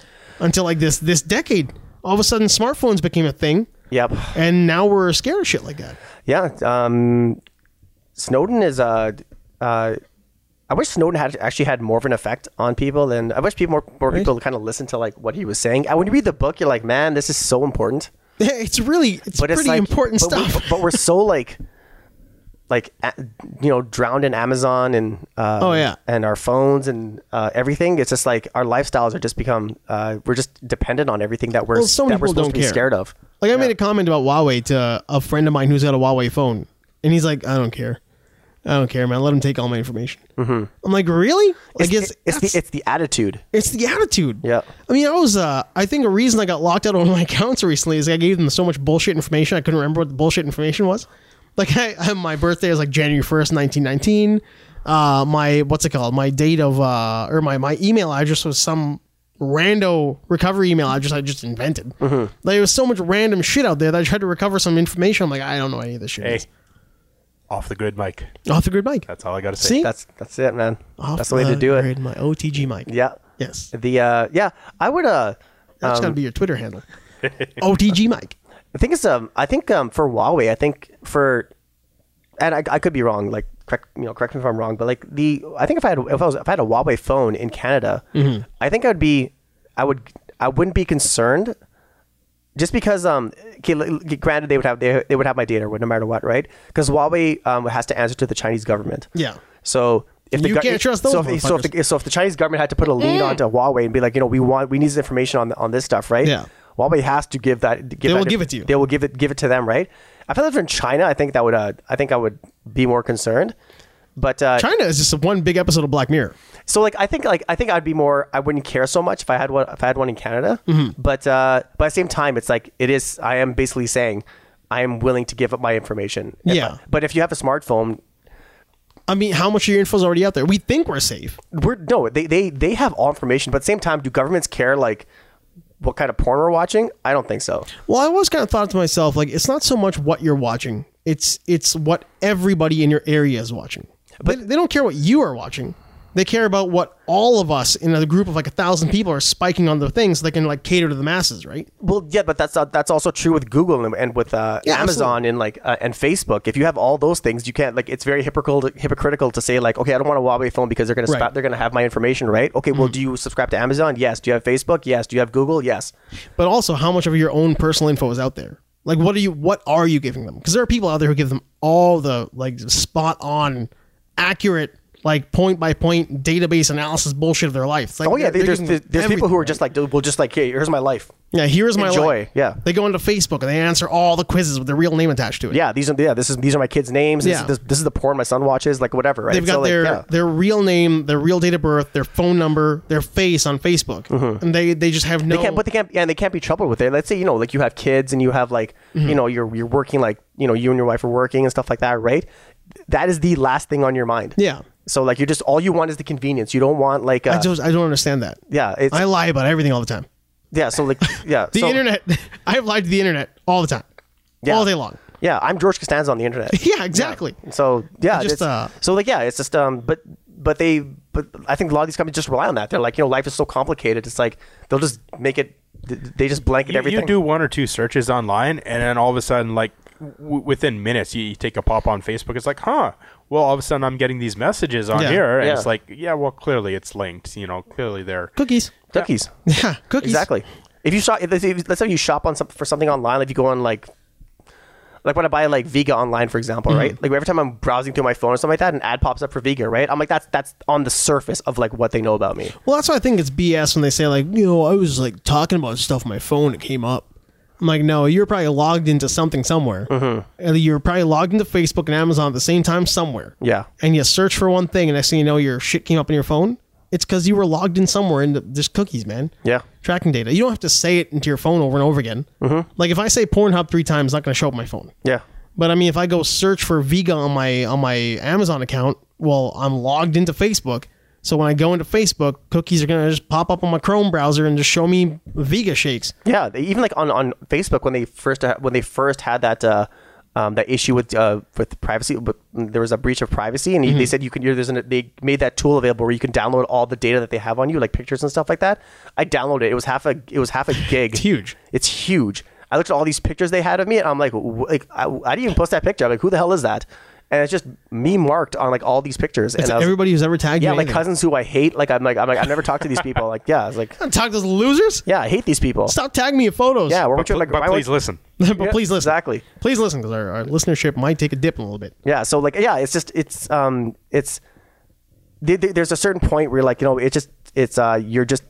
Speaker 1: until like this this decade. All of a sudden, smartphones became a thing,
Speaker 3: Yep.
Speaker 1: and now we're scared of shit like that. [laughs]
Speaker 3: Yeah. Um, Snowden is Uh, uh, I wish Snowden had actually had more of an effect on people, and I wish people more, more people kind of listen to like what he was saying. And when you read the book, you're like, man, this is so important.
Speaker 1: It's really it's
Speaker 3: but
Speaker 1: pretty
Speaker 3: it's like,
Speaker 1: important
Speaker 3: but we- [laughs]
Speaker 1: stuff.
Speaker 3: but we're so like, like a- you know, drowned in Amazon and uh,
Speaker 1: Oh, yeah.
Speaker 3: and our phones and uh, everything. It's just like our lifestyles are just become uh, we're just dependent on everything that we're
Speaker 1: Well, so many
Speaker 3: that we're
Speaker 1: people
Speaker 3: supposed
Speaker 1: don't
Speaker 3: to be
Speaker 1: care.
Speaker 3: scared of.
Speaker 1: Like I made a comment about Huawei to a friend of mine who's got a Huawei phone, and he's like, "I don't care, I don't care, man. Let him take all my information." Mm-hmm. I'm like, "Really?" Like,
Speaker 3: It's, it's,
Speaker 1: that's-
Speaker 3: the it's the attitude.
Speaker 1: It's the attitude.
Speaker 3: Yeah.
Speaker 1: I mean, I was, uh, I think a reason I got locked out of [laughs] one of my accounts recently is I gave them so much bullshit information. I couldn't remember what the bullshit information was. Like, [laughs] I, I- my birthday is like January 1st, 1919. Uh, my, what's it called? My date of, uh, or my, my email address was some rando recovery email address I just invented.
Speaker 3: Mm-hmm.
Speaker 1: Like, there was so much random shit out there that I tried to recover some information. I'm like, I don't know any of this shit.
Speaker 2: hey,
Speaker 1: is.
Speaker 2: off the grid, Mike.
Speaker 1: Off the grid mic.
Speaker 2: That's all I got to say.
Speaker 1: See?
Speaker 3: That's that's it, man.
Speaker 1: Off
Speaker 3: that's the way to do it.
Speaker 1: grid mic. OTG mic.
Speaker 3: Yeah.
Speaker 1: Yes.
Speaker 3: The uh, yeah, I would uh.
Speaker 1: That's got to be your Twitter
Speaker 3: [laughs]
Speaker 1: handle. OTG mic.
Speaker 3: I think it's um. I think um for Huawei. I think for, and I, I could be wrong. Like correct you know correct me if I'm wrong. But like the I think if I had if I was if I had a Huawei phone in Canada,
Speaker 1: Mm-hmm.
Speaker 3: I think I'd be I would I wouldn't be concerned, just because um. okay, l- l- Granted, they would have they, they would have my data no matter what, right? Because Huawei um has to answer to the Chinese government.
Speaker 1: Yeah.
Speaker 3: So. If the
Speaker 1: You
Speaker 3: gov-
Speaker 1: can't trust those Eh.
Speaker 3: so if, so, if the, so if the Chinese government had to put a lien onto Huawei and be like, you know, we want we need this information on on this stuff, right?
Speaker 1: Yeah.
Speaker 3: Huawei has to give that. Give
Speaker 1: They
Speaker 3: that
Speaker 1: will
Speaker 3: to-
Speaker 1: give it to you.
Speaker 3: They will give it give it to them, right? I feel like from China, I think that would uh, I think I would be more concerned. But uh,
Speaker 1: China is just one big episode of Black Mirror.
Speaker 3: so like I think like I think I'd be more I wouldn't care so much if I had one if I had one in Canada.
Speaker 1: Mm-hmm.
Speaker 3: But uh, but at the same time, it's like it is I am basically saying I am willing to give up my information. If I-
Speaker 1: Yeah.
Speaker 3: but if you have a smartphone,
Speaker 1: I mean, how much of your info is already out there? We think we're safe.
Speaker 3: we're no they they they have all information. But at the same time, do governments care like what kind of porn we're watching? I don't think so.
Speaker 1: Well, I always kind of thought to myself, like, it's not so much what you're watching; it's it's what everybody in your area is watching. But they, they don't care what you are watching; they care about what all of us in a group of like a thousand people are spiking on the thing, so they can like cater to the masses, right?
Speaker 3: Well, yeah, but that's uh, that's also true with Google and, and with uh,
Speaker 1: Yeah,
Speaker 3: Amazon
Speaker 1: absolutely.
Speaker 3: and like uh, and Facebook. If you have all those things, you can't like it's very hypocritical hypocritical to say like, okay, I don't want a Huawei phone because they're gonna
Speaker 1: Right. Mm.
Speaker 3: spa- they're gonna have my information, right? Okay, well, do you subscribe to Amazon? Yes. Do you have Facebook? Yes. Do you have Google? Yes.
Speaker 1: But also, how much of your own personal info is out there? Like, what are you? What are you giving them? Because there are people out there who give them all the like spot on, accurate, like point by point database analysis bullshit of their life. Like,
Speaker 3: Oh yeah,
Speaker 1: they're- they're
Speaker 3: they, there's
Speaker 1: giving
Speaker 3: there's
Speaker 1: them
Speaker 3: there's people who are
Speaker 1: everything,
Speaker 3: just like, dude, well, just like, hey, here's my life.
Speaker 1: right? yeah. Here's my
Speaker 3: enjoy,
Speaker 1: life.
Speaker 3: yeah.
Speaker 1: they go into Facebook and they answer all the quizzes with their real name attached to it.
Speaker 3: Yeah, these are yeah, this is these are my kids' names. This,
Speaker 1: Yeah.
Speaker 3: is, this, this is the porn my son watches, like whatever. Right?
Speaker 1: They've got
Speaker 3: So, like,
Speaker 1: their
Speaker 3: yeah.
Speaker 1: their real name, their real date of birth, their phone number, their face on Facebook, and they they just have no.
Speaker 3: Mm-hmm. They can't, but they can't, yeah, and they can't be troubled with it. Let's say you know, like you have kids and you have like
Speaker 1: Mm-hmm.
Speaker 3: you know you're you're working like you know you and your wife are working and stuff like that, right? That is the last thing on your mind.
Speaker 1: yeah,
Speaker 3: So like you're just all you want is the convenience. You don't want like uh,
Speaker 1: I just I don't understand that.
Speaker 3: yeah, it's
Speaker 1: I lie about everything all the time.
Speaker 3: yeah. So like yeah,
Speaker 1: [laughs] The
Speaker 3: so,
Speaker 1: internet, I've lied to the internet all the time,
Speaker 3: Yeah.
Speaker 1: all day long. [laughs]
Speaker 3: Yeah, I'm George Costanza on the internet.
Speaker 1: Yeah, exactly.
Speaker 3: So yeah,
Speaker 1: Just,
Speaker 3: it's,
Speaker 1: uh,
Speaker 3: so like yeah, it's just um, but but they but I think a lot of these companies just rely on that. They're like you know life is so complicated. It's like they'll just make it. th- They just blanket
Speaker 2: You,
Speaker 3: everything.
Speaker 2: you do one or two searches online, and then all of a sudden, like w- within minutes, you, you take a pop on Facebook. It's like, huh? Well, all of a sudden, I'm getting these messages on
Speaker 1: Yeah.
Speaker 2: here, and
Speaker 3: Yeah.
Speaker 2: it's like, yeah, well, clearly it's linked. You know, clearly they're
Speaker 1: Cookies.
Speaker 3: cookies.
Speaker 1: Yeah, cookies.
Speaker 3: Exactly. If you shop, if- if- let's say you shop on some, for something online, if you go on like, like when I buy like Vega online, for example, right? Like every time I'm browsing through my phone or something like that, an ad pops up for Vega, right? I'm like, that's that's on the surface of like what they know about me.
Speaker 1: Well, that's why I think it's BS when they say like, you know, I was like talking about stuff on my phone. It came up. I'm like, no, you're probably logged into something somewhere.
Speaker 3: Mm-hmm.
Speaker 1: And You're probably logged into Facebook and Amazon at the same time somewhere.
Speaker 3: Yeah.
Speaker 1: And you search for one thing, and next thing you know, your shit came up on your phone. It's because you were logged in somewhere into just cookies, man.
Speaker 3: Yeah.
Speaker 1: Tracking data. You don't have to say it into your phone over and over again.
Speaker 3: Mm-hmm.
Speaker 1: Like if I say Pornhub three times, it's not going to show up on my phone.
Speaker 3: Yeah.
Speaker 1: But I mean, if I go search for Vega on my on my Amazon account, well, I'm logged into Facebook. So when I go into Facebook, cookies are gonna just pop up on my Chrome browser and just show me Vega shakes.
Speaker 3: Yeah, they, even like on, on Facebook when they first uh, when they first had that uh, um, that issue with uh, with privacy, but there was a breach of privacy, and they said you can. You're, there's an, they made that tool available where you can download all the data that they have on you, like pictures and stuff like that. I downloaded it. It was half a it was half a gig. it's
Speaker 1: huge.
Speaker 3: It's huge. I looked at all these pictures they had of me, and I'm like, wh- like I, I didn't even post that picture. I'm like, who the hell is that? And it's just me marked on like all these pictures, and
Speaker 1: It's
Speaker 3: I was,
Speaker 1: everybody who's ever tagged
Speaker 3: yeah,
Speaker 1: you.
Speaker 3: like
Speaker 1: anything.
Speaker 3: cousins who I hate. Like I'm like I'm like I've never talked to these people. Like yeah, I was like
Speaker 1: Talk to those losers.
Speaker 3: yeah, I hate these people.
Speaker 1: Stop tagging me in photos.
Speaker 3: Yeah, we're
Speaker 2: But,
Speaker 3: like,
Speaker 2: but
Speaker 3: why would-
Speaker 2: please listen.
Speaker 1: [laughs] but
Speaker 3: Yeah,
Speaker 1: please listen.
Speaker 3: exactly.
Speaker 1: Please listen, because our, our listenership might take a dip in a little bit.
Speaker 3: Yeah. So like, yeah, it's just it's um it's th- th- there's a certain point where like you know it just it's uh you're just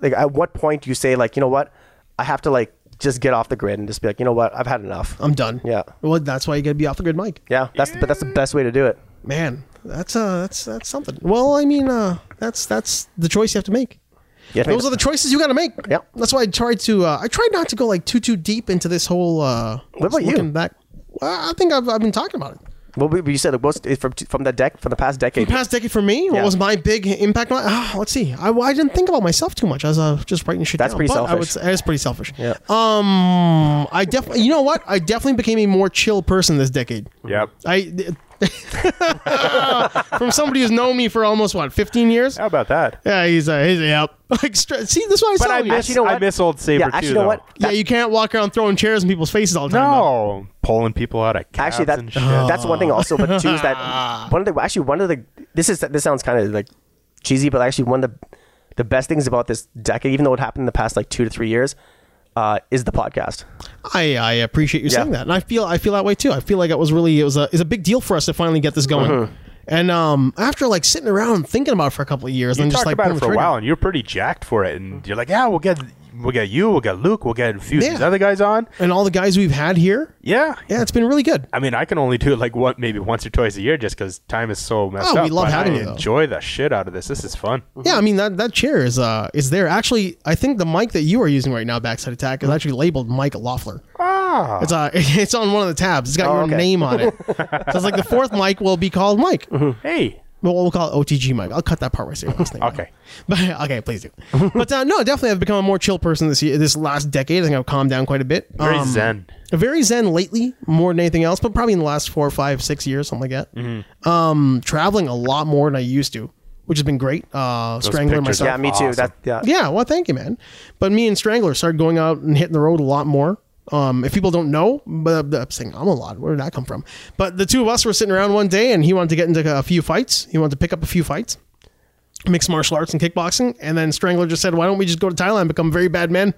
Speaker 3: like at what point do you say like you know what I have to like just get off the grid and just be like you know what I've had enough.
Speaker 2: Uh,
Speaker 1: I'm done.
Speaker 3: Yeah.
Speaker 1: Well, that's why you gotta be off the grid, Mike.
Speaker 3: yeah. That's but that's the best way to do it.
Speaker 1: Man, that's uh, that's that's something. Well, I mean, uh, that's that's the choice you have to make.
Speaker 3: Yeah.
Speaker 1: Those are the choices you got to make.
Speaker 3: Yeah.
Speaker 1: That's why I tried to. Uh, I tried not to go like too too deep into this whole. Uh,
Speaker 3: What about
Speaker 1: just looking
Speaker 3: you?
Speaker 1: Back. Well, I think I've, I've been talking about it.
Speaker 3: well, we, you said it was from from the deck from the past decade.
Speaker 1: Past decade for me, what
Speaker 3: Yeah.
Speaker 1: was my big impact? on- Ah, let's see. I, I didn't think about myself too much. I was uh, just writing shit
Speaker 3: That's
Speaker 1: down.
Speaker 3: pretty
Speaker 1: but I
Speaker 3: selfish.
Speaker 1: would say- That's pretty selfish.
Speaker 3: Yeah.
Speaker 1: Um. I definitely. You know what? I definitely became a more chill person this decade.
Speaker 2: Yep.
Speaker 1: I. [laughs] from somebody who's known me for almost what 15 years.
Speaker 2: How about that?
Speaker 1: Yeah, he's uh, he's yep. [laughs] Like stra- see, this is what I
Speaker 2: But I
Speaker 1: said.
Speaker 2: miss,
Speaker 3: Actually, you know
Speaker 2: I
Speaker 3: what?
Speaker 2: miss old Saber
Speaker 3: yeah. Actually,
Speaker 2: too.
Speaker 3: you know
Speaker 2: though.
Speaker 3: what?
Speaker 1: Yeah, you can't walk around throwing chairs in people's faces all the time. though.
Speaker 2: No, pulling people out of cabs
Speaker 3: actually that,
Speaker 2: and shit.
Speaker 1: Oh,
Speaker 3: that's one thing also but two is that one of the actually one of the this is this sounds kind of like cheesy but actually one of the the best things about this decade even though it happened in the past like two to three years uh, is the podcast
Speaker 1: I, I appreciate you
Speaker 3: Yeah.
Speaker 1: saying that, and I feel I feel that way too. I feel like it was really it was a it's a big deal for us to finally get this going.
Speaker 2: Mm-hmm.
Speaker 1: And um, after like sitting around and thinking about it for a couple of years,
Speaker 2: you
Speaker 1: and
Speaker 2: talked
Speaker 1: just like
Speaker 2: about it
Speaker 1: pulling the
Speaker 2: for a
Speaker 1: trigger.
Speaker 2: while, and you're pretty jacked for it, and you're like, yeah, we'll get we'll get you, we'll get Luke, we'll get a few of these
Speaker 1: Yeah.
Speaker 2: other guys on.
Speaker 1: and all the guys we've had here,
Speaker 2: Yeah.
Speaker 1: yeah, it's been really good.
Speaker 2: I mean, I can only do it like what maybe once or twice a year, just because time is so messed
Speaker 1: Oh,
Speaker 2: up.
Speaker 1: we love
Speaker 2: but
Speaker 1: having
Speaker 2: I
Speaker 1: you, though.
Speaker 2: enjoy the shit out of this. This is fun.
Speaker 1: Yeah, I mean that that chair is uh is there actually? I think the mic that you are using right now, backside attack, is actually labeled Mike Loeffler.
Speaker 2: Mm-hmm. Ah, Oh,
Speaker 1: It's uh [laughs] it's on one of the tabs. It's got your
Speaker 3: okay.
Speaker 1: name
Speaker 2: [laughs]
Speaker 1: on it. so it's like the fourth mic will be called Mike.
Speaker 2: Mm-hmm. hey,
Speaker 1: Well, we'll call it OTG Mike. I'll cut that part where I say my last name.
Speaker 2: Okay.
Speaker 1: [laughs] But okay, please do. But uh, no, definitely I've become a more chill person this year, this last decade. I think I've calmed down quite a bit. Um,
Speaker 2: very zen.
Speaker 1: Very zen lately, more than anything else, but probably in the last four, five, six years, something like that.
Speaker 2: Mm-hmm.
Speaker 1: Um, traveling a lot more than I used to, which has been great. Uh, strangling
Speaker 2: pictures
Speaker 1: myself.
Speaker 3: yeah me too that yeah
Speaker 1: Yeah, well, thank you, man. But me and Strangler started going out and hitting the road a lot more. Um, if people don't know, but I'm saying I'm a lot. Where did that come from? But the two of us were sitting around one day, and he wanted to get into a few fights. He wanted to pick up a few fights, mixed martial arts and kickboxing. And then Strangler just said, "Why don't we just go to Thailand, and become very bad men?"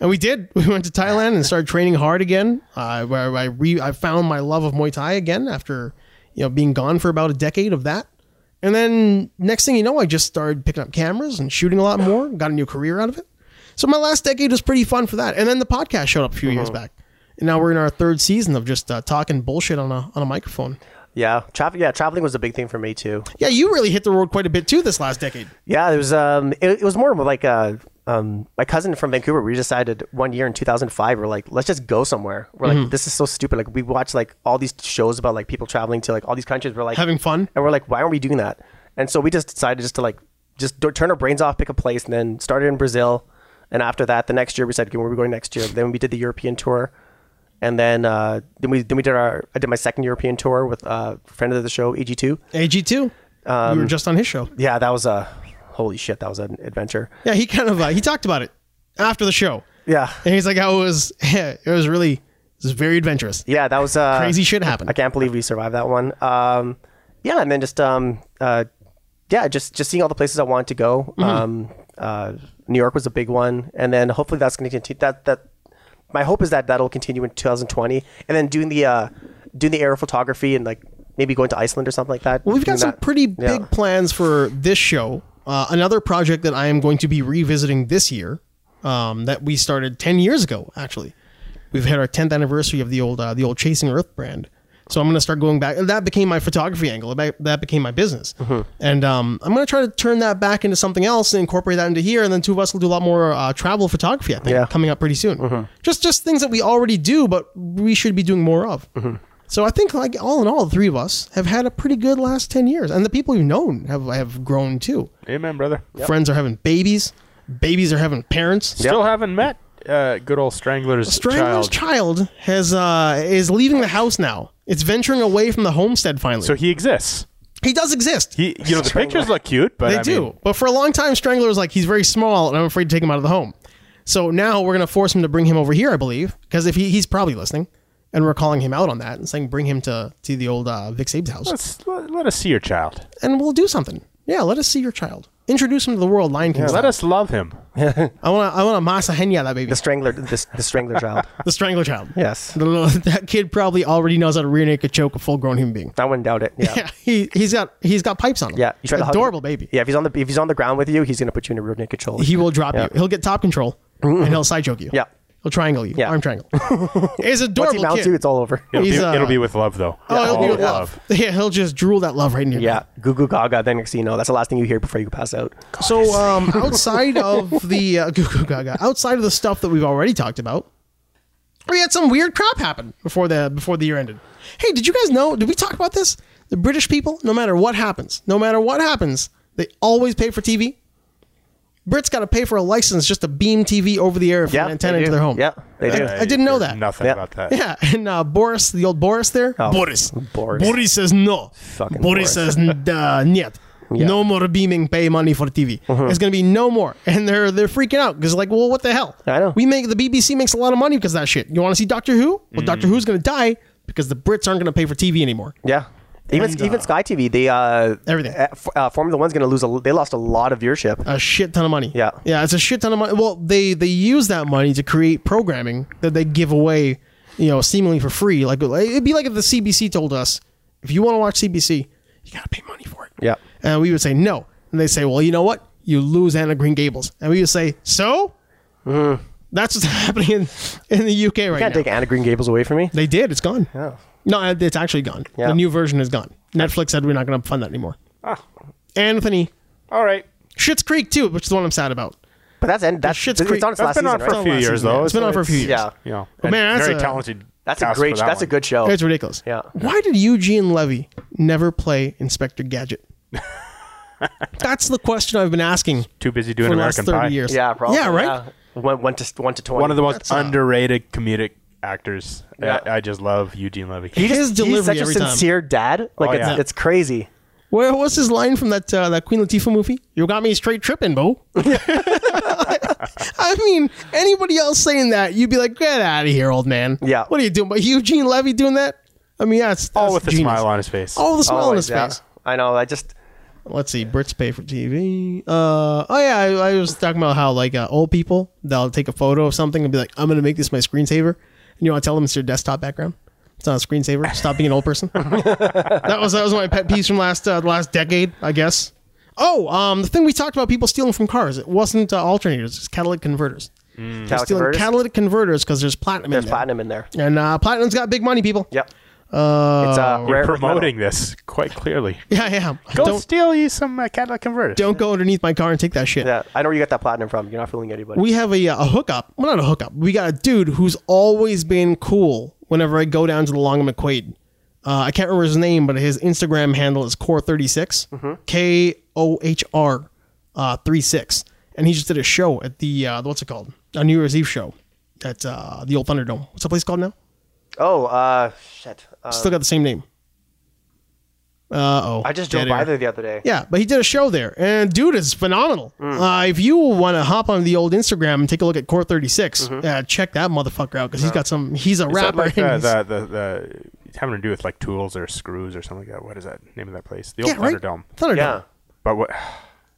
Speaker 1: And we did. [laughs] We went to Thailand and started training hard again. Uh, where I re- I found my love of Muay Thai again after you know being gone for about a decade of that. And then next thing you know, I just started picking up cameras and shooting a lot more. Got a new career out of it. So my last decade was pretty fun for that. And then the podcast showed up a few years back, and now we're in our third season of just uh, talking bullshit on a on a microphone.
Speaker 3: Yeah, travel. Yeah, traveling was a big thing for me too.
Speaker 1: Yeah, you really hit the road quite a bit too this last decade.
Speaker 3: Yeah, it was. Um, it, it was more of like uh um, my cousin from Vancouver. We decided one year in 2005, we're like, let's just go somewhere. We're
Speaker 2: Mm-hmm.
Speaker 3: like, this is so stupid. Like, we watched like all these shows about like people traveling to like all these countries. We're like
Speaker 1: Having fun.
Speaker 3: and we're like, why aren't we doing that? And so we just decided just to like just do- turn our brains off, pick a place, and then started in Brazil. And after that, the next year we said, okay, where are we going next year? Then we did the European tour, and then uh, then we then we did our I did my second European tour with uh, a friend of the show, EG two.
Speaker 1: AG two. you were just on his show.
Speaker 3: Yeah, that was a holy shit. That was an adventure.
Speaker 1: Yeah, he kind of uh, he talked about it after the show,
Speaker 3: Yeah,
Speaker 1: and he's like, "How it was? [laughs] it was really, it was very adventurous.
Speaker 3: yeah, that was uh,
Speaker 1: Crazy shit happened."
Speaker 3: I can't believe we survived that one. Um, yeah, and then just um, uh, yeah, just just seeing all the places I wanted to go.
Speaker 1: Mm-hmm.
Speaker 3: Um, uh, New York was a big one, and then hopefully that's going to continue. That that my hope is that that'll continue in 2020, and then doing the uh, doing the aerial photography and like maybe going to Iceland or something like that.
Speaker 1: Well, we've
Speaker 3: Doing
Speaker 1: got some
Speaker 3: that.
Speaker 1: pretty
Speaker 3: yeah.
Speaker 1: big plans for this show. Uh, another project that I am going to be revisiting this year, um, that we started ten years ago. Actually, we've had our tenth anniversary of the old uh, the old Chasing Earth brand. So I'm going to start going back. That became my photography angle. That that became my business,
Speaker 3: Mm-hmm.
Speaker 1: and um, I'm going to try to turn that back into something else and incorporate that into here. And then two of us will do a lot more uh, travel photography. I think
Speaker 3: Yeah.
Speaker 1: coming up pretty soon.
Speaker 2: Mm-hmm.
Speaker 1: Just just things that we already do, but we should be doing more of.
Speaker 2: Mm-hmm.
Speaker 1: So I think like all in all, the three of us have had a pretty good last ten years, and the people you've known have have grown too.
Speaker 2: Amen, brother.
Speaker 1: Friends are having babies, babies are having parents.
Speaker 2: Still haven't met uh, good old Strangler's,
Speaker 1: Strangler's
Speaker 2: child.
Speaker 1: child, has uh, is leaving the house now. It's venturing away from the homestead finally.
Speaker 2: so he exists.
Speaker 1: he does exist.
Speaker 2: He, you know, the pictures look cute, but
Speaker 1: they
Speaker 2: I
Speaker 1: do,
Speaker 2: mean,
Speaker 1: but for a long time, Strangler was like he's very small, and I'm afraid to take him out of the home. So now we're gonna force him to bring him over here, I believe, because if he, he's probably listening, and we're calling him out on that and saying bring him to to the old uh, Vic Sabe's house.
Speaker 2: let's let, let us see your child.
Speaker 1: and we'll do something. Yeah, let us see your child. Introduce him to the world, Lion King.
Speaker 2: Let
Speaker 1: style.
Speaker 2: us love him.
Speaker 1: I want to. I want to Masa Henya that baby,
Speaker 3: the strangler the, the strangler
Speaker 1: [laughs]
Speaker 3: child.
Speaker 1: the Strangler Child.
Speaker 3: Yes,
Speaker 1: The little- [laughs] that kid probably already knows how to rear naked choke a full grown human being.
Speaker 3: I wouldn't doubt it. Yeah.
Speaker 1: Yeah, [laughs] he he's got he's got pipes on him.
Speaker 3: Yeah, you try to hug him.
Speaker 1: adorable baby.
Speaker 3: Yeah, if he's on the if he's on the ground with you, he's gonna put you in a rear naked shoulder.
Speaker 1: He will drop you. He'll get top control and he'll side choke you.
Speaker 3: Mm-hmm. Yeah.
Speaker 1: he'll triangle you.
Speaker 3: Yeah.
Speaker 1: arm
Speaker 3: [laughs]
Speaker 1: triangle. it's
Speaker 3: Once
Speaker 1: adorable.
Speaker 3: he mounts
Speaker 1: kid.
Speaker 3: you, it's all over.
Speaker 2: It'll,
Speaker 1: He's,
Speaker 2: be,
Speaker 1: uh,
Speaker 2: it'll be with love, though.
Speaker 1: oh, it'll
Speaker 2: All
Speaker 1: be with love. [laughs] Yeah, he'll just drool that love right in your
Speaker 3: Yeah, goo goo gaga. Then next thing you know, that's the last thing you hear before you pass out.
Speaker 1: So um, outside of the uh, [laughs] Goo Goo Gaga, outside of the stuff that we've already talked about, we had some weird crap happen before the before the year ended. Hey, did you guys know? Did we talk about this? The British people, no matter what happens, no matter what happens, they always pay for TV. Brits got to pay for a license just to beam TV over the air from
Speaker 3: Yeah,
Speaker 1: an antenna
Speaker 3: they do.
Speaker 1: into their home.
Speaker 3: Yeah, they do.
Speaker 1: I didn't know
Speaker 2: there's
Speaker 1: that.
Speaker 2: Nothing
Speaker 3: Yeah.
Speaker 2: about that.
Speaker 1: Yeah, [laughs] and uh, Boris, the old Boris there, Boris.
Speaker 3: Oh, Boris.
Speaker 1: Boris says no.
Speaker 3: Fucking
Speaker 1: Boris,
Speaker 3: Boris.
Speaker 1: says
Speaker 3: [laughs]
Speaker 1: n- uh, niet. No more beaming pay money for TV.
Speaker 3: Uh-huh.
Speaker 1: It's gonna be no more, and they're they're freaking out because like, well, what the hell?
Speaker 3: I know.
Speaker 1: We make the BBC makes a lot of money because of that shit. You want to see Doctor Who? Well,
Speaker 3: Mm.
Speaker 1: Doctor Who's gonna die because the Brits aren't gonna pay for TV anymore.
Speaker 3: Yeah. Even
Speaker 1: And,
Speaker 3: even Sky TV, they uh,
Speaker 1: Everything.
Speaker 3: uh, F- uh, Formula One's going to lose. A, they lost a lot of viewership.
Speaker 1: A shit ton of money.
Speaker 3: Yeah.
Speaker 1: yeah, it's a shit ton of money. Well, they they use that money to create programming that they give away, you know, seemingly for free. Like it'd be like if the CBC told us, if you want to watch CBC, you gotta pay money for it.
Speaker 3: Yeah.
Speaker 1: And we would say no. And they say, well, you know what? You lose Anna Green Gables. And we would say, so? That's what's [laughs] happening in, in the UK right now.
Speaker 3: Mm-hmm. Can't take Anna Green Gables away from me.
Speaker 1: they did. It's gone. No, it's actually gone.
Speaker 3: Yeah. Ah.
Speaker 1: The new version is gone. Netflix said we're not going to fund that anymore. Anthony,
Speaker 2: All right.
Speaker 1: Schitt's Creek too, which is the one I'm sad about.
Speaker 3: But that's end. That's
Speaker 1: Shit's
Speaker 3: it's
Speaker 1: Creek.
Speaker 3: on its
Speaker 1: That's
Speaker 3: last
Speaker 2: been
Speaker 3: season,
Speaker 2: on for a
Speaker 3: right?
Speaker 2: few
Speaker 1: Last
Speaker 2: years,
Speaker 1: season,
Speaker 2: though.
Speaker 1: yeah. It's been on for a few years.
Speaker 3: Yeah,
Speaker 2: You know,
Speaker 1: But man,
Speaker 2: and
Speaker 1: that's
Speaker 2: very
Speaker 1: a-
Speaker 2: talented.
Speaker 3: that's a
Speaker 2: cast
Speaker 3: great.
Speaker 2: for that
Speaker 3: That's a
Speaker 2: one.
Speaker 3: good show.
Speaker 1: It's ridiculous.
Speaker 3: Yeah.
Speaker 1: Why did Eugene Levy never play Inspector
Speaker 2: [laughs]
Speaker 1: Gadget? That's the question I've been asking
Speaker 2: Too busy doing
Speaker 1: for the last
Speaker 2: American
Speaker 1: 30
Speaker 2: Pie.
Speaker 1: years.
Speaker 3: Yeah, probably.
Speaker 1: Yeah, right?
Speaker 3: Yeah. One, one to one to twenty.
Speaker 2: One of the most
Speaker 1: uh,
Speaker 2: underrated comedic actors.
Speaker 3: Yeah.
Speaker 2: I, I just love Eugene Levy.
Speaker 1: His delivery
Speaker 3: He's such a
Speaker 1: every time.
Speaker 3: sincere dad. Like
Speaker 2: Oh,
Speaker 3: it's,
Speaker 2: yeah.
Speaker 3: it's crazy.
Speaker 1: Where was his line from that uh, that Queen Latifah movie? You got me straight tripping,
Speaker 2: [laughs]
Speaker 1: Bo. [laughs] I mean, anybody else saying that, you'd be like, get out of here, old man.
Speaker 3: Yeah.
Speaker 1: What are you doing? But Eugene Levy doing that? I mean, that's, that's
Speaker 2: all with a
Speaker 1: genius.
Speaker 2: smile on his face.
Speaker 1: All with a smile on
Speaker 3: Always,
Speaker 1: his
Speaker 3: Oh, yeah.
Speaker 1: face.
Speaker 3: I know. I just
Speaker 1: Let's see. Brits pay for TV. Uh, oh yeah, I, I was talking about how like uh, old people they'll take a photo of something and be like, "I'm gonna make this my screensaver," and you want to tell them it's your desktop background. It's not a screensaver. Stop being an old
Speaker 3: [laughs]
Speaker 1: person. that was that was my pet peeves from last uh, last decade, I guess. Oh, um, the thing we talked about people stealing from cars. It wasn't uh, alternators. It's catalytic converters.
Speaker 2: Mm.
Speaker 3: Catalytic
Speaker 1: Stealing
Speaker 3: converters.
Speaker 1: catalytic converters because there's platinum
Speaker 3: There's
Speaker 1: in there.
Speaker 3: platinum in there.
Speaker 1: And uh, platinum's got big money, people.
Speaker 3: Yep. Uh, it's uh, rare
Speaker 2: You're
Speaker 3: earth metal.
Speaker 2: promoting this quite clearly.
Speaker 1: Yeah, yeah.
Speaker 2: Go
Speaker 1: Don't
Speaker 2: steal you some uh, catalytic converters.
Speaker 1: don't go underneath my car and take that shit.
Speaker 3: Yeah, I know where you got that platinum from. You're not fooling anybody.
Speaker 1: we have a, a hookup. Well, not a hookup. We got a dude who's always been cool whenever I go down to the Long and McQuaid. Uh, I can't remember his name, but his Instagram handle is
Speaker 3: Mm-hmm.
Speaker 1: core36, K O H R uh, 36. And he just did a show at the, uh, what's it called? A New Year's Eve show at uh, the old Thunderdome. What's the place called now?
Speaker 3: oh, uh, shit. Uh,
Speaker 1: Still got the same name. Uh oh.
Speaker 3: I just drove by there the other day.
Speaker 1: Yeah, but he did a show there, and dude is phenomenal.
Speaker 2: Mm.
Speaker 1: Uh, if you want to hop on the old Instagram and take a look at Core Thirty uh, check that motherfucker out because he's got some. He's a
Speaker 2: Mm-hmm. Is
Speaker 1: rapper.
Speaker 2: that like
Speaker 1: and
Speaker 2: the,
Speaker 1: he's-
Speaker 2: the, the, the, it's having to do with like tools or screws or something like that. What is that name of that place? The old
Speaker 1: yeah, right.
Speaker 2: Thunderdome.
Speaker 1: Thunderdome.
Speaker 3: Yeah.
Speaker 1: Yeah,
Speaker 2: But what?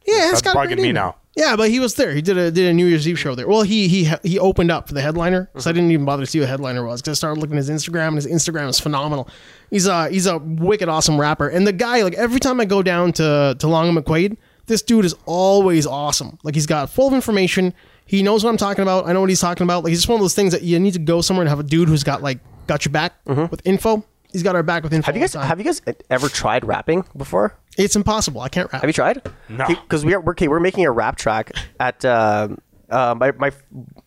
Speaker 1: it's
Speaker 2: That's
Speaker 1: got a great
Speaker 2: bugging me
Speaker 1: name.
Speaker 2: now.
Speaker 1: Yeah, but he was there. He did a did a New Year's Eve show there. Well, he he he opened up for the headliner, so I didn't even bother to see what headliner was because I started looking at his Instagram, and his Instagram is phenomenal. He's a he's a wicked awesome rapper, and the guy like every time I go down to to Long and McQuaid, this dude is always awesome. Like he's got full of information. He knows what I'm talking about. I know what he's talking about. Like he's just one of those things that you need to go somewhere and have a dude who's got like got your back with info. He's got our back with info.
Speaker 3: Have you guys have you guys ever tried rapping before?
Speaker 1: It's impossible. I can't rap.
Speaker 3: Have you tried?
Speaker 2: No.
Speaker 3: Because we are we're, okay, we're making a rap track at uh, uh, my my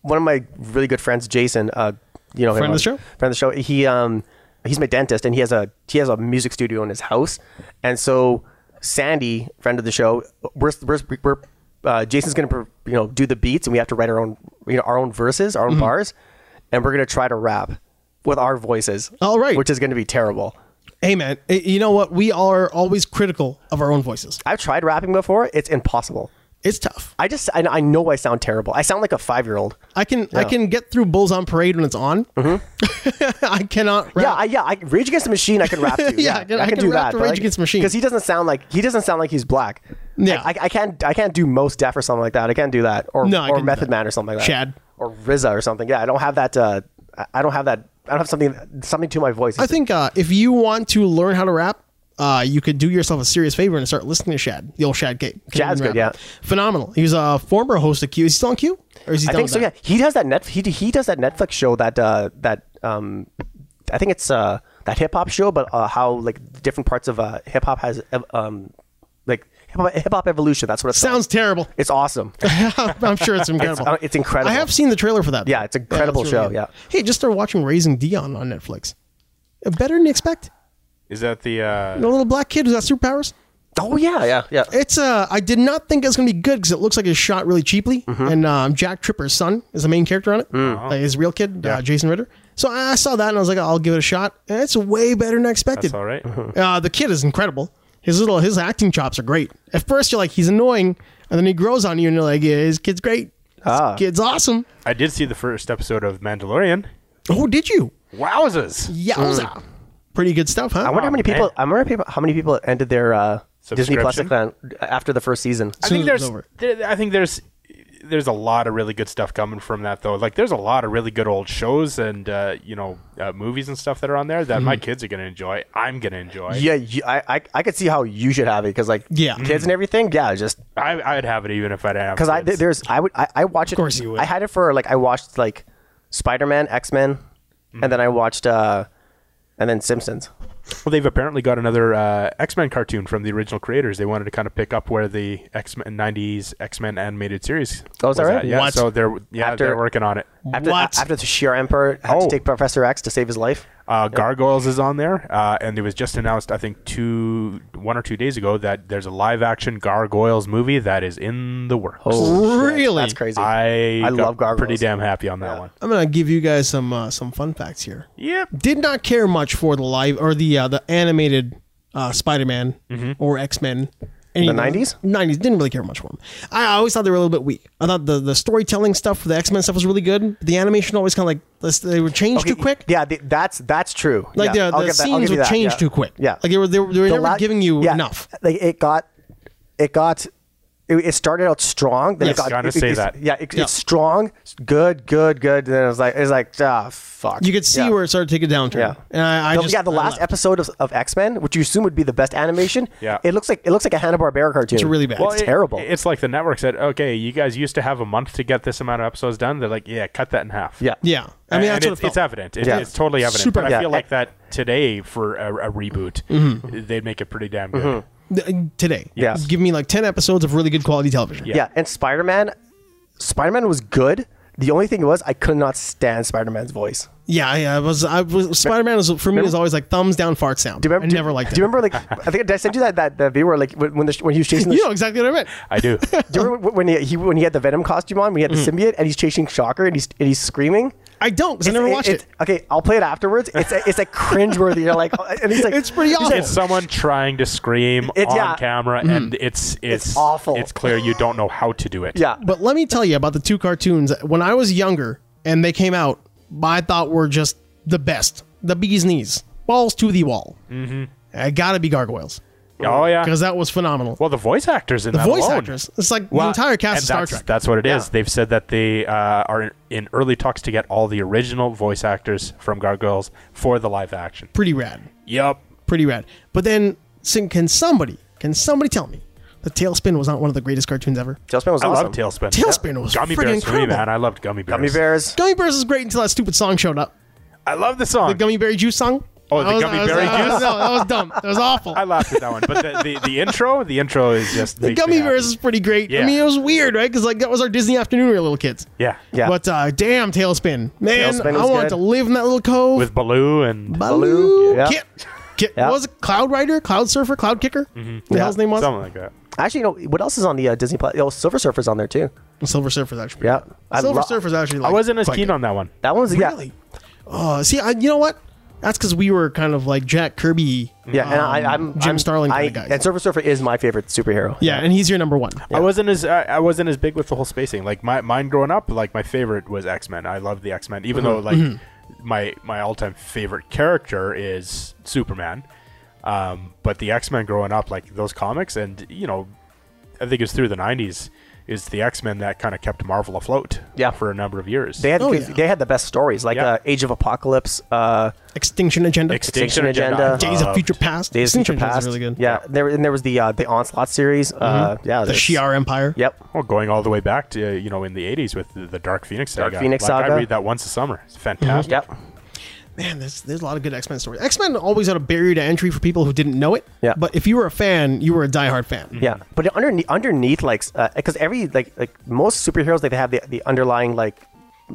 Speaker 3: one of my really good friends, Jason. Uh, you know, him
Speaker 1: Friend of the
Speaker 3: on-
Speaker 1: show?
Speaker 3: Friend of the show. He um he's my dentist, and he has a he has a music studio in his house, and so Sandy, friend of the show, we're we're, we're uh, Jason's gonna pr- you know do the beats, and we have to write our own you know our own verses,
Speaker 1: Mm-hmm.
Speaker 3: our own bars, and we're gonna try to rap with our voices.
Speaker 1: All right.
Speaker 3: which is gonna be terrible.
Speaker 1: hey man, eh, you know what? We are always critical of our own voices.
Speaker 3: I've tried rapping before; it's impossible.
Speaker 1: It's tough.
Speaker 3: I just I, I know I sound terrible. I sound like a five year old.
Speaker 1: I can I can get through Bulls on Parade when it's on. [laughs] I cannot
Speaker 3: Mm-hmm. Yeah,
Speaker 1: rap.
Speaker 3: I, yeah. I, Rage Against the Machine, I
Speaker 1: [laughs]
Speaker 3: can rap to.
Speaker 1: Yeah, I can- I can rap to Rage Against the Machine.
Speaker 3: because he doesn't sound like he doesn't sound like he's black.
Speaker 1: Yeah.
Speaker 3: I, I, I can't I can't do most deaf or something like that. I can't do that or
Speaker 1: No, I
Speaker 3: or
Speaker 1: can do
Speaker 3: Method
Speaker 1: that.
Speaker 3: Man or something like
Speaker 1: Chad.
Speaker 3: that. or RZA or something. Yeah, I don't have that. Uh, I- I don't have that. I don't have something something to my voice.
Speaker 1: I think uh, if you want to learn how to rap, uh, you could do yourself a serious favor and start listening to Shad, the old Shad Gate.
Speaker 3: Shad's good, yeah.
Speaker 1: Phenomenal. He was a former host of Q. Is he still on Q? Or is he
Speaker 3: I
Speaker 1: done
Speaker 3: think
Speaker 1: with
Speaker 3: so. Yeah,
Speaker 1: that?
Speaker 3: he does that net. He, he does that Netflix show that uh, that um, I think it's uh, that hip hop show, but uh, how like different parts of uh, hip hop has ev- um, like hip hop evolution. That's what it
Speaker 1: Sounds terrible. [laughs]
Speaker 3: It's awesome.
Speaker 1: I'm sure it's incredible.
Speaker 3: uh, it's incredible.
Speaker 1: I have seen the trailer for that.
Speaker 3: Yeah, it's an incredible show,
Speaker 1: good.
Speaker 3: yeah.
Speaker 1: Hey, just start watching Raising Dion on Netflix. Better than you expect.
Speaker 2: Is that the?
Speaker 1: The
Speaker 2: Uh,
Speaker 1: little black kid who's got superpowers.
Speaker 3: oh yeah, yeah, yeah.
Speaker 1: It's uh, I did not think it was gonna be good because it looks like it's shot really cheaply,
Speaker 3: Mm-hmm.
Speaker 1: and um, Jack Tripper's son is the main character on it,
Speaker 3: Mm.
Speaker 1: like his real kid, uh, Jason Ritter. So I I saw that and I was like, I'll give it a shot. And it's way better than I expected.
Speaker 2: it's all right.
Speaker 1: Uh, the kid is incredible. His little his acting chops are great. At first you're like he's annoying, and then he grows on you, and you're like, yeah, his kid's great. His
Speaker 3: Ah.
Speaker 1: kid's awesome.
Speaker 2: [laughs] I did see the first episode of Mandalorian.
Speaker 1: Oh, did you?
Speaker 2: Wowzers!
Speaker 1: Yowza! Pretty good stuff, huh?
Speaker 3: Mm. I wonder how many people.
Speaker 2: man.
Speaker 3: I wonder people, how many people ended their uh, Disney Plus account after the first season.
Speaker 2: I
Speaker 1: soon as
Speaker 2: think
Speaker 1: it was
Speaker 2: there's.
Speaker 1: over.
Speaker 2: There, I think there's. There's a lot of really good stuff coming from that, though. Like, there's a lot of really good old shows and uh, you know uh, movies and stuff that are on there that my kids are gonna enjoy. I'm gonna enjoy.
Speaker 3: Hmm. Yeah, you, I, I I could see how you should have it because like
Speaker 1: Yeah.
Speaker 3: kids and everything. Yeah, just
Speaker 2: I, I'd have it even if I didn't have
Speaker 3: because I
Speaker 2: kids.
Speaker 3: there's I would I, I watch it. Of
Speaker 1: course you would.
Speaker 3: I had it for like I watched like Spider Man, X Men, and then I watched uh and then Simpsons.
Speaker 2: Well, they've apparently got another uh, X Men cartoon from the original creators. They wanted to kind of pick up where the X Men '90s X Men animated series.
Speaker 3: Oh, is that
Speaker 2: was
Speaker 3: right?
Speaker 2: at. Yeah.
Speaker 1: What?
Speaker 2: So they're yeah
Speaker 3: After-
Speaker 2: they're working on it.
Speaker 3: After, uh,
Speaker 1: What?
Speaker 3: after the Sheer Emperor had to
Speaker 2: Oh.
Speaker 3: take Professor X to save his life.
Speaker 2: Uh, Gargoyles is on there, uh, and it was just announced I think two one or two days ago that there's a live action Gargoyles movie that is in the works.
Speaker 3: Holy shit,
Speaker 1: Oh. Really?
Speaker 3: That's crazy.
Speaker 2: I
Speaker 3: Oh, I
Speaker 2: got
Speaker 3: love Gargoyles.
Speaker 2: Pretty damn happy on that one.
Speaker 1: I'm gonna give you guys some uh, some fun facts here.
Speaker 2: Yep.
Speaker 1: did not care much for the live or the uh, the animated uh, Spider Man
Speaker 2: Mm-hmm.
Speaker 1: or X Men.
Speaker 3: The 90s?
Speaker 1: Nineties didn't really care much for them. I I always thought they were a little bit weak. I thought the, the storytelling stuff for the X Men stuff was really good. The animation always kind of like this- they were changed too quick.
Speaker 3: Yeah, th- that's that's true.
Speaker 1: Like
Speaker 3: yeah,
Speaker 1: the,
Speaker 3: I'll
Speaker 1: the
Speaker 3: give that- I'll
Speaker 1: scenes
Speaker 3: give you
Speaker 1: would
Speaker 3: that,
Speaker 1: change
Speaker 3: yeah.
Speaker 1: too quick.
Speaker 3: Yeah,
Speaker 1: like they were they were, they were
Speaker 3: The
Speaker 1: never
Speaker 3: la-
Speaker 1: giving you
Speaker 3: yeah,
Speaker 1: enough.
Speaker 3: Like it got it got it, it started out strong. Then
Speaker 1: Yes.
Speaker 3: it got
Speaker 2: Gotta
Speaker 3: it-
Speaker 2: say
Speaker 3: it's-
Speaker 2: that.
Speaker 3: Yeah, it,
Speaker 1: Yeah.
Speaker 3: it's strong, good, good, good. And then it was like it's like ah fuck.
Speaker 1: You could see
Speaker 3: Yeah.
Speaker 1: where it started to take a downturn.
Speaker 3: Yeah.
Speaker 1: And I, I
Speaker 3: the,
Speaker 1: just
Speaker 3: yeah, the
Speaker 1: I
Speaker 3: last
Speaker 1: left.
Speaker 3: episode of, of X Men, which you assume would be the best animation.
Speaker 2: Yeah.
Speaker 3: it looks like it looks like a Hanna Barbera cartoon.
Speaker 1: It's really bad.
Speaker 2: Well,
Speaker 3: it's
Speaker 2: it-
Speaker 3: terrible.
Speaker 2: It's like the network said, okay, you guys used to have a month to get this amount of episodes done. They're like, yeah, cut that in half.
Speaker 3: yeah,
Speaker 1: Yeah. I mean,
Speaker 2: And
Speaker 1: that's what it
Speaker 2: it's,
Speaker 1: felt
Speaker 2: it's evident. It-
Speaker 3: Yeah.
Speaker 2: It's totally evident.
Speaker 1: Super-
Speaker 2: but I
Speaker 3: yeah.
Speaker 2: feel like that today for a, a reboot,
Speaker 1: Mm-hmm.
Speaker 2: they'd make it pretty damn good.
Speaker 3: Mm-hmm.
Speaker 1: Th- today.
Speaker 3: Yeah.
Speaker 1: Give me like 10 episodes of really good quality television.
Speaker 2: Yeah.
Speaker 3: Yeah, and Spider Man, Spider Man was good. The only thing was I could not stand Spider Man's voice.
Speaker 1: Yeah, I, I was. I was. Spider Man was for me is always like thumbs down, fart sound.
Speaker 3: Do you remember?
Speaker 1: I
Speaker 3: do-
Speaker 1: never liked
Speaker 3: Do you
Speaker 1: it.
Speaker 3: remember? Like I think did I sent you that that, that video where like when when, the,
Speaker 1: [laughs]
Speaker 3: when he was chasing. The
Speaker 1: You know exactly what I meant.
Speaker 2: I
Speaker 1: [laughs]
Speaker 2: do.
Speaker 3: do you remember when he, he when he had the Venom costume on? We had the symbiote, and he's chasing Shocker, and he's and he's screaming.
Speaker 1: I don't because I never watched it.
Speaker 3: Okay, I'll play it afterwards. It's a, it's like cringeworthy. You're like, [laughs] and he's like,
Speaker 1: It's pretty
Speaker 3: he's like,
Speaker 2: it's someone trying to scream
Speaker 3: It-
Speaker 2: on
Speaker 3: yeah.
Speaker 2: camera,
Speaker 1: Mm-hmm.
Speaker 2: and it's, it's
Speaker 3: awful.
Speaker 2: It's clear you don't know how to do it.
Speaker 3: yeah,
Speaker 1: But let me tell you about the two cartoons. When I was younger and they came out, I thought were just the best. The bee's knees, balls to the wall. Mm-hmm. I gotta be gargoyles
Speaker 2: Oh yeah.
Speaker 1: because that was phenomenal.
Speaker 2: Well, the voice actors in the that
Speaker 1: Voice
Speaker 2: alone.
Speaker 1: actors. It's like
Speaker 2: Well,
Speaker 1: the entire cast of
Speaker 2: and
Speaker 1: Star
Speaker 2: that's,
Speaker 1: Trek.
Speaker 2: That's what it is.
Speaker 3: Yeah.
Speaker 2: They've said that they uh, are in- in early talks to get all the original voice actors from Gargoyles for the live action.
Speaker 1: Pretty rad.
Speaker 2: Yup.
Speaker 1: Pretty rad. But then, sing- can somebody? Can somebody tell me? The Tailspin was not one of the greatest cartoons ever.
Speaker 3: Tailspin was
Speaker 2: I
Speaker 3: awesome.
Speaker 2: love Tailspin.
Speaker 1: Tailspin was
Speaker 2: gummy
Speaker 1: friggin'
Speaker 2: bears for me,
Speaker 1: incredible.
Speaker 2: man. I loved gummy bears.
Speaker 3: Gummy bears.
Speaker 1: Gummy Bears is great until that stupid song showed up.
Speaker 2: I love the song.
Speaker 1: The Gummy Berry Juice song.
Speaker 2: Oh, the
Speaker 1: I was-
Speaker 2: Gummy
Speaker 1: I was-
Speaker 2: Berry
Speaker 1: I was-
Speaker 2: Juice?
Speaker 1: No, that was dumb. That was awful.
Speaker 2: I laughed at that one, but the, the, the intro, the intro is
Speaker 1: [laughs]
Speaker 2: just
Speaker 1: the Gummy Bears is pretty great. I
Speaker 2: Yeah.
Speaker 1: mean, it was weird, right? Because like that was our Disney afternoon when we were little kids.
Speaker 2: Yeah,
Speaker 3: Yeah.
Speaker 1: But uh, damn, Tailspin, man,
Speaker 3: Tailspin
Speaker 1: I
Speaker 3: was
Speaker 1: wanted
Speaker 3: good.
Speaker 1: to live in that little cove.
Speaker 2: with Baloo and
Speaker 1: Baloo,
Speaker 3: Yeah.
Speaker 1: Kit, Kit
Speaker 3: Yeah.
Speaker 1: was it Cloud Rider, Cloud Surfer, Cloud Kicker.
Speaker 2: Mm-hmm.
Speaker 1: The hell's name was
Speaker 2: something like that.
Speaker 3: Actually, you know what else is on the uh, Disney Plus? Oh, Silver Surfer's on there too.
Speaker 1: Silver Surfer's actually.
Speaker 3: Yeah, I
Speaker 1: Silver
Speaker 3: lo-
Speaker 1: Surfer's actually.
Speaker 2: I
Speaker 1: Like,
Speaker 2: wasn't as
Speaker 1: quite
Speaker 2: keen
Speaker 1: good.
Speaker 2: on that one.
Speaker 3: That one's yeah,
Speaker 1: Really? Oh, see, I, you know what? That's because we were kind of like Jack Kirby. uh,
Speaker 3: yeah. And I, I'm
Speaker 1: Jim
Speaker 3: I'm,
Speaker 1: Starlin
Speaker 3: I,
Speaker 1: kinda guys.
Speaker 3: And Silver Surfer is my favorite superhero.
Speaker 1: Yeah, and he's your number one.
Speaker 2: I wasn't as I, I wasn't as big with the whole spacing. Like my mine growing up, like my favorite was X Men. I loved the X Men, even
Speaker 3: Mm-hmm.
Speaker 2: though like my my all time favorite character is Superman. Um, but the X Men growing up, like those comics, and you know, I think it was through the '90s, is the X Men that kind of kept Marvel afloat.
Speaker 3: Yeah.
Speaker 2: for a number of years.
Speaker 3: They had
Speaker 1: Oh, yeah.
Speaker 3: they had the best stories like
Speaker 2: Yeah.
Speaker 3: uh, Age of Apocalypse, uh,
Speaker 1: Extinction Agenda.
Speaker 2: Extinction,
Speaker 3: Extinction
Speaker 2: Agenda,
Speaker 3: Agenda.
Speaker 2: I
Speaker 1: Days of
Speaker 2: loved.
Speaker 1: Future Past.
Speaker 3: Days of
Speaker 1: Extinction
Speaker 3: Future
Speaker 1: Agenda's
Speaker 3: Past.
Speaker 1: really good.
Speaker 3: Yeah, there and there was the uh, the Onslaught series. Uh,
Speaker 2: Mm-hmm.
Speaker 3: yeah,
Speaker 1: the
Speaker 3: there's-
Speaker 1: Shi'ar Empire.
Speaker 3: Yep.
Speaker 2: Well, going all the way back to you know in the '80s with the, the Dark Phoenix saga.
Speaker 3: Dark Phoenix
Speaker 2: like,
Speaker 3: saga. Mm-hmm.
Speaker 2: I read that once a summer. It's fantastic.
Speaker 3: Yep.
Speaker 1: Man, there's there's a lot of good X Men stories. X Men always had a barrier to entry for people who didn't know it.
Speaker 3: Yeah.
Speaker 1: But if you were a fan, you were a diehard fan.
Speaker 3: Yeah, but underneath, underneath, like, because every like like most superheroes, like they have the the underlying like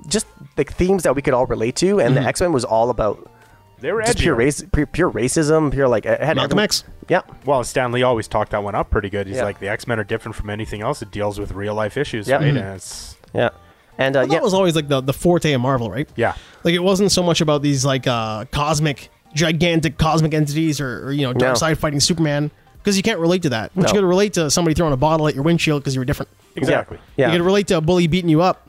Speaker 3: just like themes that we could all relate to, and the X Men was all about
Speaker 2: They were Mm-hmm.
Speaker 3: just
Speaker 2: edgy.
Speaker 3: pure race, pure, pure racism, pure like it had
Speaker 1: Malcolm
Speaker 3: every-
Speaker 1: X.
Speaker 3: Yeah,
Speaker 2: Well, Stan Lee always talked that one up pretty good. He's
Speaker 3: Yeah.
Speaker 2: like, the X Men are different from anything else. It deals with real life issues,
Speaker 3: Yeah.
Speaker 2: right?
Speaker 3: Mhm.
Speaker 2: And
Speaker 1: Mm-hmm.
Speaker 2: it's,
Speaker 3: yeah, and uh,
Speaker 1: That
Speaker 3: yeah,
Speaker 1: was always like the, the forte of Marvel, right?
Speaker 2: yeah.
Speaker 1: Like it wasn't so much about these like uh, cosmic, gigantic cosmic entities or, or you know Dark Side fighting Superman because you can't relate to that. But
Speaker 3: No.
Speaker 1: you could relate to somebody throwing a bottle at your windshield because you were different.
Speaker 2: Exactly.
Speaker 3: Yeah.
Speaker 1: You could relate to a bully beating you up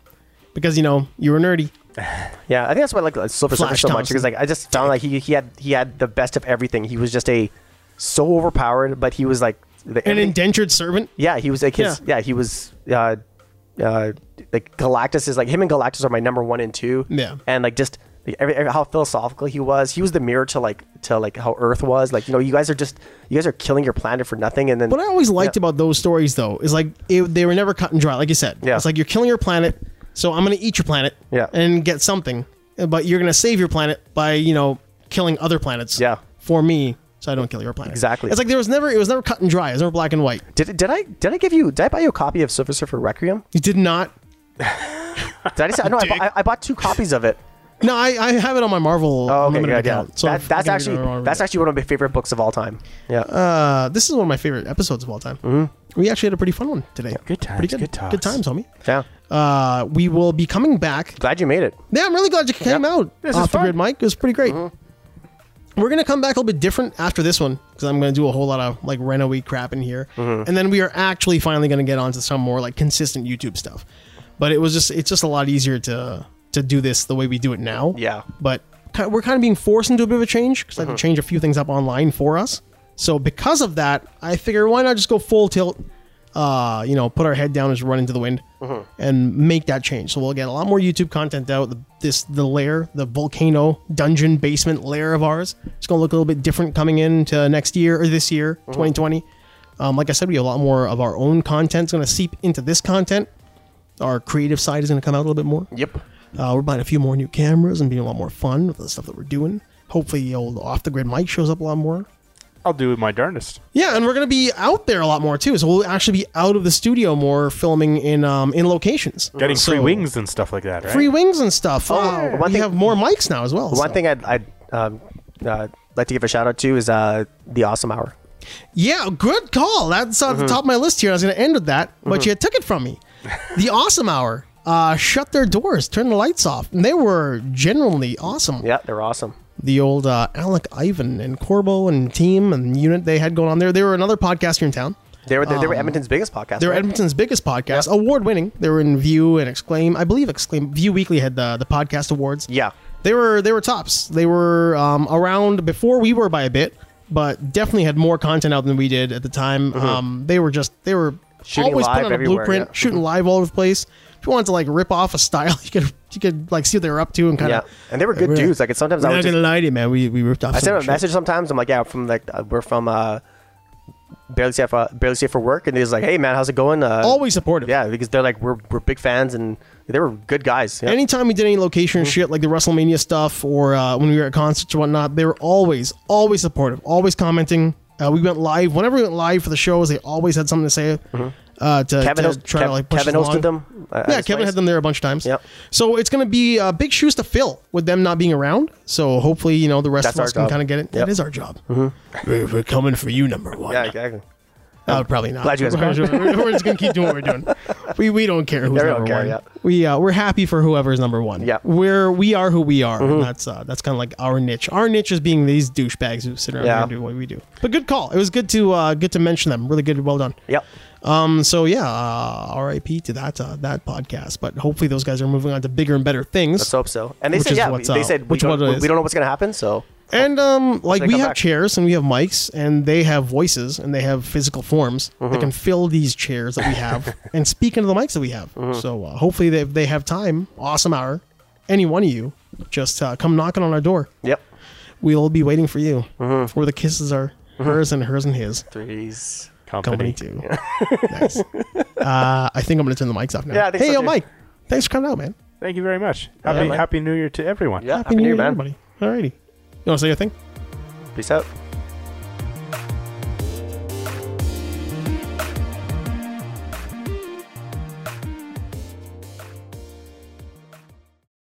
Speaker 1: because you know you were nerdy.
Speaker 3: yeah, I think that's why I like uh, Silver Surfer
Speaker 1: Flash
Speaker 3: so much
Speaker 1: Thompson.
Speaker 3: because like I just found like he he had he had the best of everything. He was just a so overpowered, but he was like the,
Speaker 1: An
Speaker 3: everything-
Speaker 1: indentured servant.
Speaker 3: Yeah, he was like his.
Speaker 1: Yeah.
Speaker 3: Yeah, he was. Uh, uh, like Galactus is like him and Galactus are my number one and two.
Speaker 1: Yeah.
Speaker 3: and like just like, every, every, how philosophical he was. He was the mirror to like to like how Earth was. Like you know, you guys are just you guys are killing your planet for nothing. And then
Speaker 1: What I always liked about those stories, though, is like it, they were never cut and dry. Like you said,
Speaker 3: Yeah.
Speaker 1: it's like you're killing your planet, so I'm gonna eat your planet,
Speaker 3: Yeah.
Speaker 1: and get something, but you're gonna save your planet by you know killing other planets,
Speaker 3: Yeah.
Speaker 1: for me, so I don't kill your planet.
Speaker 3: Exactly.
Speaker 1: It's like there was never it was never cut and dry. It was never black and white.
Speaker 3: did did I did I give you did I buy you a copy of Silver Surfer Requiem?
Speaker 1: You did not.
Speaker 3: Did I
Speaker 1: [laughs]
Speaker 3: just I know I, bought, I, I bought two copies of it.
Speaker 1: No, I, I have it on my Marvel
Speaker 3: Oh, okay,
Speaker 1: Unlimited
Speaker 3: good, yeah.
Speaker 1: account. So
Speaker 3: that,
Speaker 1: I'm
Speaker 3: that's
Speaker 1: gonna
Speaker 3: actually
Speaker 1: go over
Speaker 3: that's
Speaker 1: it.
Speaker 3: actually one of my favorite books of all time. Yeah,
Speaker 1: uh, this is one of my favorite episodes of all time. Mm-hmm. We actually had a pretty fun one today.
Speaker 2: Good times,
Speaker 1: Pretty
Speaker 2: good times.
Speaker 1: Good times, homie.
Speaker 3: yeah.
Speaker 1: Uh, we will be coming back
Speaker 3: Glad you made it.
Speaker 1: Yeah, I'm really glad you came out.
Speaker 2: This is
Speaker 1: off the
Speaker 2: fun. Mm-hmm.
Speaker 1: grid, Mike. It was pretty great. We're gonna come back a little bit different after this one because I'm gonna do a whole lot of like reno-y crap in here,
Speaker 2: Mm-hmm.
Speaker 1: and then we are actually finally gonna get onto some more like consistent YouTube stuff. But it was just it's just a lot easier to to do this the way we do it now.
Speaker 3: Yeah.
Speaker 1: But ki- we're kind of being forced into a bit of a change because
Speaker 2: Mm-hmm.
Speaker 1: I had to change a few things up online for us. So because of that, I figure why not just go full tilt uh, you know, put our head down and just run into the wind and make that change. So we'll get a lot more YouTube content out. The, this the lair, the volcano dungeon basement lair of ours. It's gonna look a little bit different coming into next year or this year, 2020. Um, like I said, we have a lot more of our own content. It's gonna seep into this content. Our creative side is gonna come out a little bit more.
Speaker 3: Yep.
Speaker 1: Uh, we're buying a few more new cameras and being a lot more fun with the stuff that we're doing. Hopefully, the old off the grid mic shows up a lot more.
Speaker 2: I'll do my darndest.
Speaker 1: Yeah, and we're gonna be out there a lot more too. So we'll actually be out of the studio more, filming in um, in locations,
Speaker 2: Getting
Speaker 1: So-
Speaker 2: free wings and stuff like that, right?
Speaker 1: free wings and stuff. Uh,
Speaker 3: Oh,
Speaker 1: we
Speaker 3: one thing-
Speaker 1: have more mics now as well.
Speaker 3: One
Speaker 1: so-
Speaker 3: thing I'd, I'd um, uh, like to give a shout out to is uh, the Awesome Hour.
Speaker 1: Yeah, good call. That's on
Speaker 2: Mm-hmm.
Speaker 1: the top of my list here. I was going to end with that, but you took it from me. The Awesome Hour uh, shut their doors, turned the lights off, and they were generally awesome.
Speaker 3: Yeah, they're awesome.
Speaker 1: The old uh, Alec Ivan and Corbo and team and unit they had going on there. They were another podcast here in town.
Speaker 3: They were they, were Edmonton's biggest podcast.
Speaker 1: Oh. They're
Speaker 3: right?
Speaker 1: Edmonton's biggest podcast, award winning. They were in View and Exclaim. I believe Exclaim View Weekly had the the podcast awards.
Speaker 3: Yeah.
Speaker 1: they were they were tops. They were um, around before we were by a bit, but definitely had more content out than we did at the time. Um, they were just they were
Speaker 3: Mm-hmm. Shooting
Speaker 1: always
Speaker 3: live
Speaker 1: putting on a
Speaker 3: everywhere,
Speaker 1: blueprint,
Speaker 3: yeah.
Speaker 1: shooting live all over the place. If you wanted to like rip off a style, [laughs] you could you could like see what they were up to and kind
Speaker 3: yeah,
Speaker 1: of.
Speaker 3: and they were good
Speaker 1: We're-
Speaker 3: dudes. Like, and sometimes I
Speaker 1: I'm
Speaker 3: would
Speaker 1: not
Speaker 3: just
Speaker 1: gonna lie to you, man. We, we ripped off.
Speaker 3: I send
Speaker 1: some
Speaker 3: them a message sometimes. I'm like, yeah, from like uh, we're from uh, barely safe, uh, barely safe for work, and they're just like, hey man, how's it going? Uh,
Speaker 1: Always supportive.
Speaker 3: yeah, because they're like we're we're big fans, and they were good guys. Yeah.
Speaker 1: Anytime we did any
Speaker 3: Mm-hmm.
Speaker 1: location shit like the WrestleMania stuff or uh, when we were at concerts or whatnot, they were always, always supportive, always commenting. Uh, we went live. Whenever we went live for the shows, they always had something to say. Uh, to,
Speaker 3: Mm-hmm. Kevin,
Speaker 1: to
Speaker 3: host,
Speaker 1: try
Speaker 3: Kev-
Speaker 1: to like push
Speaker 3: Kevin
Speaker 1: us
Speaker 3: hosted
Speaker 1: along.
Speaker 3: them. uh, at
Speaker 1: Yeah,
Speaker 3: his
Speaker 1: Kevin
Speaker 3: place.
Speaker 1: had them there a bunch of times.
Speaker 3: Yep.
Speaker 1: So it's going to be uh, big shoes to fill with them not being around. So hopefully, you know, the rest
Speaker 3: That's
Speaker 1: of
Speaker 3: our
Speaker 1: us can
Speaker 3: job.
Speaker 1: kind of get it.
Speaker 3: Yep. Mm-hmm.
Speaker 1: That is our job. We're, we're coming for you, number one.
Speaker 3: Yeah, exactly.
Speaker 1: Uh, probably not. [laughs]
Speaker 3: Glad you guys
Speaker 1: we're,
Speaker 3: are.
Speaker 1: we're- we're just gonna keep doing what we're doing.
Speaker 3: [laughs]
Speaker 1: We we don't care who's
Speaker 3: Yeah, we don't
Speaker 1: number
Speaker 3: care,
Speaker 1: one.
Speaker 3: yeah.
Speaker 1: We uh, we're happy for whoever's number one.
Speaker 3: Yeah.
Speaker 1: we're we are who we are.
Speaker 3: Mm-hmm.
Speaker 1: And that's uh, that's kind of like our niche. Our niche is being these douchebags who sit around
Speaker 3: Yeah.
Speaker 1: here and do what we do. But good call. It was good to uh, good to mention them. Really good. Well done.
Speaker 3: Yep.
Speaker 1: Um. So yeah. Uh, R.I.P. to that uh, that podcast. But hopefully those guys are moving on to bigger and better things.
Speaker 3: Let's hope so. And they
Speaker 1: Which
Speaker 3: said,
Speaker 1: is
Speaker 3: yeah, we-
Speaker 1: what's
Speaker 3: they
Speaker 1: up.
Speaker 3: said we
Speaker 1: Which
Speaker 3: don't,
Speaker 1: what it
Speaker 3: we-
Speaker 1: is.
Speaker 3: we don't know what's gonna happen, so
Speaker 1: And um, like
Speaker 3: they
Speaker 1: we
Speaker 3: come
Speaker 1: have
Speaker 3: back.
Speaker 1: chairs and we have mics and they have voices and they have physical forms
Speaker 3: Mm-hmm.
Speaker 1: that can fill these chairs that we
Speaker 3: [laughs]
Speaker 1: have and speak into the mics that we have.
Speaker 3: Mm-hmm.
Speaker 1: So uh, hopefully they they have time. Awesome hour. Any one of you, just uh, come knocking on our door.
Speaker 3: yep.
Speaker 1: We'll be waiting for you.
Speaker 3: Mm-hmm.
Speaker 1: Where the kisses are hers and hers and his.
Speaker 3: Threes.
Speaker 1: Company
Speaker 2: Company.
Speaker 1: two. [laughs] nice. Uh, I think I'm gonna turn the mics off now.
Speaker 3: Yeah, I think
Speaker 1: hey,
Speaker 3: so
Speaker 1: yo,
Speaker 3: too.
Speaker 1: Mike. Thanks for coming out, man.
Speaker 2: Thank you very much. Happy,
Speaker 3: man.
Speaker 2: Happy New Year to everyone.
Speaker 3: Yeah, happy, new year, man.
Speaker 1: everybody. Alrighty. You want to say your thing?
Speaker 3: Peace out.